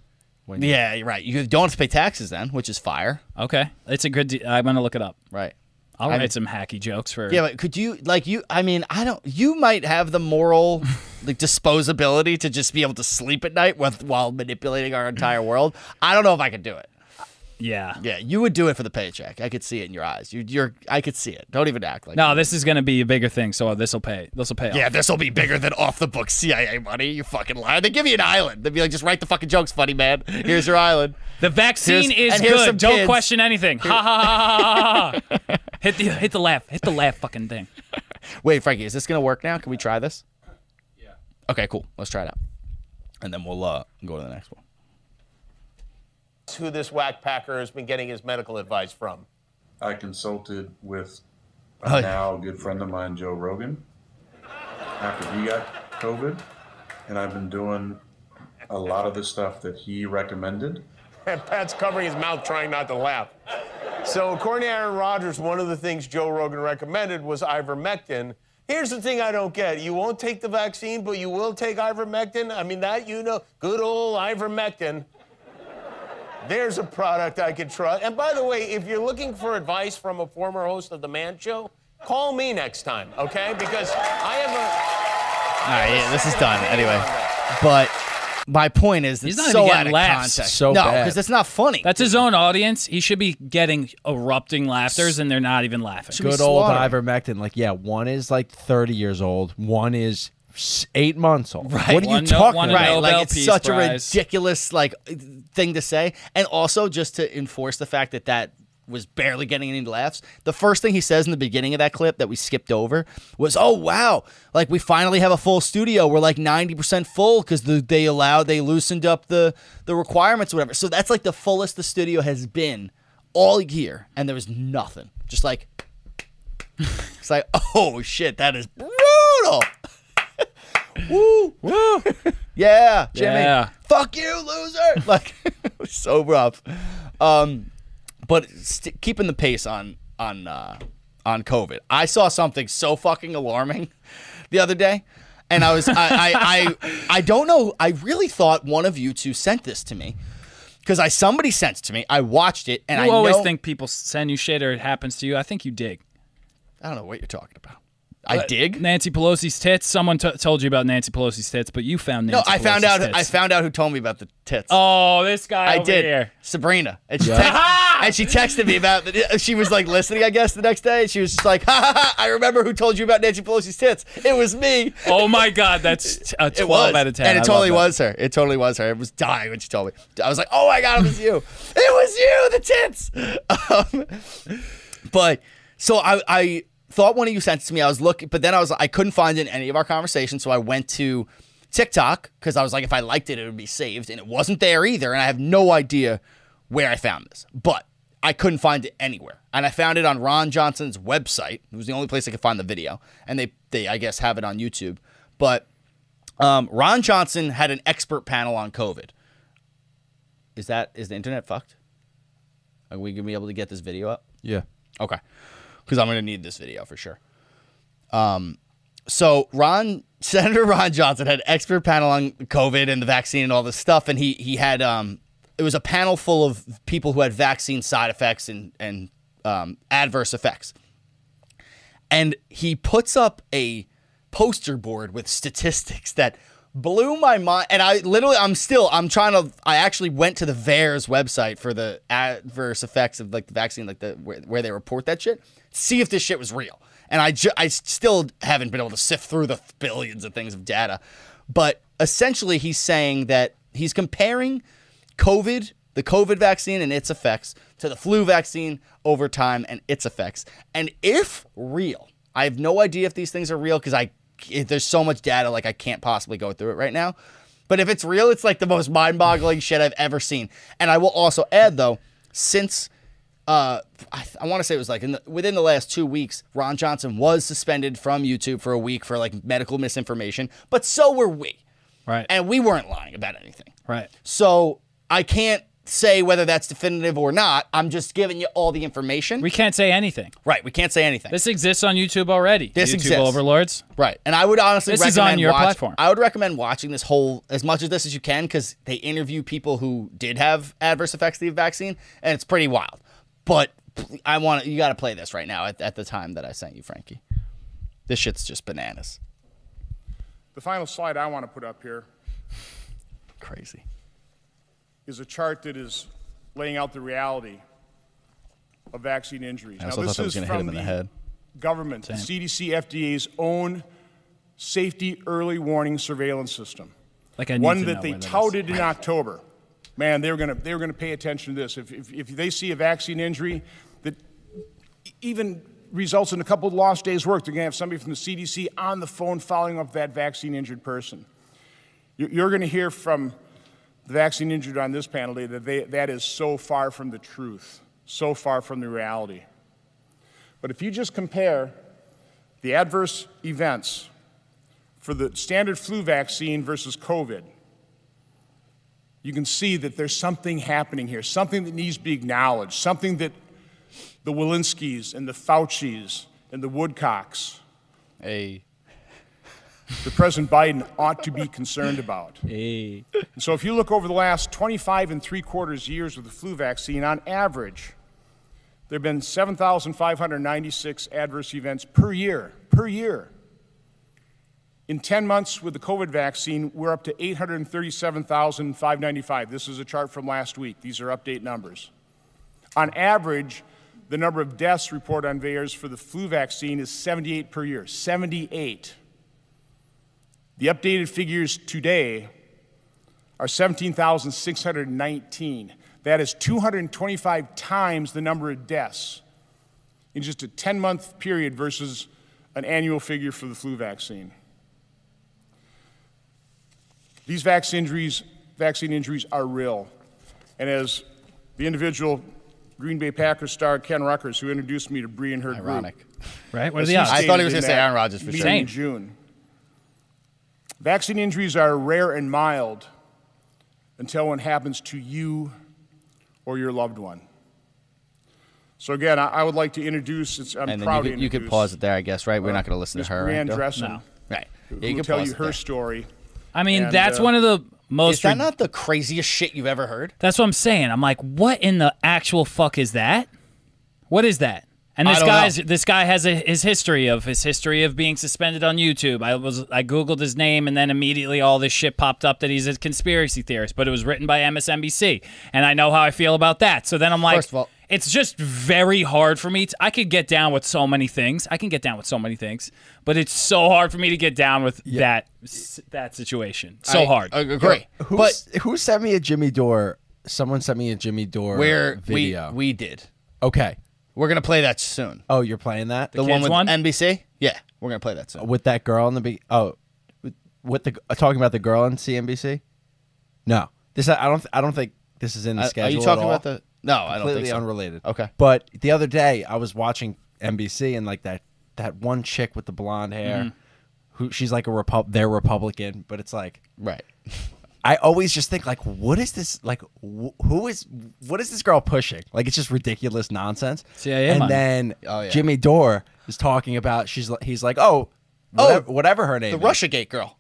H: When you-
C: yeah, you're right. You don't have to pay taxes then, which is fire.
D: Okay, it's a good. De- I'm gonna look it up.
C: Right.
D: I'll
C: I
D: write
C: mean-
D: some hacky jokes for.
C: Yeah, but could you like you? I mean, I don't. You might have the moral like disposability to just be able to sleep at night with while manipulating our entire world. I don't know if I could do it.
D: yeah.
C: Yeah, you would do it for the paycheck. I could see it in your eyes. You, you're. I could see it. Don't even act like.
D: No, this is gonna be a bigger thing. So this will pay. This will pay.
C: Yeah,
D: off.
C: this will be bigger than off the book CIA money. You fucking liar. They give you an island. They'd be like, just write the fucking jokes, funny man. Here's your island.
D: The vaccine
C: Here's-
D: is
C: and here's
D: good.
C: some
D: Don't
C: kids.
D: question anything. Ha ha ha ha ha, ha. ha. hit the hit the laugh. Hit the laugh fucking thing.
C: Wait, Frankie, is this gonna work now? Can we try this? Yeah. Okay, cool. Let's try it out. And then we'll uh, go to the next one.
L: who this whack packer has been getting his medical advice from.
G: I consulted with
C: Oh.
G: a now good friend of mine, Joe Rogan, after he got COVID, and I've been doing a lot of the stuff that he recommended.
L: And Pat's covering his mouth, trying not to laugh. So, according to Aaron Rodgers, one of the things Joe Rogan recommended was ivermectin. Here's the thing I don't get. You won't take the vaccine, but you will take ivermectin. I mean, that you know, good old ivermectin. There's a product I could trust. And by the way, if you're looking for advice from a former host of The Man Show, call me next time, okay? Because I have
C: All right, yeah, this is done anyway. But my point is,
D: He's
C: it's
D: not
C: so
D: even
C: out
D: getting
C: of
D: laughs.
C: context.
H: So
C: no,
H: bad.
C: because it's not funny.
D: That's his own audience. He should be getting erupting laughters, and they're not even laughing.
C: Should be
H: good old
C: slaughtering.
H: ivermectin. Like, yeah, one is like 30 years old, one is s- eight months old.
C: Right.
H: What are
D: One
H: you
D: no-
H: talking
D: one
H: about?
C: Right,
D: Nobel
C: like it's
D: Peace
C: such
D: Prize.
C: a ridiculous like thing to say, and also just to enforce the fact that that was barely getting any laughs. The first thing he says in the beginning of that clip that we skipped over was, "Oh wow, like we finally have a full studio. We're like ninety percent full because the, they allowed they loosened up the the requirements, or whatever." So that's like the fullest the studio has been all year, and there was nothing. Just like it's like, oh shit, that is brutal. Woo! Woo! yeah, Jimmy.
D: Yeah.
C: Fuck you, loser. Like, it was so rough. Um, but st- keeping the pace on on uh, on COVID, I saw something so fucking alarming the other day, and I was I I, I I don't know. I really thought one of you two sent this to me because I somebody sent it to me. I watched it, and
D: you
C: I
D: always
C: know-
D: think people send you shit or it happens to you. I think you dig.
C: I don't know what you're talking about. I
D: Uh,
C: dig.
D: Nancy Pelosi's tits. Someone t- told you about Nancy Pelosi's tits, but you found Nancy
C: No, I found
D: Pelosi's
C: out.
D: tits.
C: I found out who told me about the tits.
D: Oh, this guy.
C: I
D: over
C: did.
D: Here.
C: Sabrina. And she, text- and she texted me about that. She was like listening, I guess, the next day. And she was just like, ha ha ha, I remember who told you about Nancy Pelosi's tits. It was me.
D: Oh my God, that's a
C: It
D: twelve
C: was.
D: out of ten.
C: And
D: I
C: it totally
D: love
C: was her. It totally was her. It was dying when she told me. I was like, oh my God, it was you. it was you, the tits. Um, but so I, I thought one of you sent it to me. I was looking, but then I was I couldn't find it in any of our conversations. So I went to TikTok because I was like, if I liked it, it would be saved, and it wasn't there either. And I have no idea where I found this, but I couldn't find it anywhere. And I found it on Ron Johnson's website. It was the only place I could find the video, and they they I guess have it on YouTube, but. Um, Ron Johnson had an expert panel on COVID. Is that is the internet fucked? Are we gonna be able to get this video up?
H: Yeah.
C: Okay. Because I'm going to need this video for sure. Um, so Ron, Senator Ron Johnson had an expert panel on COVID and the vaccine and all this stuff, and he he had um, it was a panel full of people who had vaccine side effects and and um, adverse effects, and he puts up a poster board with statistics that blew my mind and i literally i'm still i'm trying to i actually went to the vares website for the adverse effects of like the vaccine like the where, where they report that shit see if this shit was real and i ju- i still haven't been able to sift through the billions of things of data but essentially he's saying that he's comparing covid the covid vaccine and its effects to the flu vaccine over time and its effects and if real i have no idea if these things are real because i it, there's so much data like I can't possibly go through it right now. But if it's real, it's like the most mind-boggling shit I've ever seen. And I will also add though, since uh, I, I want to say it was like in the, within the last two weeks, Ron Johnson was suspended from YouTube for a week for like medical misinformation, but so were we,
D: right?
C: And we weren't lying about anything,
D: right?
C: So I can't say whether that's definitive or not. I'm just giving you all the information.
D: We can't say anything.
C: Right. We can't say anything.
D: This exists on YouTube already.
C: This
D: YouTube
C: exists.
D: overlords.
C: Right. And I would honestly
D: This
C: recommend
D: is on your
C: watch-
D: platform.
C: I would recommend watching this whole as much of this as you can because they interview people who did have adverse effects of the vaccine, and it's pretty wild. But pl- I want you got to play this right now at, at the time that I sent you, Frankie. This shit's just bananas.
M: The final slide I want to put up here
C: Crazy.
M: is a chart that is laying out the reality of vaccine injuries.
C: I also
M: now, this
C: thought that was
M: is
C: gonna hit
M: from
C: him in the head.
M: government, the
D: Same.
M: CDC, FDA's own safety early warning surveillance system.
D: Like I need
M: one
D: to
M: that
D: know
M: they
D: where that is.
M: touted in October. Man, they were gonna they were gonna pay attention to this. If, if, if they see a vaccine injury that e- even results in a couple of lost days' work, they're gonna have somebody from the CDC on the phone following up that vaccine injured person. You- You're gonna hear from the vaccine injured on this panel today that they, that is so far from the truth, so far from the reality. But if you just compare the adverse events for the standard flu vaccine versus COVID, you can see that there's something happening here, something that needs to be acknowledged, something that the Walensky's and the Fauci's and the Woodcocks,
C: hey.
M: the President Biden ought to be concerned about.
D: Hey.
M: And so if you look over the last 25 and three quarters years with the flu vaccine, on average, there have been 7,596 adverse events per year, per year. In 10 months with the COVID vaccine, we're up to 837,595. This is a chart from last week. These are update numbers. On average, the number of deaths reported on VAERS for the flu vaccine is 78 per year, 78. The updated figures today are 17,619. That is 225 times the number of deaths in just a 10 month period versus an annual figure for the flu vaccine. These vaccine injuries, vaccine injuries are real. And as the individual Green Bay Packers star Ken Ruckers, who introduced me to Bree and her
C: Ironic.
M: group,
D: Right? What are
M: as
D: the odds?
M: stated
C: I thought he was
M: in
C: gonna say
M: that
C: Aaron Rodgers for
M: meeting
C: sure.
M: in June. Vaccine injuries are rare and mild until one happens to you or your loved one. So again, I, I would like to introduce. It's, I'm
C: and then
M: proud
C: you
M: to
C: could, you could
M: introduce
C: pause it there, I guess, right? We're not going to listen to her.
M: Brianne
C: right?
M: Dressen,
C: Right.
M: who
C: Yeah, you
M: will
C: can
M: tell
C: pause
M: you
C: it
M: her
C: there.
M: story.
D: I mean,
M: And,
D: that's
M: uh,
D: one of the most.
C: Is that not the craziest shit you've ever heard?
D: That's what I'm saying. I'm like, what in the actual fuck is that? What is that? And
C: I
D: this
C: don't
D: guy's
C: know.
D: this guy has a, his history of his history of being suspended on YouTube. I was I googled his name and then immediately all this shit popped up that he's a conspiracy theorist, but it was written by MSNBC, and I know how I feel about that. So then I'm like,
C: First of all-
D: it's just very hard for me. To, I could get down with so many things. I can get down with so many things, but it's so hard for me to get down with that s- that situation. So
C: I
D: hard.
C: agree.
E: Who
C: But-
E: who sent me a Jimmy Dore? Someone sent me a Jimmy Dore
C: Where we,
E: video.
C: we did.
E: okay.
C: We're going to play that soon.
E: Oh, you're playing that
C: The, one
D: kids
C: with
D: one?
C: NBC? Yeah. We're going to play that soon. Uh,
E: with that girl in the be. Oh, with- with the uh, talking about the girl in CNBC. No, this I don't. I don't think this is in the
C: I-
E: schedule.
C: Are you
E: at
C: talking
E: all.
C: about the? No, I don't
E: completely
C: think so.
E: unrelated.
C: Okay.
E: But the other day, I was watching NBC and like that that one chick with the blonde hair, who she's like a Repub, they're Republican, but it's like
C: Mm-hmm. Right.
E: I always just think like, what is this? Like, wh- who is what is this girl pushing? Like, it's just ridiculous nonsense.
D: CIA
E: and
D: money.
E: then
C: Oh, yeah.
E: Jimmy Dore is talking about she's li- he's like, oh, whatever, whatever her name.
C: The
E: is.
C: Russiagate girl.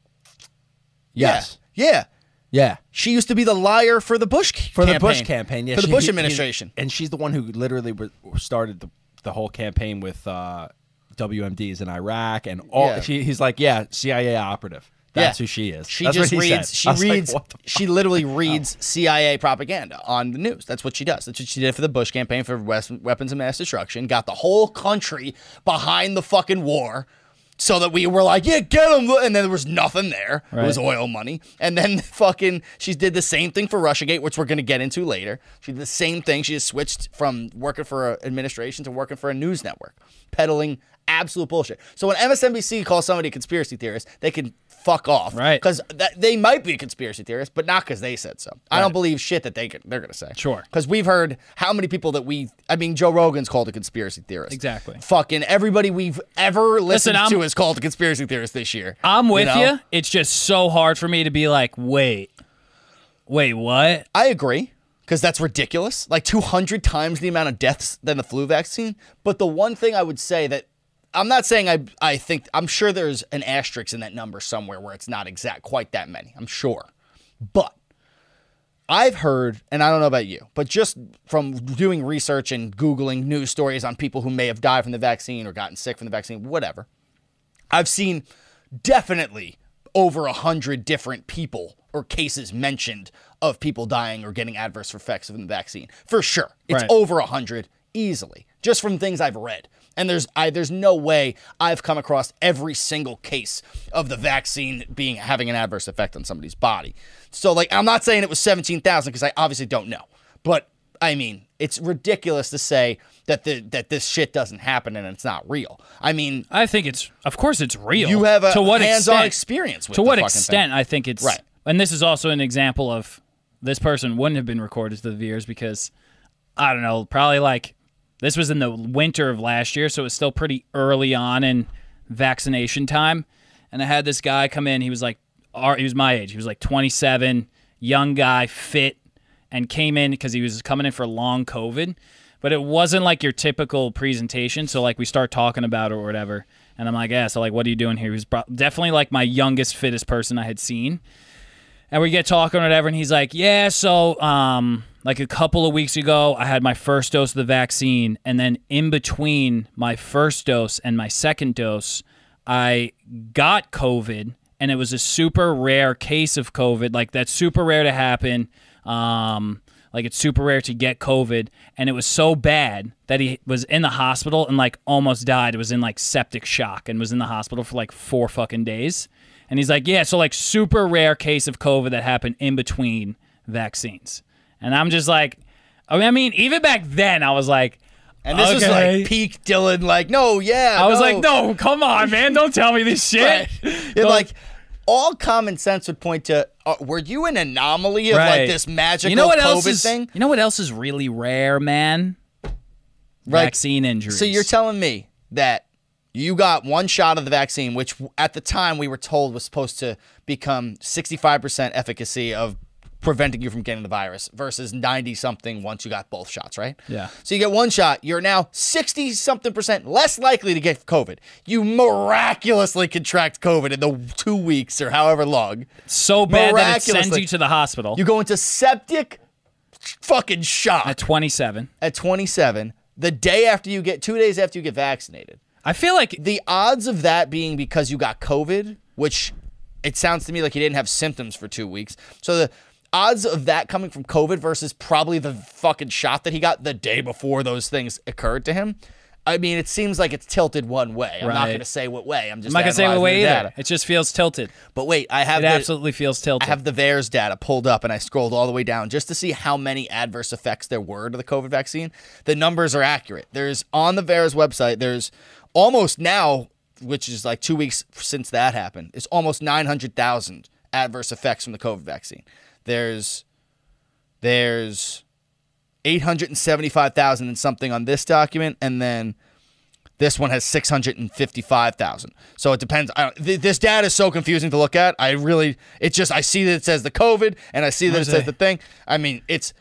E: Yes.
C: Yeah. yeah.
E: Yeah.
C: She used to be the liar for the Bush
E: For
C: campaign.
E: the Bush campaign, yeah,
C: for the
E: she-
C: Bush
E: he-
C: administration.
E: he- and she's the one who literally wa- started the, the whole campaign with uh, WMDs in Iraq and all.
C: Yeah.
E: She, he's like, yeah, CIA operative. That's who she is.
C: She
E: That's
C: just
E: what he
C: reads.
E: said.
C: She
E: I was like,
C: reads.
E: what the
C: she literally reads CIA propaganda on the news. That's what she does. That's what she did for the Bush campaign for West, weapons of mass destruction. Got the whole country behind the fucking war, so that we were like, yeah, get them. And then there was nothing there. It was
D: Right.
C: oil money. And then fucking she did the same thing for RussiaGate, which we're gonna get into later. She did the same thing. She just switched from working for an administration to working for a news network, peddling absolute bullshit. So when MSNBC calls somebody a conspiracy theorist, they can fuck off, right? Because they might be a conspiracy theorist, but not because they said so. I don't believe shit that they could, they're gonna say. Sure. Because we've heard how many people that we, I mean, Joe Rogan's called a conspiracy theorist.
D: Exactly.
C: Fucking everybody we've ever
D: Listen,
C: listened
D: I'm-
C: to is called a conspiracy theorist this year.
D: I'm with you,
C: know?
D: It's just so hard for me to be like, wait, wait, what?
C: I agree because that's ridiculous. Like 200 times the amount of deaths than the flu vaccine. But the one thing I would say that I'm not saying I I think I'm sure there's an asterisk in that number somewhere where it's not exact quite that many. I'm sure. But I've heard, and I don't know about you, but just from doing research and Googling news stories on people who may have died from the vaccine or gotten sick from the vaccine, whatever, I've seen definitely over a hundred different people or cases mentioned of people dying or getting adverse effects from the vaccine. For sure. It's
D: Right.
C: over a hundred easily, just from things I've read. And there's I, there's no way I've come across every single case of the vaccine being having an adverse effect on somebody's body. So like I'm not saying it was 17,000 because I obviously don't know, but I mean it's ridiculous to say that the that this shit doesn't happen and it's not real. I mean
D: I think it's, of course, it's real.
C: You have a
D: to what
C: hands-on
D: extent-
C: experience with
D: to
C: the
D: what
C: fucking
D: extent?
C: thing.
D: I think it's
C: Right.
D: And this is also an example of this person wouldn't have been recorded to the viewers because I don't know, probably like this was in the winter of last year, so it was still pretty early on in vaccination time. And I had this guy come in. He was like, our, he was my age. He was like 27, young guy, fit, and came in because he was coming in for long COVID. But it wasn't like your typical presentation. So like we start talking about it or whatever, and I'm like, yeah. So like, what are you doing here? He was pro- definitely like my youngest, fittest person I had seen. And we get talking or whatever, and he's like, "Yeah, so um, like a couple of weeks ago, I had my first dose of the vaccine, and then in between my first dose and my second dose, I got COVID, and it was a super rare case of COVID. Like that's super rare to happen. Um, like it's super rare to get COVID, and it was so bad that he was in the hospital and like almost died. It was in like septic shock and was in the hospital for like four fucking days." And he's like, yeah, so like super rare case of COVID that happened in between vaccines. And I'm just like, I mean, I mean even back then, I was like,
C: And this was
D: okay.
C: like peak Dylan, like, no, yeah.
D: I was like, no, eh." come on, man, don't tell me this shit.
C: Right. You're like, all common sense would point to, uh, were you an anomaly of
D: Right.
C: like this magical
D: you know what
C: COVID
D: else is,
C: thing?
D: You know what else is really rare, man?
C: Like,
D: Vaccine injuries.
C: So you're telling me that you got one shot of the vaccine, which w- at the time we were told was supposed to become 65% efficacy of preventing you from getting the virus versus 90 something once you got both shots, right?
D: Yeah.
C: So you get one shot, you're now 60 something percent less likely to get COVID. You miraculously contract COVID in the two weeks or however long.
D: so bad that it sends you to the hospital.
C: You go into septic fucking shock. At
D: 27.
C: At 27, the day after you get, two days after you get vaccinated.
D: I feel like
C: the odds of that being because you got COVID, which it sounds to me like you didn't have symptoms for two weeks. So the odds of that coming from COVID versus probably the fucking shot that he got the day before those things occurred to him. I mean, it seems like it's tilted one way. I'm not
D: Right.
C: going to say what way. I'm just
D: I'm not gonna say what
C: analyzing
D: way
C: the
D: either.
C: data.
D: It just feels tilted.
C: But wait, I
D: it
C: have the-
D: absolutely feels tilted.
C: I have the VAERS data pulled up and I scrolled all the way down just to see how many adverse effects there were to the COVID vaccine. The numbers are accurate. There's on the VAERS website, there's almost now, which is like two weeks since that happened, it's almost 900,000 adverse effects from the COVID vaccine. There's, there's 875,000 and something on this document, and then this one has 655,000. So it depends. I, th- this data is so confusing to look at. I really, it's just, I see that it says the COVID and I see that it
D: Jose.
C: says the thing. I mean, it's,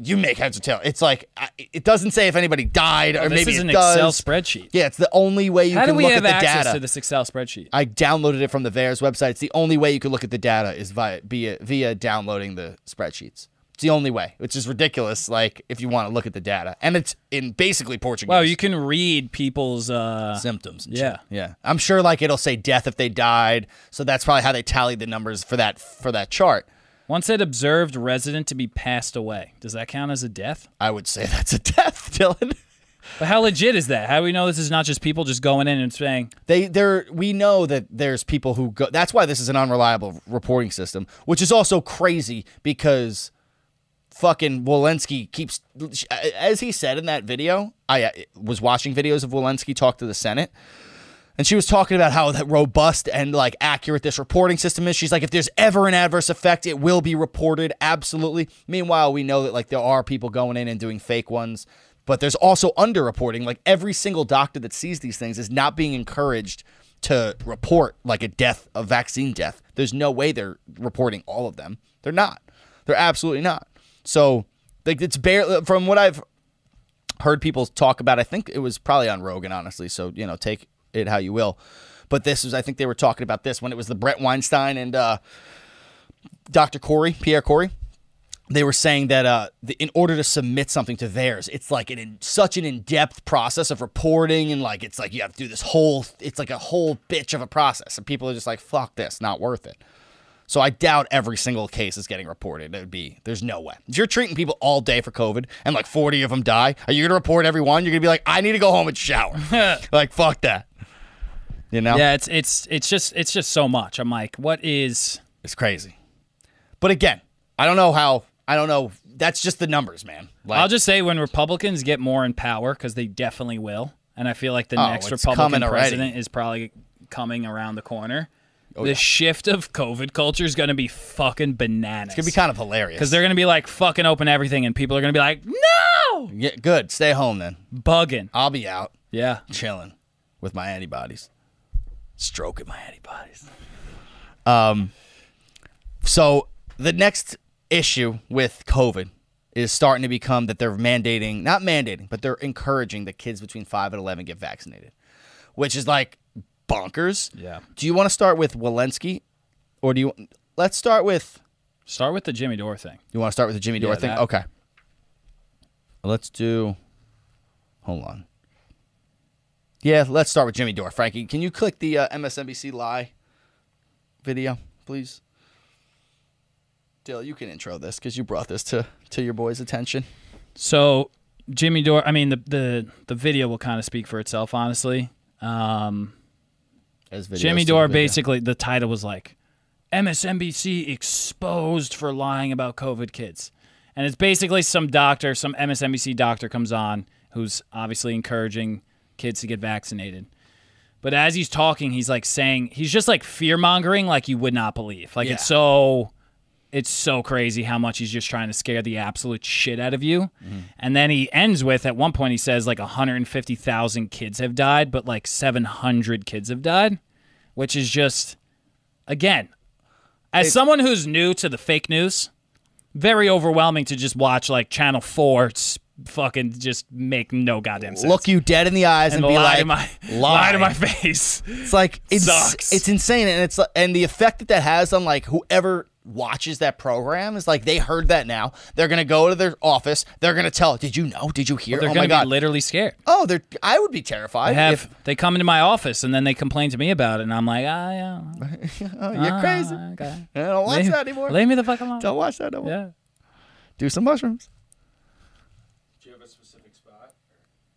C: you make heads or tail. It's like, I, it doesn't say if anybody died or
D: Oh, this
C: maybe
D: is
C: it
D: an
C: does.
D: Excel spreadsheet.
C: Yeah, it's the only way you
D: How
C: can
D: do we
C: look
D: have
C: at the
D: access
C: data.
D: to this Excel spreadsheet?
C: I downloaded it from the VAERS website. It's the only way you can look at the data is via via, via downloading the spreadsheets. It's the only way, which is ridiculous. Like if you want to look at the data, and it's in basically Portuguese.
D: Well, you can read people's uh,
C: symptoms. And
D: yeah,
C: shit. yeah. I'm sure like it'll say death if they died, so that's probably how they tallied the numbers for that for that chart.
D: One said observed resident to be passed away. Does that count as a death?
C: I would say that's a death, Dylan.
D: But how legit is that? How do we know this is not just people just going in and saying
C: they there? We know that there's people who go. That's why this is an unreliable reporting system, which is also crazy because fucking Walensky keeps, as he said in that video. I uh, was watching videos of Walensky talk to the Senate. And she was talking about how that robust and like accurate this reporting system is. She's like, if there's ever an adverse effect, it will be reported. Absolutely. Meanwhile, we know that like there are people going in and doing fake ones but there's also underreporting. Like every single doctor that sees these things is not being encouraged to report like a death, a vaccine death. There's no way they're reporting all of them. They're not. They're absolutely not. So like it's barely from what I've heard people talk about. I think it was probably on Rogan, honestly. So you know, take it how you will. But this was, I think they were talking about this when it was the Brett Weinstein and uh, Dr. Corey, Pierre Corey they were saying that uh, the, in order to submit something to theirs, it's like an in, such an in-depth process of reporting, and like it's like you have to do this whole. It's like a whole bitch of a process, and people are just like, "Fuck this, not worth it." So I doubt every single case is getting reported. It'd be there's no way. If you're treating people all day for COVID and like 40 of them die, are you gonna report every one? You're gonna be like, "I need to go home and shower." like fuck that. You know?
D: Yeah, it's it's it's just it's just so much. I'm like, what is?
C: It's crazy. But again, I don't know how I don't know. That's just the numbers, man.
D: Like, I'll just say when Republicans get more in power, because they definitely will, and I feel like the
C: Oh,
D: next
C: it's
D: Republican
C: coming already.
D: president is probably coming around the corner.
C: Oh,
D: the
C: yeah.
D: shift of COVID culture is going to be fucking bananas. It's
C: gonna be kind of hilarious.
D: because they're going to be like fucking open everything, and people are going to be like, no,
C: yeah, good. Stay home then.
D: Bugging.
C: I'll be out.
D: Yeah,
C: chilling with my antibodies, stroking my antibodies. Um, so the next issue with COVID is starting to become that they're mandating, not mandating, but they're encouraging that kids between five and eleven get vaccinated, which is like bonkers.
D: Yeah.
C: Do you want to start with Walensky, or do you? Let's start with.
D: Start with the Jimmy Dore thing.
C: You want to start with the Jimmy Dore
D: Yeah,
C: thing?
D: that-
C: Okay. Let's do. Hold on. Yeah, let's start with Jimmy Dore. Frankie, can you click the uh, MSNBC lie video, please? Dale, you can intro this because you brought this to to your boys' attention.
D: So Jimmy Dore, I mean the the the video will kind of speak for itself, honestly. Um,
C: As videos
D: Jimmy
C: do
D: Dore
C: the video.
D: basically the title was like MSNBC exposed for lying about COVID kids, and it's basically some doctor, some MSNBC doctor comes on who's obviously encouraging kids to get vaccinated. But as he's talking, he's like saying he's just like fear mongering, like you would not believe. Like
C: Yeah.
D: it's so, it's so crazy how much he's just trying to scare the absolute shit out of you.
C: Mm-hmm.
D: And then he ends with at one point he says like 150,000 kids have died, but like 700 kids have died, which is just again, as someone who's new to the fake news, very overwhelming to just watch like Channel 4 s- fucking just make no goddamn sense.
C: Look you dead in the eyes and,
D: And
C: be
D: lie
C: like,
D: to my- lie to my face.
C: It's like it's
D: Sucks.
C: it's insane, and it's and the effect that that has on like whoever watches that program is like they heard that now they're gonna go to their office, they're gonna tell, did you know, did you hear?
D: Well, they're
C: oh
D: going
C: my
D: to
C: god,
D: be literally scared.
C: oh, they're I would be
D: I
C: terrified.
D: have.
C: if-
D: they come into my office and then they complain to me about it, and I'm like, ah, yeah.
C: oh, you're
D: Ah,
C: crazy.
D: okay.
C: I don't watch
D: Leave-
C: that anymore.
D: leave me the fuck alone.
C: Don't watch that no more.
D: Yeah.
C: Do some mushrooms.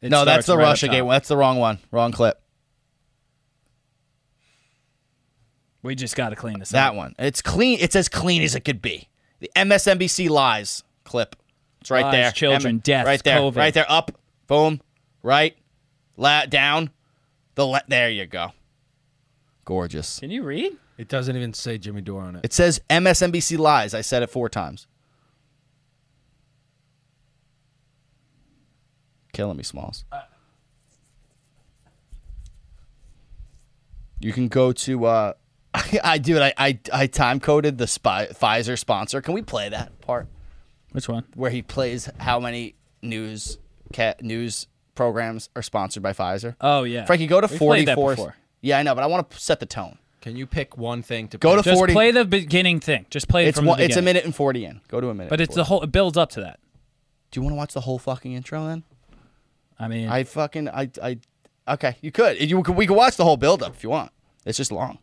D: It
C: no, that's
D: starts
C: the
D: right up
C: Russia
D: top.
C: game. That's the wrong one. Wrong clip.
D: We just got to clean this
C: That
D: up.
C: one. It's clean. It's as clean as it could be. The MSNBC lies clip. It's right
D: Lies,
C: there.
D: children, deaths,
C: Right there.
D: COVID.
C: Right there. Up. Boom. Right. La- down. The le- there you go. Gorgeous.
D: Can you read?
E: It doesn't even say Jimmy Dore on it.
C: It says MSNBC lies. I said it four times. Killing me, Smalls.
D: Uh,
C: You can go to. Uh, I, I dude, I I, I time coded the spy, Pfizer sponsor. Can we play that part
D: Which one?
C: where he plays how many news ca- news programs are sponsored by Players. Pfizer?
D: Oh, yeah.
C: Frankie, go to
D: We've played that
C: 44.
D: before.
C: Yeah, I know, but I want to set the tone.
E: Can you pick one thing to
C: Go
E: play?
C: to
D: Just
C: 40.
D: play the beginning thing. Just play it
C: it's
D: from
C: one,
D: the
C: it's a
D: beginning.
C: minute and 40 in. Go to a minute.
D: But
C: and
D: it's the
C: 40.
D: whole. It builds up to that.
C: Do you want to watch the whole fucking intro then?
D: I mean,
C: I fucking I I okay. You could you could, we could watch the whole buildup if you want. It's just long.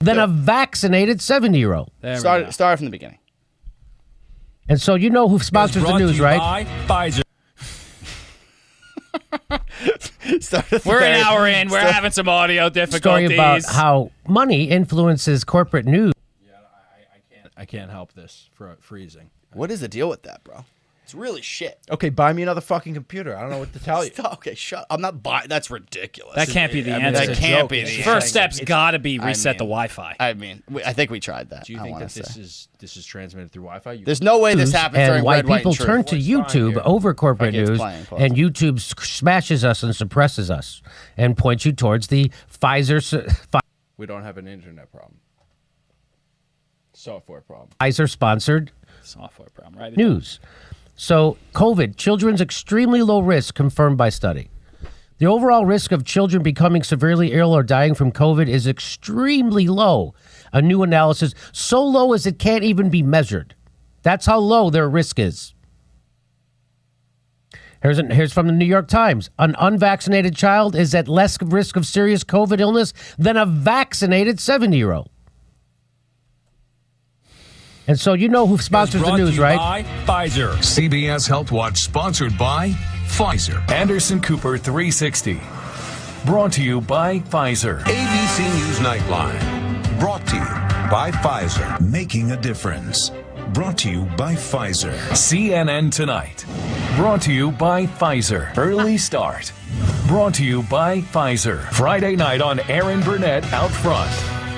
N: than a vaccinated 70 year old.
C: Start start from the beginning.
N: And so you know who sponsors the news, right?
C: Pfizer. start at the
D: We're an
C: very-
D: hour in. We're
C: start-
D: having some audio difficulties.
N: Story about how money influences corporate news.
E: I can't help this for freezing.
C: What is the deal with that, bro? It's really shit.
E: Okay, buy me another fucking computer. I don't know what to tell you.
C: Stop. Okay, shut. I'm not buying. That's ridiculous.
D: That can't be the
C: I mean,
D: answer.
C: That can't be the
D: first
C: answer.
D: step's got to be
C: I
D: reset the
C: mean-
D: Wi-Fi.
C: I mean, we- I think we tried that.
E: Do you
C: I
E: think
C: wanna
E: that this
C: say.
E: is this is transmitted through Wi-Fi? You-
C: There's no way this
N: News,
C: happens
N: and
C: during
N: why
C: Red, White,
N: people
C: and True.
N: turn to YouTube over corporate
C: Okay, it's
N: news,
C: playing. Pause.
N: and YouTube s- smashes us and suppresses us, and points you towards the Pfizer s-
E: we don't have an internet problem. Software problem.
N: Pfizer sponsored
D: software problem, right?
N: news. So, COVID, children's extremely low risk confirmed by study. The overall risk of children becoming severely ill or dying from COVID is extremely low. A new analysis, so low as it can't even be measured. That's how low their risk is. Here's, an, here's from the New York Times. An unvaccinated child is at less risk of serious COVID illness than a vaccinated 70 year old. And so you know who sponsors the news, right?
O: Pfizer. CBS Health Watch sponsored by Pfizer. Anderson Cooper 360. Brought to you by Pfizer.
P: ABC News Nightline. Brought to you by Pfizer. Making a difference. Brought to you by Pfizer.
O: CNN Tonight. Brought to you by Pfizer. Early Start. Brought to you by Pfizer. Friday night on Aaron Burnett Out Front.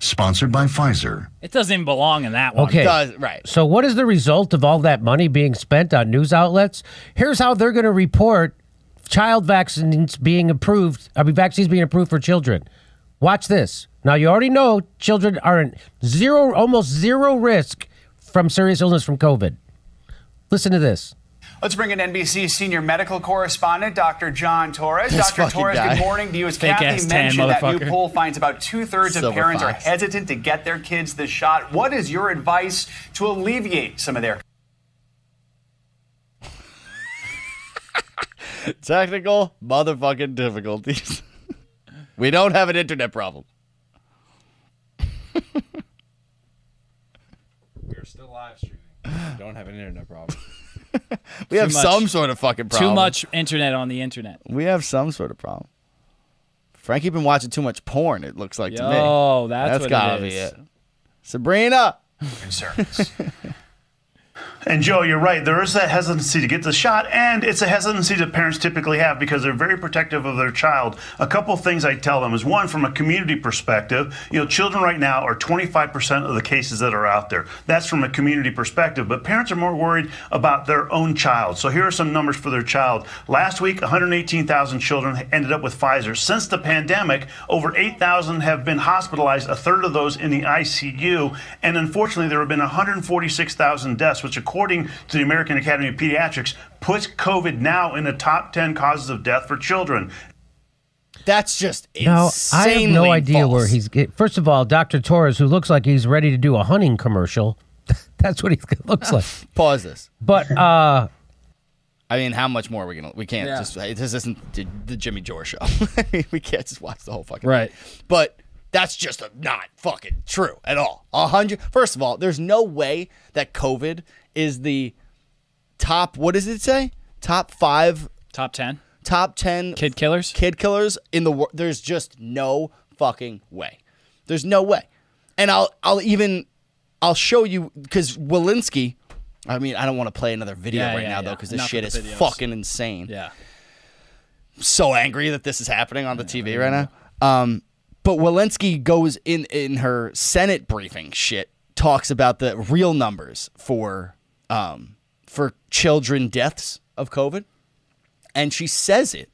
Q: sponsored by Pfizer.
D: It doesn't even belong in that one.
N: Okay.
C: right.
N: So, what is the result of all that money being spent on news outlets? Here's how they're going to report child vaccines being approved. I mean, vaccines being approved for children. Watch this. Now, you already know children are in zero, almost zero risk from serious illness from COVID. Listen to this.
R: Let's bring in NBC senior medical correspondent, Dr. John Torres.
N: This
R: Dr.
N: fucking
R: Torres,
N: guy.
R: good morning to you. As
N: Fake ass
R: Kathy
N: tan
R: mentioned, that new
N: motherfucker.
R: poll finds about two thirds of
N: Silver
R: parents
N: fox.
R: are hesitant to get their kids the shot. What is your advice to alleviate some of their
C: Technical motherfucking difficulties. we don't have an internet problem.
E: We're still live streaming. We don't have an internet problem.
D: Too
C: We have
D: much-
C: some sort of fucking problem.
D: Too much internet on the internet.
C: We have some sort of problem. Frankie been watching too much porn. It looks like to me.
D: Yo, that's what it
C: gotta be
D: is.
C: it. Sabrina.
S: concerns. And Joe, you're right. There is that hesitancy to get the shot, and it's a hesitancy that parents typically have because they're very protective of their child. A couple things I tell them is one, from a community perspective, you know, children right now are 25% of the cases that are out there. That's from a community perspective, but parents are more worried about their own child. So here are some numbers for their child. Last week, 118,000 children ended up with Pfizer. Since the pandemic, over 8,000 have been hospitalized, a third of those in the ICU. And unfortunately, there have been 146,000 deaths, which, according to the American Academy of Pediatrics, puts COVID now in the top 10 causes of death for children.
C: That's just
N: Now, I have no
C: insanely
N: idea where he's. get- First of all, Dr. Torres, who looks like he's ready to do a hunting commercial, that's what he looks like.
C: Pause this.
N: But uh
C: I mean, how much more are we gonna? We can't
N: Yeah.
C: just. hey, This isn't the, the Jimmy Jor show. I mean, we can't just watch the whole fucking.
D: Right.
C: thing. But that's just not fucking true at all. A hundred. First of all, there's no way that COVID is the top. What does it say? Top five.
D: Top ten.
C: Top ten.
D: Kid killers.
C: Kid killers in the world. There's just no fucking way. There's no way. And I'll I'll even I'll show you because Walensky. I mean, I don't want to play another video
D: Yeah,
C: right
D: yeah,
C: now
D: yeah.
C: though because this
D: Enough
C: shit
D: of
C: is
D: the videos.
C: fucking insane.
D: Yeah.
C: so angry that this is happening on the TV right now. Um, but Walensky goes in in her Senate briefing shit talks about the real numbers for um, for children deaths of COVID. And she says it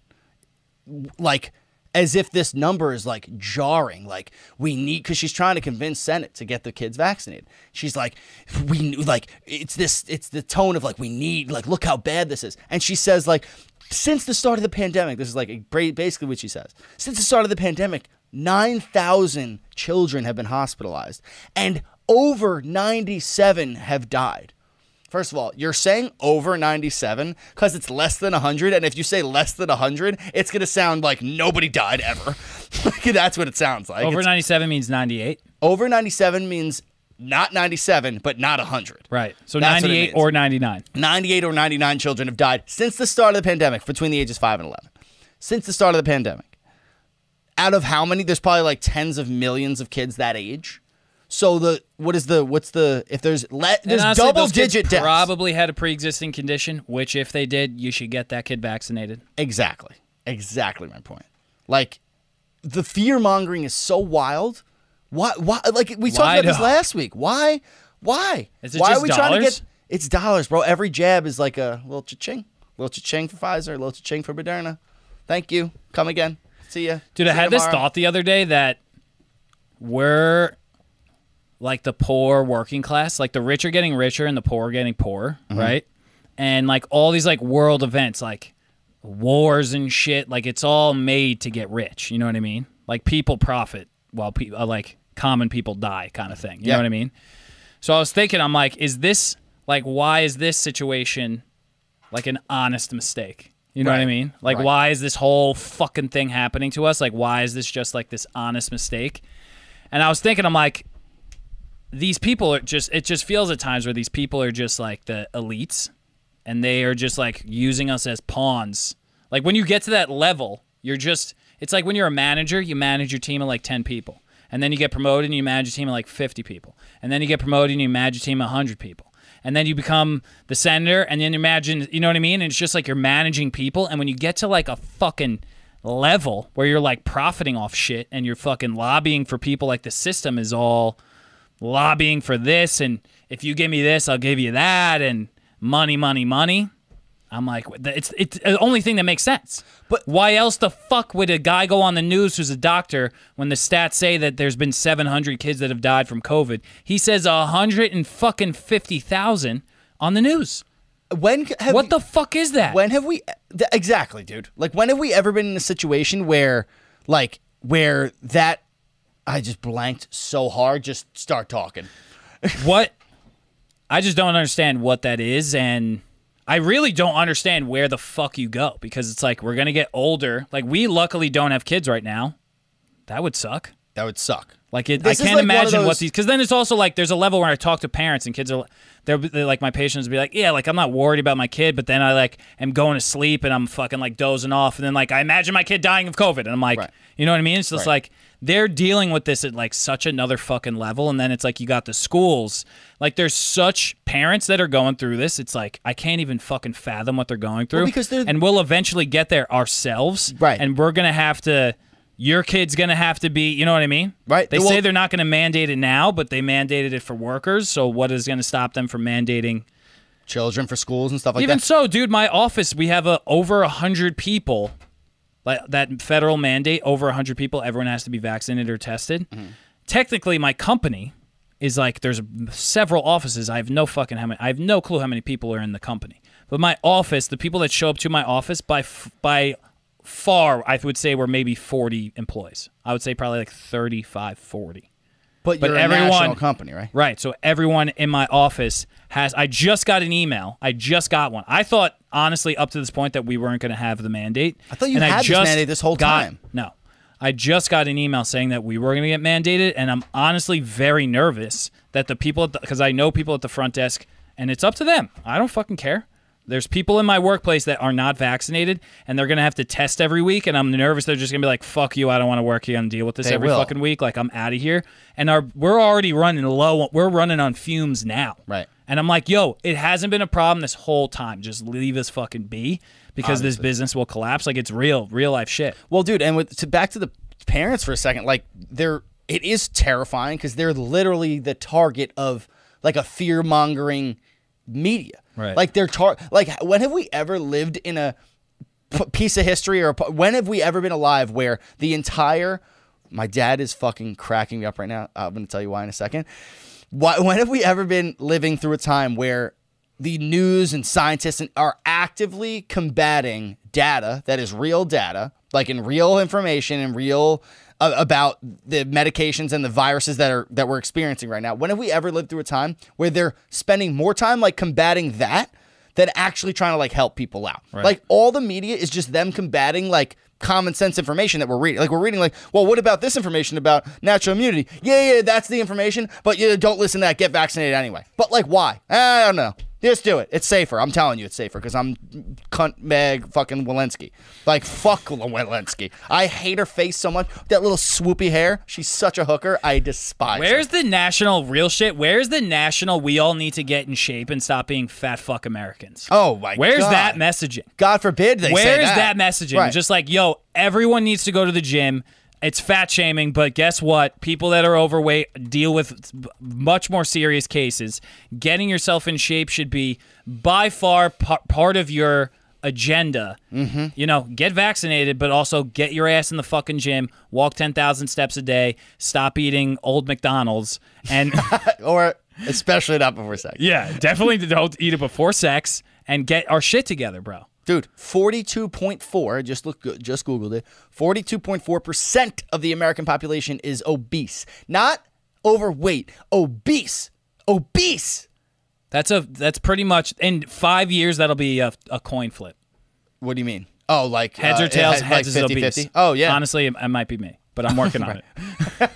C: like as if this number is like jarring. Like we need because she's trying to convince Senate to get the kids vaccinated. She's like, we knew- like it's this. It's the tone of like we need. Like look how bad this is. And she says like, since the start of the pandemic, this is like bra- basically what she says. Since the start of the pandemic, nine thousand children have been hospitalized, and over ninety-seven have died. First of all, you're saying over 97 because it's less than 100. And if you say less than 100, it's going to sound like nobody died ever. Like, That's what it sounds like.
D: Over
C: It's-
D: 97 means 98.
C: over 97 means not 97, but not 100.
D: Right. So
C: That's what it
D: 98
C: means.
D: or 99.
C: 98 or 99 children have died since the start of the pandemic between the ages 5 and 11. Since the start of the pandemic. Out of how many? There's probably like tens of millions of kids that age. So the what is the what's the if there's let
D: And
C: there's
D: honestly,
C: double
D: those kids
C: digit deaths.
D: Probably had a pre-existing condition, which if they did, you should get that kid vaccinated.
C: Exactly. Exactly my point. Like the fear mongering is so wild. Why? Why? Like we talked
D: Why
C: about this
D: not?
C: last week. Why? Why?
D: Is it
C: why
D: just dollars?
C: It's dollars, bro. Every jab is like a little cha-ching, little cha-ching for Pfizer, little cha-ching for Moderna. Thank you. Come again. See ya,
D: Dude, I
C: See ya
D: had this
C: tomorrow.
D: thought the other day that we're like the poor working class, like the rich are getting richer and the poor are getting poorer,
C: Mhm.
D: right? And like all these like world events, like wars and shit, like it's all made to get rich. You know what I mean? Like people profit while people uh, like common people die, kind of thing. You
C: Yeah.
D: know what I mean? So I was thinking, I'm like, is this like why is this situation like an honest mistake? You know what I
C: Right.
D: mean? Like
C: Right.
D: why is this whole fucking thing happening to us? Like why is this just like this honest mistake? And I was thinking, I'm like, these people are just it just feels at times where these people are just like the elites and they are just like using us as pawns like when you get to that level you're just it's like when you're a manager you manage your team of like 10 people and then you get promoted and you manage your team of like 50 people and then you get promoted and you manage your team of 100 people and then you become the senator and then you imagine you know what i mean and it's just like you're managing people and when you get to like a fucking level where you're like profiting off shit and you're fucking lobbying for people like the system is all lobbying for this and if you give me this i'll give you that and money money money i'm like wh- it's it's the only thing that makes sense but why else the fuck would a guy go on the news who's a doctor when the stats say that there's been 700 kids that have died from covid he says 100 and fucking 50000 on the news
C: when
D: what the fuck is that
C: When have we th- exactly, dude? Like when have we ever been in a situation where like where that I just blanked so hard just start talking.
D: what I just don't understand what that is and I really don't understand where the fuck you go because it's like we're going to get older. Like we luckily don't have kids right now. That would suck.
C: That would suck.
D: Like it, I
C: This is
D: can't
C: like one of
D: imagine what
C: those-
D: these because then it's also like there's a level where I talk to parents and kids are they're, they're like my patients be like yeah like I'm not worried about my kid but then I like am going to sleep and I'm fucking like dozing off and then like I imagine my kid dying of COVID and I'm like you know what I mean it's just
C: Right.
D: like they're dealing with this at like such another fucking level and then it's like you got the schools like there's such parents that are going through this it's like I can't even fucking fathom what they're going through
C: Well, because they're-
D: and we'll eventually get there ourselves right and we're gonna have to. Your kid's gonna have to be, you know what I mean?
C: Right.
D: They
C: Well-
D: say they're not going to mandate it now, but they mandated it for workers. So what is going to stop them from mandating
C: children for schools and stuff like
D: Even
C: that?
D: so, dude, my office we have uh, over a hundred people. Like that federal mandate, over a hundred people, everyone has to be vaccinated or tested.
C: Mm-hmm.
D: Technically, my company is like there's several offices. I have no fucking how many. I have no clue how many people are in the company. But my office, the people that show up to my office by f- by far, I would say were maybe 40 employees. I would say probably like 35, 40.
C: But you're a national company, right?
D: Right. So everyone in my office has. I just got an email. I just got one. I thought honestly up to this point that we weren't going to have the mandate. I
C: thought you
D: and I
C: had this
D: just
C: mandate this whole
D: got-
C: time.
D: No, I just got an email saying that we were going to get mandated, and I'm honestly very nervous that the people because I know people at the front desk, and it's up to them. I don't fucking care. There's people in my workplace that are not vaccinated, and they're going to have to test every week, and I'm nervous they're just going to be like, "Fuck you, I don't want to work here and deal with this
C: They
D: every
C: will.
D: fucking week. Like I'm out of here." And our we're already running low. We're running on fumes now. Right. And I'm like, yo, it hasn't been a problem this whole time. Just leave us fucking be because this business will collapse. Like it's real, real life shit.
C: Well, dude, and with to back to the parents for a second, like they're it is terrifying because they're literally the target of like a fear mongering media.
D: Right.
C: Like they're tar- like when have we ever lived in a p- piece of history or a p- when have we ever been alive where the entire my dad is fucking cracking me up right now. I'm going to tell you why in a second. Why, when have we ever been living through a time where the news and scientists and- are actively combating data that is real data, like in real information and real uh, about the medications and the viruses that are that we're experiencing right now. When have we ever lived through a time where they're spending more time like combating that than actually trying to like help people out?
D: Right.
C: Like all the media is just them combating like common sense information that we're reading. Like we're reading like, well, what about this information about natural immunity? Yeah, yeah, that's the information, but you don't listen to that. Get vaccinated anyway. But like why? I don't know. Just do it. It's safer. I'm telling you it's safer because I'm cunt Meg fucking Walensky. Like fuck Walensky. I hate her face so much. That little swoopy hair. She's such a hooker. I despise her.
D: Where's the national real shit? Where's the national we all need to get in shape and stop being fat fuck Americans?
C: Oh my
D: Where's
C: God.
D: that messaging?
C: God forbid they say
D: Where's
C: that.
D: messaging?
C: Right.
D: Just like, yo, everyone needs to go to the gym. It's fat shaming, but guess what? People that are overweight deal with much more serious cases. Getting yourself in shape should be by far par- part of your agenda.
C: Mhm.
D: You know, get vaccinated, but also get your ass in the fucking gym, walk 10,000 steps a day, stop eating old McDonald's, and.
C: or especially not before sex.
D: Yeah, definitely don't eat it before sex and get our shit together, bro.
C: Dude, 42.4, I just look good, just googled it. 42.4% of the American population is obese. Not overweight, obese. Obese.
D: That's a that's pretty much in five years that'll be a, a coin flip.
C: What do you mean? Oh, like
D: Heads
C: uh,
D: or tails?
C: like
D: heads is
C: 50,
D: obese.
C: 50? Oh, yeah.
D: Honestly, it, it might be me, but I'm working on it.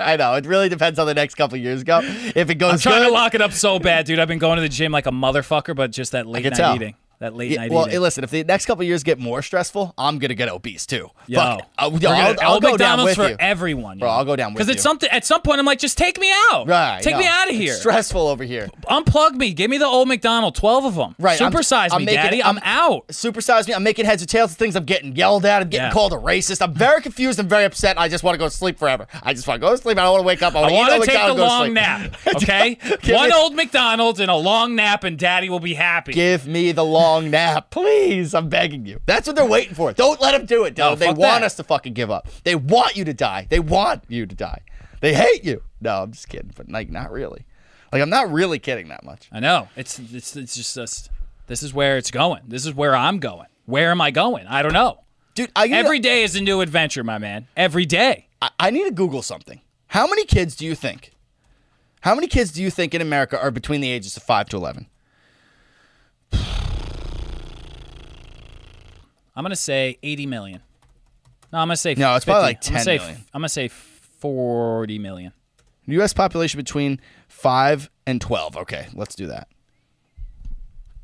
C: I know. It really depends on the next couple years go. If it
D: I'm
C: goes
D: trying
C: good,
D: to lock it up so bad, dude. I've been going to the gym like a motherfucker, but just that
C: I
D: late
C: can
D: night
C: tell.
D: eating, that late
C: Yeah,
D: night
C: well,
D: eating.
C: listen, if the next couple years get more stressful, I'm going to get obese too.
D: Yo,
C: Fuck. it. I'll,
D: we're gonna-
C: I'll- I'll
D: old
C: go down
D: McDonald's
C: with
D: for
C: you.
D: everyone,
C: Bro, I'll go down with you.
D: because it's something. At some point, I'm like, just take me out.
C: Right.
D: Take
C: no.
D: me out of
C: It's
D: here.
C: stressful over here.
D: Unplug me. Give me the old McDonald. Twelve of them.
C: Right. I'm-
D: Supersize
C: I'm
D: me,
C: making-
D: daddy. I'm, out.
C: Supersize me. I'm making heads or tails of things. I'm getting yelled at. I'm getting
D: Yeah.
C: called a racist. I'm very confused. I'm very upset. I just want to go to sleep forever. I just want to go to sleep. I don't want to wake up. I
D: I
C: want to eat
D: want
C: all
D: to take a
C: McDonald's and go to
D: long
C: sleep.
D: nap. Okay,
C: Give
D: one
C: me-
D: old McDonald's and a long nap, and Daddy will be happy.
C: Give me the long nap, please. I'm begging you. That's what they're waiting for. Don't let them do it,
D: No,
C: though. they
D: fuck
C: want
D: that.
C: us to fucking give up. They want you to die. They want you to die. They hate you. No, I'm just kidding, but like not really. Like I'm not really kidding that much.
D: I know. It's it's it's just us. This is where it's going. This is where I'm going. Where am I going? I don't know.
C: Dude, I
D: every day is a new adventure, my man. Every day.
C: I, I need to Google something. How many kids do you think? How many kids do you think in America are between the ages of five to eleven?
D: I'm gonna say 80 million. No, I'm gonna say
C: No, it's probably
D: 50.
C: like
D: I'm gonna
C: 10
D: say,
C: million.
D: I'm gonna say 40 million.
C: U.S. population between five and twelve. Okay, let's do that.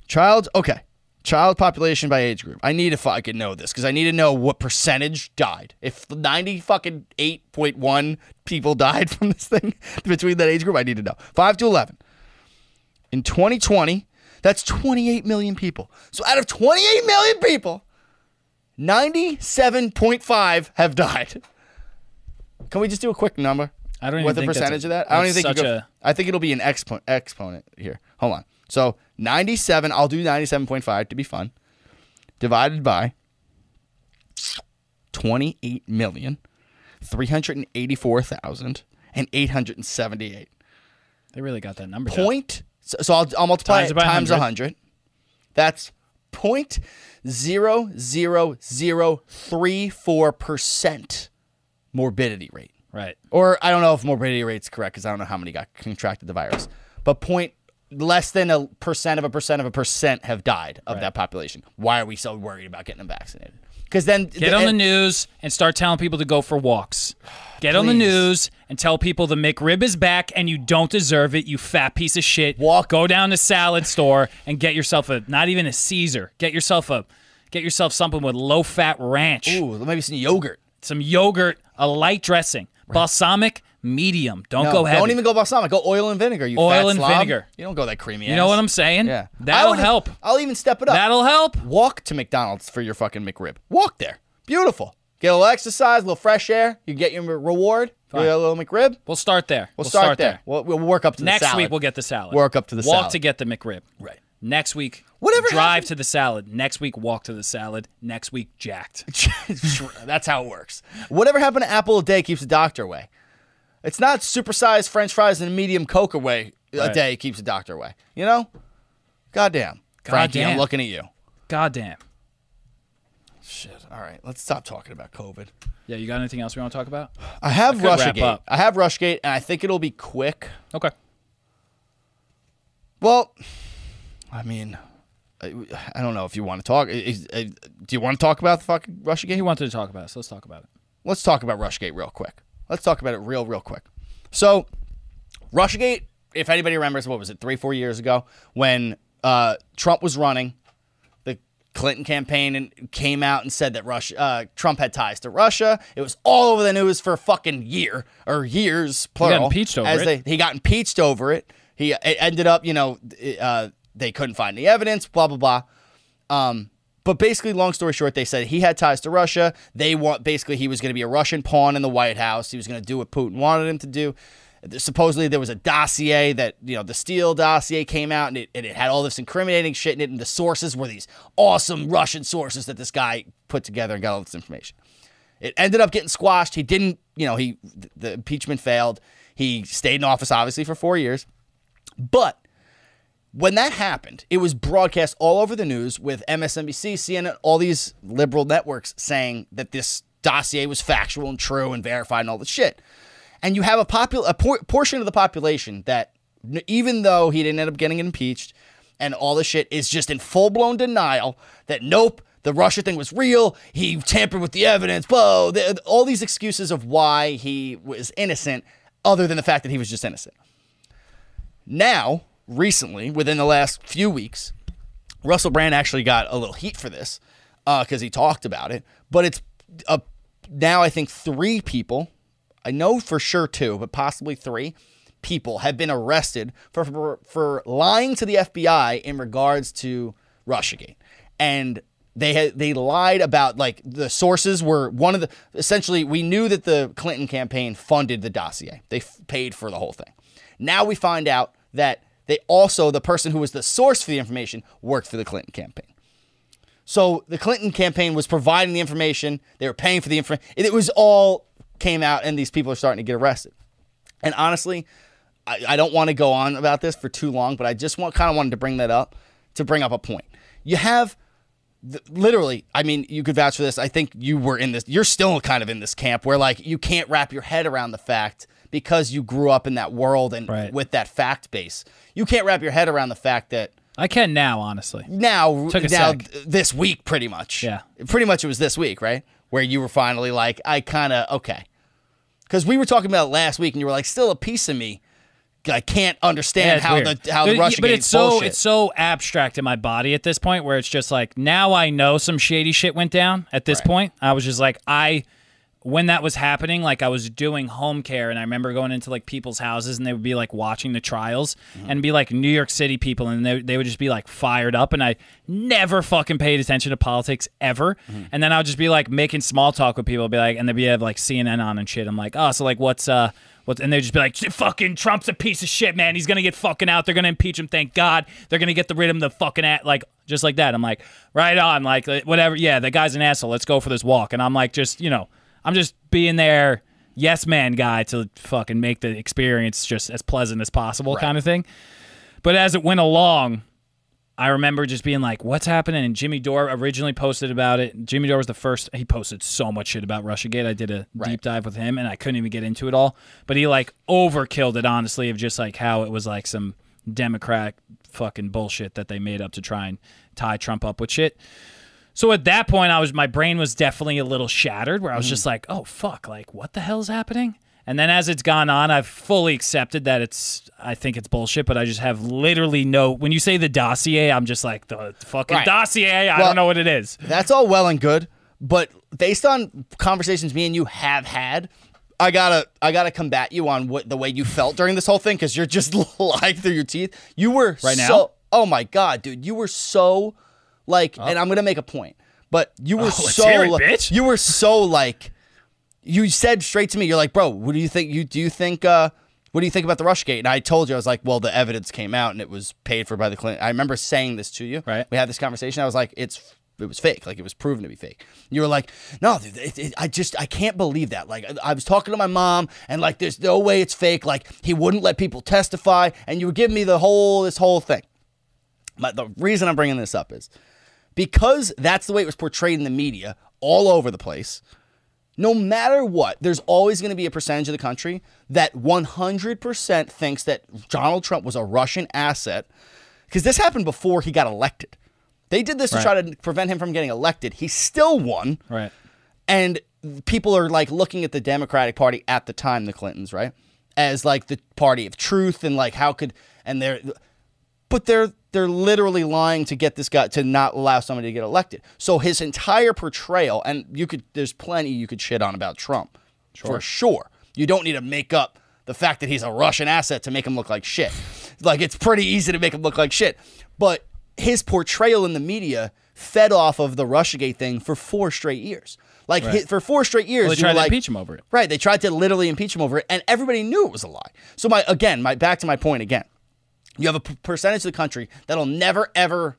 C: Child, okay. Child population by age group. I need to fucking know this because I need to know what percentage died. If ninety fucking eight point one people died from this thing between that age group, I need to know five to eleven. In 2020, that's 28 million people. So out of 28 million people, 97.5 have died. Can we just do a quick number?
D: I don't even
C: what the
D: think that's
C: percentage
D: a-
C: of that? I don't
D: that's
C: even think you
D: such
C: go,
D: a-
C: I think it'll be an expo- exponent here. Hold on. So 97, I'll do 97.5 to be fun. Divided by 28 million 384,878.
D: They really got that number. down.
C: Point so, so I'll, I'll multiply
D: Times
C: it
D: it by
C: times
D: 100.
C: 100. That's point zero zero zero three four percent morbidity rate.
D: Right.
C: Or I don't know if morbidity rate's correct because I don't know how many got contracted the virus. But point less than a percent of a percent of a percent have died of that population. Why are we so worried about getting them vaccinated? Because then
D: Get on the news and start telling people to go for walks. Get on the
C: Please.
D: news and tell people the McRib is back and you don't deserve it, you fat piece of shit. Walk. Go down to salad store and get yourself a not even a Caesar. Get yourself a get yourself something with low fat ranch. Ooh,
C: maybe some yogurt.
D: Some yogurt, a light dressing, balsamic, medium. Don't go heavy.
C: Don't even go balsamic. Go oil and vinegar. You
D: Oil
C: fat
D: and
C: slob.
D: vinegar.
C: You don't go that creamy.
D: You know
C: ass.
D: what I'm saying?
C: Yeah. I
D: That'll
C: would-
D: help.
C: I'll even step it up.
D: That'll help.
C: Walk to McDonald's for your fucking McRib. Walk there. Beautiful. Get a little exercise, a little fresh air. You get your reward. You
D: Fine.
C: get a little McRib.
D: We'll start there.
C: We'll, start, there. We'll, we'll work up to
D: Next
C: the salad.
D: week we'll get the salad.
C: Work up to the
D: walk
C: salad.
D: to get the McRib.
C: Right.
D: Next week, whatever. Drive to the salad. Next week, walk to the salad. Next week, jacked.
C: That's how it works. Whatever happened to apple a day keeps the doctor away. It's not supersized French fries and a medium Coke away a
D: Right.
C: day keeps the doctor away. You know? Goddamn. Frankie, I'm
D: Goddamn.
C: looking at you.
D: Goddamn.
C: Shit. All right, let's stop talking about COVID.
D: Yeah, you got anything else we want to talk about?
C: I have
D: could wrap
C: Rushgate.
D: up.
C: I have Rushgate, and I think it'll be quick.
D: Okay.
C: Well, I mean, I, I don't know if you want to talk. is- uh, do you want to talk about the fucking Rushgate? He
D: wanted to talk about it, so let's talk about it.
C: Let's talk about Rushgate real quick. Let's talk about it real, real quick. So, Rushgate, if anybody remembers, what was it, three, four years ago, when uh, Trump was running, the Clinton campaign and came out and said that Russia, uh, Trump had ties to Russia. It was all over the news for a fucking year or years, plural.
D: impeached over
C: as
D: it.
C: They, he got impeached over it. He it ended up, you know, th- uh, they couldn't find the evidence. Blah blah blah. Um, but basically, long story short, they said he had ties to Russia. They want basically he was going to be a Russian pawn in the White House. He was going to do what Putin wanted him to do. Supposedly there was a dossier that you know the Steele dossier came out and it, and it had all this incriminating shit in it, and the sources were these awesome Russian sources that this guy put together and got all this information. It ended up getting squashed. He didn't, you know, he th- the impeachment failed. He stayed in office obviously for 4 years. But when that happened, it was broadcast all over the news with MSNBC, CNN, all these liberal networks saying that this dossier was factual and true and verified and all this shit. And you have a popul- a por- portion of the population that n- even though he didn't end up getting impeached and all this shit is just in full-blown denial that nope, the Russia thing was real. He tampered with the evidence. Whoa, th- all these excuses of why he was innocent, other than the fact that he was just innocent. Now, recently, within the last few weeks, Russell Brand actually got a little heat for this because he talked about it. But it's uh, now, I think, three people, I know for sure two, but possibly three people have been arrested for, for, for lying to the FBI in regards to Russiagate. And they had they lied about like the sources were one of the essentially we knew that the Clinton campaign funded the dossier. They f- paid for the whole thing. Now we find out that they also, the person who was the source for the information, worked for the Clinton campaign. So the Clinton campaign was providing the information, they were paying for the information. It was all came out, and these people are starting to get arrested. And honestly, I, I don't want to go on about this for too long, but I just want kind of wanted to bring that up to bring up a point. You have th- literally, I mean, you could vouch for this. I think you were in this, you're still kind of in this camp where like you can't wrap your head around the fact because you grew up in that world and with that fact base. You can't wrap your head around the fact that
D: I can now, honestly.
C: now,
D: Took a
C: now
D: sec.
C: th- this week, pretty much. Yeah. Pretty much it was this week, right? Where you were finally like, I kind of, okay. Because we were talking about it last week and you were like, still a piece of me. I can't
D: Yeah,
C: understand
D: it's
C: how
D: weird.
C: the how the
D: But-
C: Russian
D: But it's so it's so abstract in my body at this point, where it's just like now I know some shady shit went down. At this point, I was just like I. When that was happening, like I was doing home care, and I remember going into like people's houses, and they would be like watching the trials, and be like New York City people, and they, they would just be like fired up, and I never fucking paid attention to politics ever, and then I would just be like making small talk with people, be like, and they'd be have like CNN on and shit. I'm like, oh, so like what's uh What's, and they'd just be like, fucking Trump's a piece of shit, man. He's going to get fucking out. They're going to impeach him. Thank God. They're going to get the rid of him, the fucking at, like, just like that. I'm like, right on. Like, like, whatever. Yeah, the guy's an asshole. Let's go for this walk. And I'm like, just, you know, I'm just being there, yes man guy to fucking make the experience just as pleasant as possible kind of thing. But as it went along, I remember just being like, what's happening? And Jimmy Dore originally posted about it. Jimmy Dore was the first. He posted so much shit about Russiagate. I did a deep dive with him and I couldn't even get into it all. But he like overkilled it, honestly, of just like how it was like some Democrat fucking bullshit that they made up to try and tie Trump up with shit. So at that point, I was my brain was definitely a little shattered, where I was
C: Mm-hmm.
D: just like, "Oh fuck! Like, what the hell's happening?" And then as it's gone on, I've fully accepted that it's. I think it's bullshit, but I just have literally no. When you say the dossier, I'm just like the fucking
C: Right.
D: dossier. I
C: Well-
D: don't know what it is.
C: That's all well and good, but based on conversations me and you have had, I gotta I gotta combat you on what the way you felt during this whole thing because you're just lying through your teeth. You were
D: Right
C: so,
D: now?
C: Oh my god, dude, you were so like, and I'm gonna make a point, But you were
D: Oh, let's
C: so
D: hear it,
C: like-
D: bitch.
C: you were so like you said straight to me, you're like, bro, what do you think you do you think uh what do you think about the Rushgate? And I told you, I was like, well, the evidence came out and it was paid for by the Clinton. I remember saying this to you. Right. We had this conversation. I was like, it's it was fake. Like it was proven to be fake. You were like, no, dude, it, it- I just I can't believe that. Like I, I was talking to my mom and like there's no way it's fake. Like he wouldn't let people testify. And you were giving me the whole this whole thing. My, the reason I'm bringing this up is because that's the way it was portrayed in the media all over the place. No matter what, there's always going to be a percentage of the country that 100% thinks that Donald Trump was a Russian asset because this happened before he got elected. They did this
D: Right.
C: to try to prevent him from getting elected. He still won.
D: Right.
C: And people are like looking at the Democratic Party at the time, the Clintons, right? As like the party of truth and like how could and they're but they're they're literally lying to get this guy to not allow somebody to get elected. So his entire portrayal, and you could there's plenty you could shit on about Trump. For
D: Sure.
C: sure. You don't need to make up the fact that he's a Russian asset to make him look like shit. Like it's pretty easy to make him look like shit. But his portrayal in the media fed off of the Russiagate thing for four straight years. Like
D: Right.
C: hi- for four straight years,
D: Well, they
C: you
D: tried
C: were
D: to
C: like,
D: impeach him over it.
C: Right. They tried to literally impeach him over it, and everybody knew it was a lie. So my again, my back to my point again. You have a p- percentage of the country that'll never ever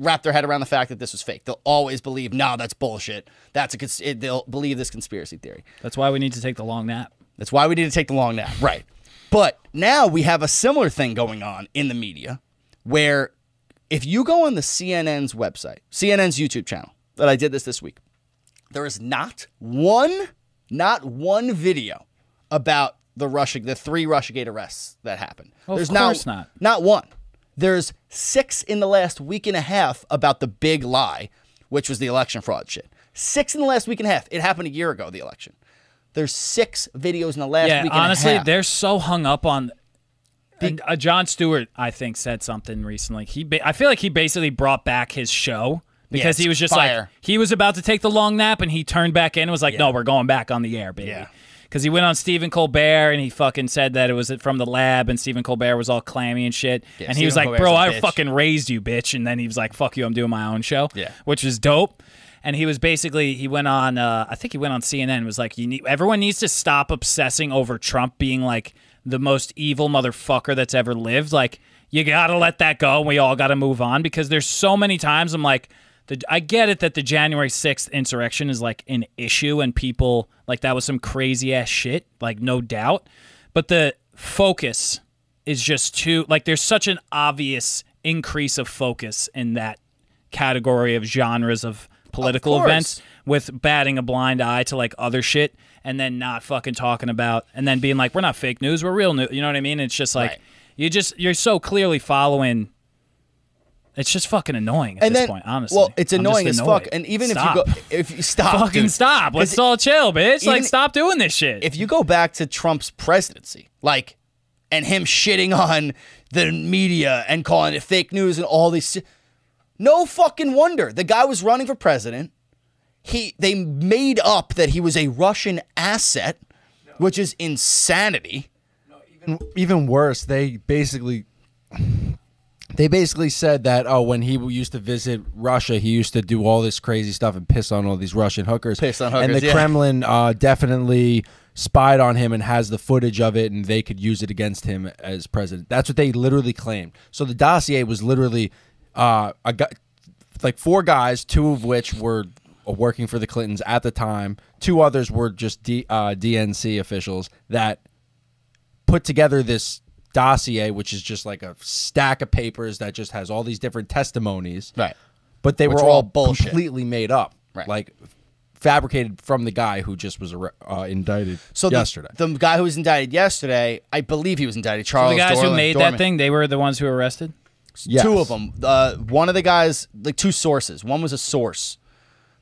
C: wrap their head around the fact that this was fake. They'll always believe, no, that's bullshit. That's a cons- it, they'll believe this conspiracy theory.
D: That's why we need to take the long nap.
C: That's why we need to take the long nap. Right. But now we have a similar thing going on in the media where if you go on the CNN's website, CNN's YouTube channel, that I did this this week, there is not one, not one video about the Russia, the three Russiagate arrests that happened.
D: Of
C: There's
D: course
C: not,
D: not.
C: Not one. There's six in the last week and a half about the big lie, which was the election fraud shit. Six in the last week and a half. It happened a year ago, the election. There's six videos in the last
D: yeah,
C: week and
D: honestly,
C: a half.
D: they're so hung up on. and, uh, John Stewart, I think, said something recently. He, ba- I feel like he basically brought back his show
C: Yeah,
D: because he
C: it's
D: was just like
C: fire.
D: he was about to take the long nap, and he turned back in and was like, "No, we're going back on the air, baby." Because he went on Stephen Colbert and he fucking said that it was from the lab, and Stephen Colbert was all clammy and shit.
C: Yeah,
D: and he was like,
C: Stephen
D: "Bro,
C: Colbert's a
D: I
C: bitch."
D: fucking raised you, bitch." And then he was like, "Fuck you, I'm doing my own show."
C: Yeah.
D: which was dope. And he was basically he went on uh, I think he went on CNN and was like you need everyone needs to stop obsessing over Trump being like the most evil motherfucker that's ever lived. Like you got to let that go and we all got to move on because there's so many times I'm like the, I get it that the January 6th insurrection is like an issue and people like that was some crazy ass shit, like no doubt. But the focus is just too like there's such an obvious increase of focus in that category of genres of political
C: course.
D: events with batting a blind eye to like other shit and then not fucking talking about and then being like we're not fake news we're real news you know what i mean it's just like you just you're so clearly following it's just fucking annoying at
C: and
D: this
C: then,
D: point honestly
C: well, it's
D: I'm just
C: annoying as fuck.
D: annoyed.
C: And even
D: Stop.
C: if you go, if you stop,
D: Fucking
C: dude.
D: stop. Let's
C: 'Cause
D: all chill, bitch. Like,
C: even-
D: stop doing this shit.
C: If you go back to Trump's presidency, like, and him shitting on the media and calling it fake news and all these, si- no fucking wonder the guy was running for president. He they made up that he was a Russian asset, which is insanity.
E: even, even worse, they basically they basically said that oh, when he used to visit Russia, he used to do all this crazy stuff and piss on all these Russian hookers. Piss
C: on
E: and
C: hookers,
E: the
C: yeah.
E: Kremlin uh, definitely spied on him and has the footage of it, and they could use it against him as president. That's what they literally claimed. So the dossier was literally uh, a guy, like four guys, two of which were working for the Clintons at the time. Two others were just D, uh, DNC officials that put together this dossier, which is just like a stack of papers that just has all these different testimonies.
C: Right.
E: But they
C: Which
E: were
C: were all
E: all
C: bullshit.
E: completely made up.
C: Right.
E: Like fabricated from the guy who just was arre- uh, indicted
C: So the-
E: yesterday.
C: the, guy who was indicted yesterday, I believe he was indicted.
D: So
C: Charles,
D: the guys who
C: Dorlan-
D: made
C: Dorman.
D: that thing they were the ones who were arrested
E: Yes.
C: Two of them. Uh, one of the guys, like two sources. One was a source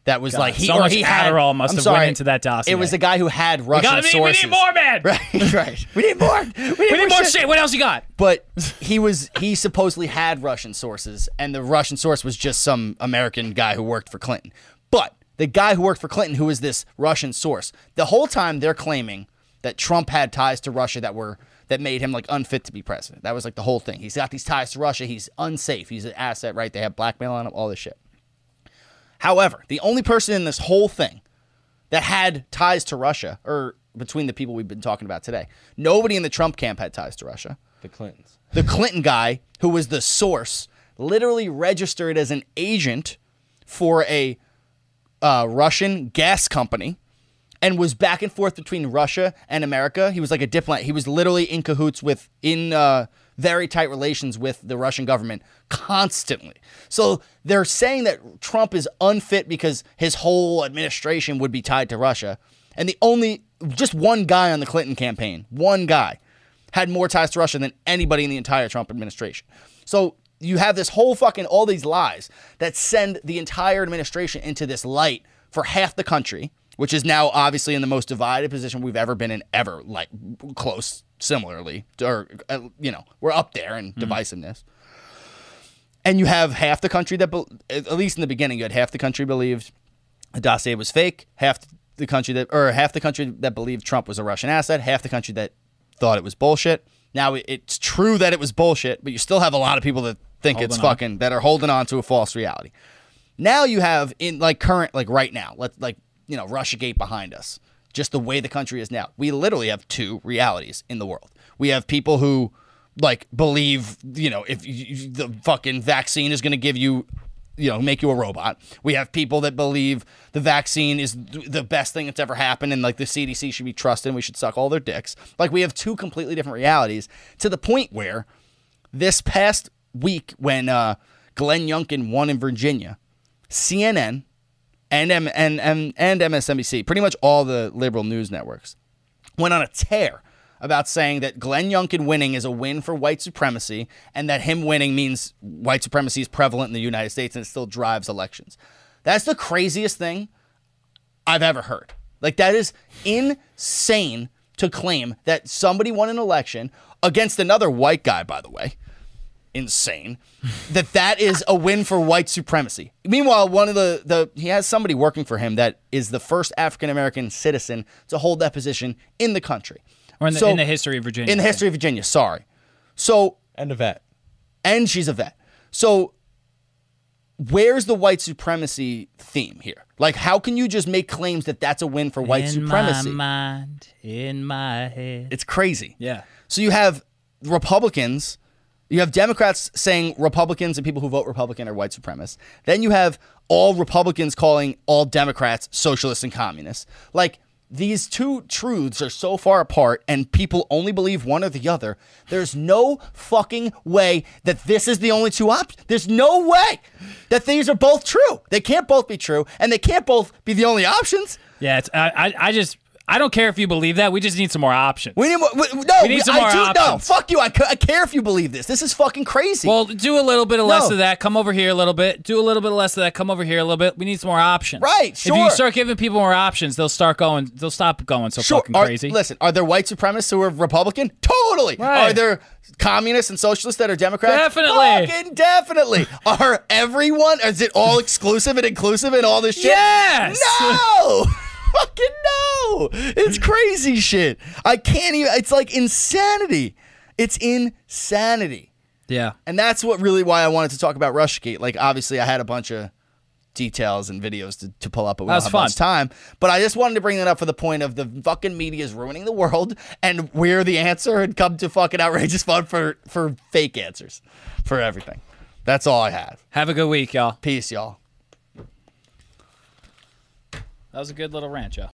C: that was
D: God,
C: like he
D: so
C: or
D: much
C: he had
D: Adderall must
C: I'm
D: have
C: sorry,
D: went into that dossier.
C: It was the guy who had
D: we
C: Russian
D: got we
C: sources.
D: need more man
C: Right, right. We need more. We need,
D: we need more shit what else you got
C: But he was he supposedly had Russian sources, and the Russian source was just some American guy who worked for Clinton. But the guy who worked for Clinton, who is this Russian source, the whole time they're claiming that Trump had ties to Russia that were that made him like unfit to be president. That was like the whole thing. He's got these ties to Russia. He's unsafe. He's an asset, right? They have blackmail on him. All this shit. However, the only person in this whole thing that had ties to Russia, or between the people we've been talking about today, nobody in the Trump camp had ties to Russia.
E: The Clintons.
C: The Clinton guy, who was the source, literally registered as an agent for a uh, Russian gas company and was back and forth between Russia and America. He was like a diplomat. He was literally in cahoots with, in uh, very tight relations with the Russian government constantly. So they're saying that Trump is unfit because his whole administration would be tied to Russia. And the only, just one guy on the Clinton campaign, one guy, had more ties to Russia than anybody in the entire Trump administration. So you have this whole fucking, all these lies that send the entire administration into this light for half the country which is now obviously in the most divided position we've ever been in ever like close similarly or uh, you know we're up there in divisiveness and you have half the country that bel at least in the beginning you had half the country believed the dossier was fake half the country that or half the country that believed trump was a russian asset half the country that thought it was bullshit now it- it's true that it was bullshit but you still have a lot of people that think
D: Holding
C: it's
D: on.
C: fucking that are holding on to a false reality now you have in like current like right now let's like you know russiagate behind us just the way the country is now we literally have two realities in the world we have people who like believe you know if you- you, the fucking vaccine is going to give you you know make you a robot we have people that believe the vaccine is th- the best thing that's ever happened and like the cdc should be trusted and we should suck all their dicks like we have two completely different realities to the point where this past week when uh, Glenn Youngkin won in Virginia, CNN and, M- and, and, and MSNBC, pretty much all the liberal news networks, went on a tear about saying that Glenn Youngkin winning is a win for white supremacy and that him winning means white supremacy is prevalent in the United States and it still drives elections. That's the craziest thing I've ever heard. Like that is insane to claim that somebody won an election against another white guy, by the way. Insane. that that is a win for white supremacy. Meanwhile, one of the the he has somebody working for him that is the first African American citizen to hold that position in the country.
D: Or in the- in the history of Virginia,
C: In the
D: yeah.
C: history of Virginia, sorry. So
E: And a vet.
C: And she's a vet. So where's the white supremacy theme here? Like, how can you just make claims that that's a win for white
D: in
C: supremacy?
D: my mind, in my head.
C: It's crazy.
D: Yeah.
C: So you have Republicans, you have Democrats saying Republicans and people who vote Republican are white supremacists. Then you have all Republicans calling all Democrats socialists and communists. Like these two truths are so far apart and people only believe one or the other. There's no fucking way that this is the only two options. There's no way that these are both true. They can't both be true and they can't both be the only options.
D: Yeah, it's, I, I, I just, I don't care if you believe that. We just need some more options.
C: We need more. We, no,
D: we need some
C: I
D: more
C: do, No,
D: options.
C: fuck you. I, ca- I care if you believe this. This is fucking crazy.
D: Well, do a little bit of less
C: No.
D: of that. Come over here a little bit. Do a little bit less of that. Come over here a little bit. We need some more options.
C: Right,
D: If
C: sure.
D: you start giving people more options, they'll start going. They'll stop going so
C: sure.
D: fucking
C: Are,
D: crazy.
C: listen, are there white supremacists who are Republican? Totally.
D: Right.
C: Are there communists and socialists that are Democrats?
D: Definitely.
C: Fucking definitely. are everyone? Is it all exclusive and inclusive and all this shit?
D: Yes.
C: No. fucking no. It's crazy shit. I can't even. It's like insanity. It's insanity.
D: yeah.
C: And that's what really why I wanted to talk about Rushgate. Like, obviously, I had a bunch of details and videos to, to pull up, but we
D: That
C: don't
D: was
C: have
D: fun.
C: much time. But I just wanted to bring that up for the point of the fucking media is ruining the world, and we're the answer, and come to fucking outrageous fun for for fake answers for everything. That's all I have.
D: Have a good week, y'all.
C: Peace, y'all.
D: That was a good little ranch, y'all.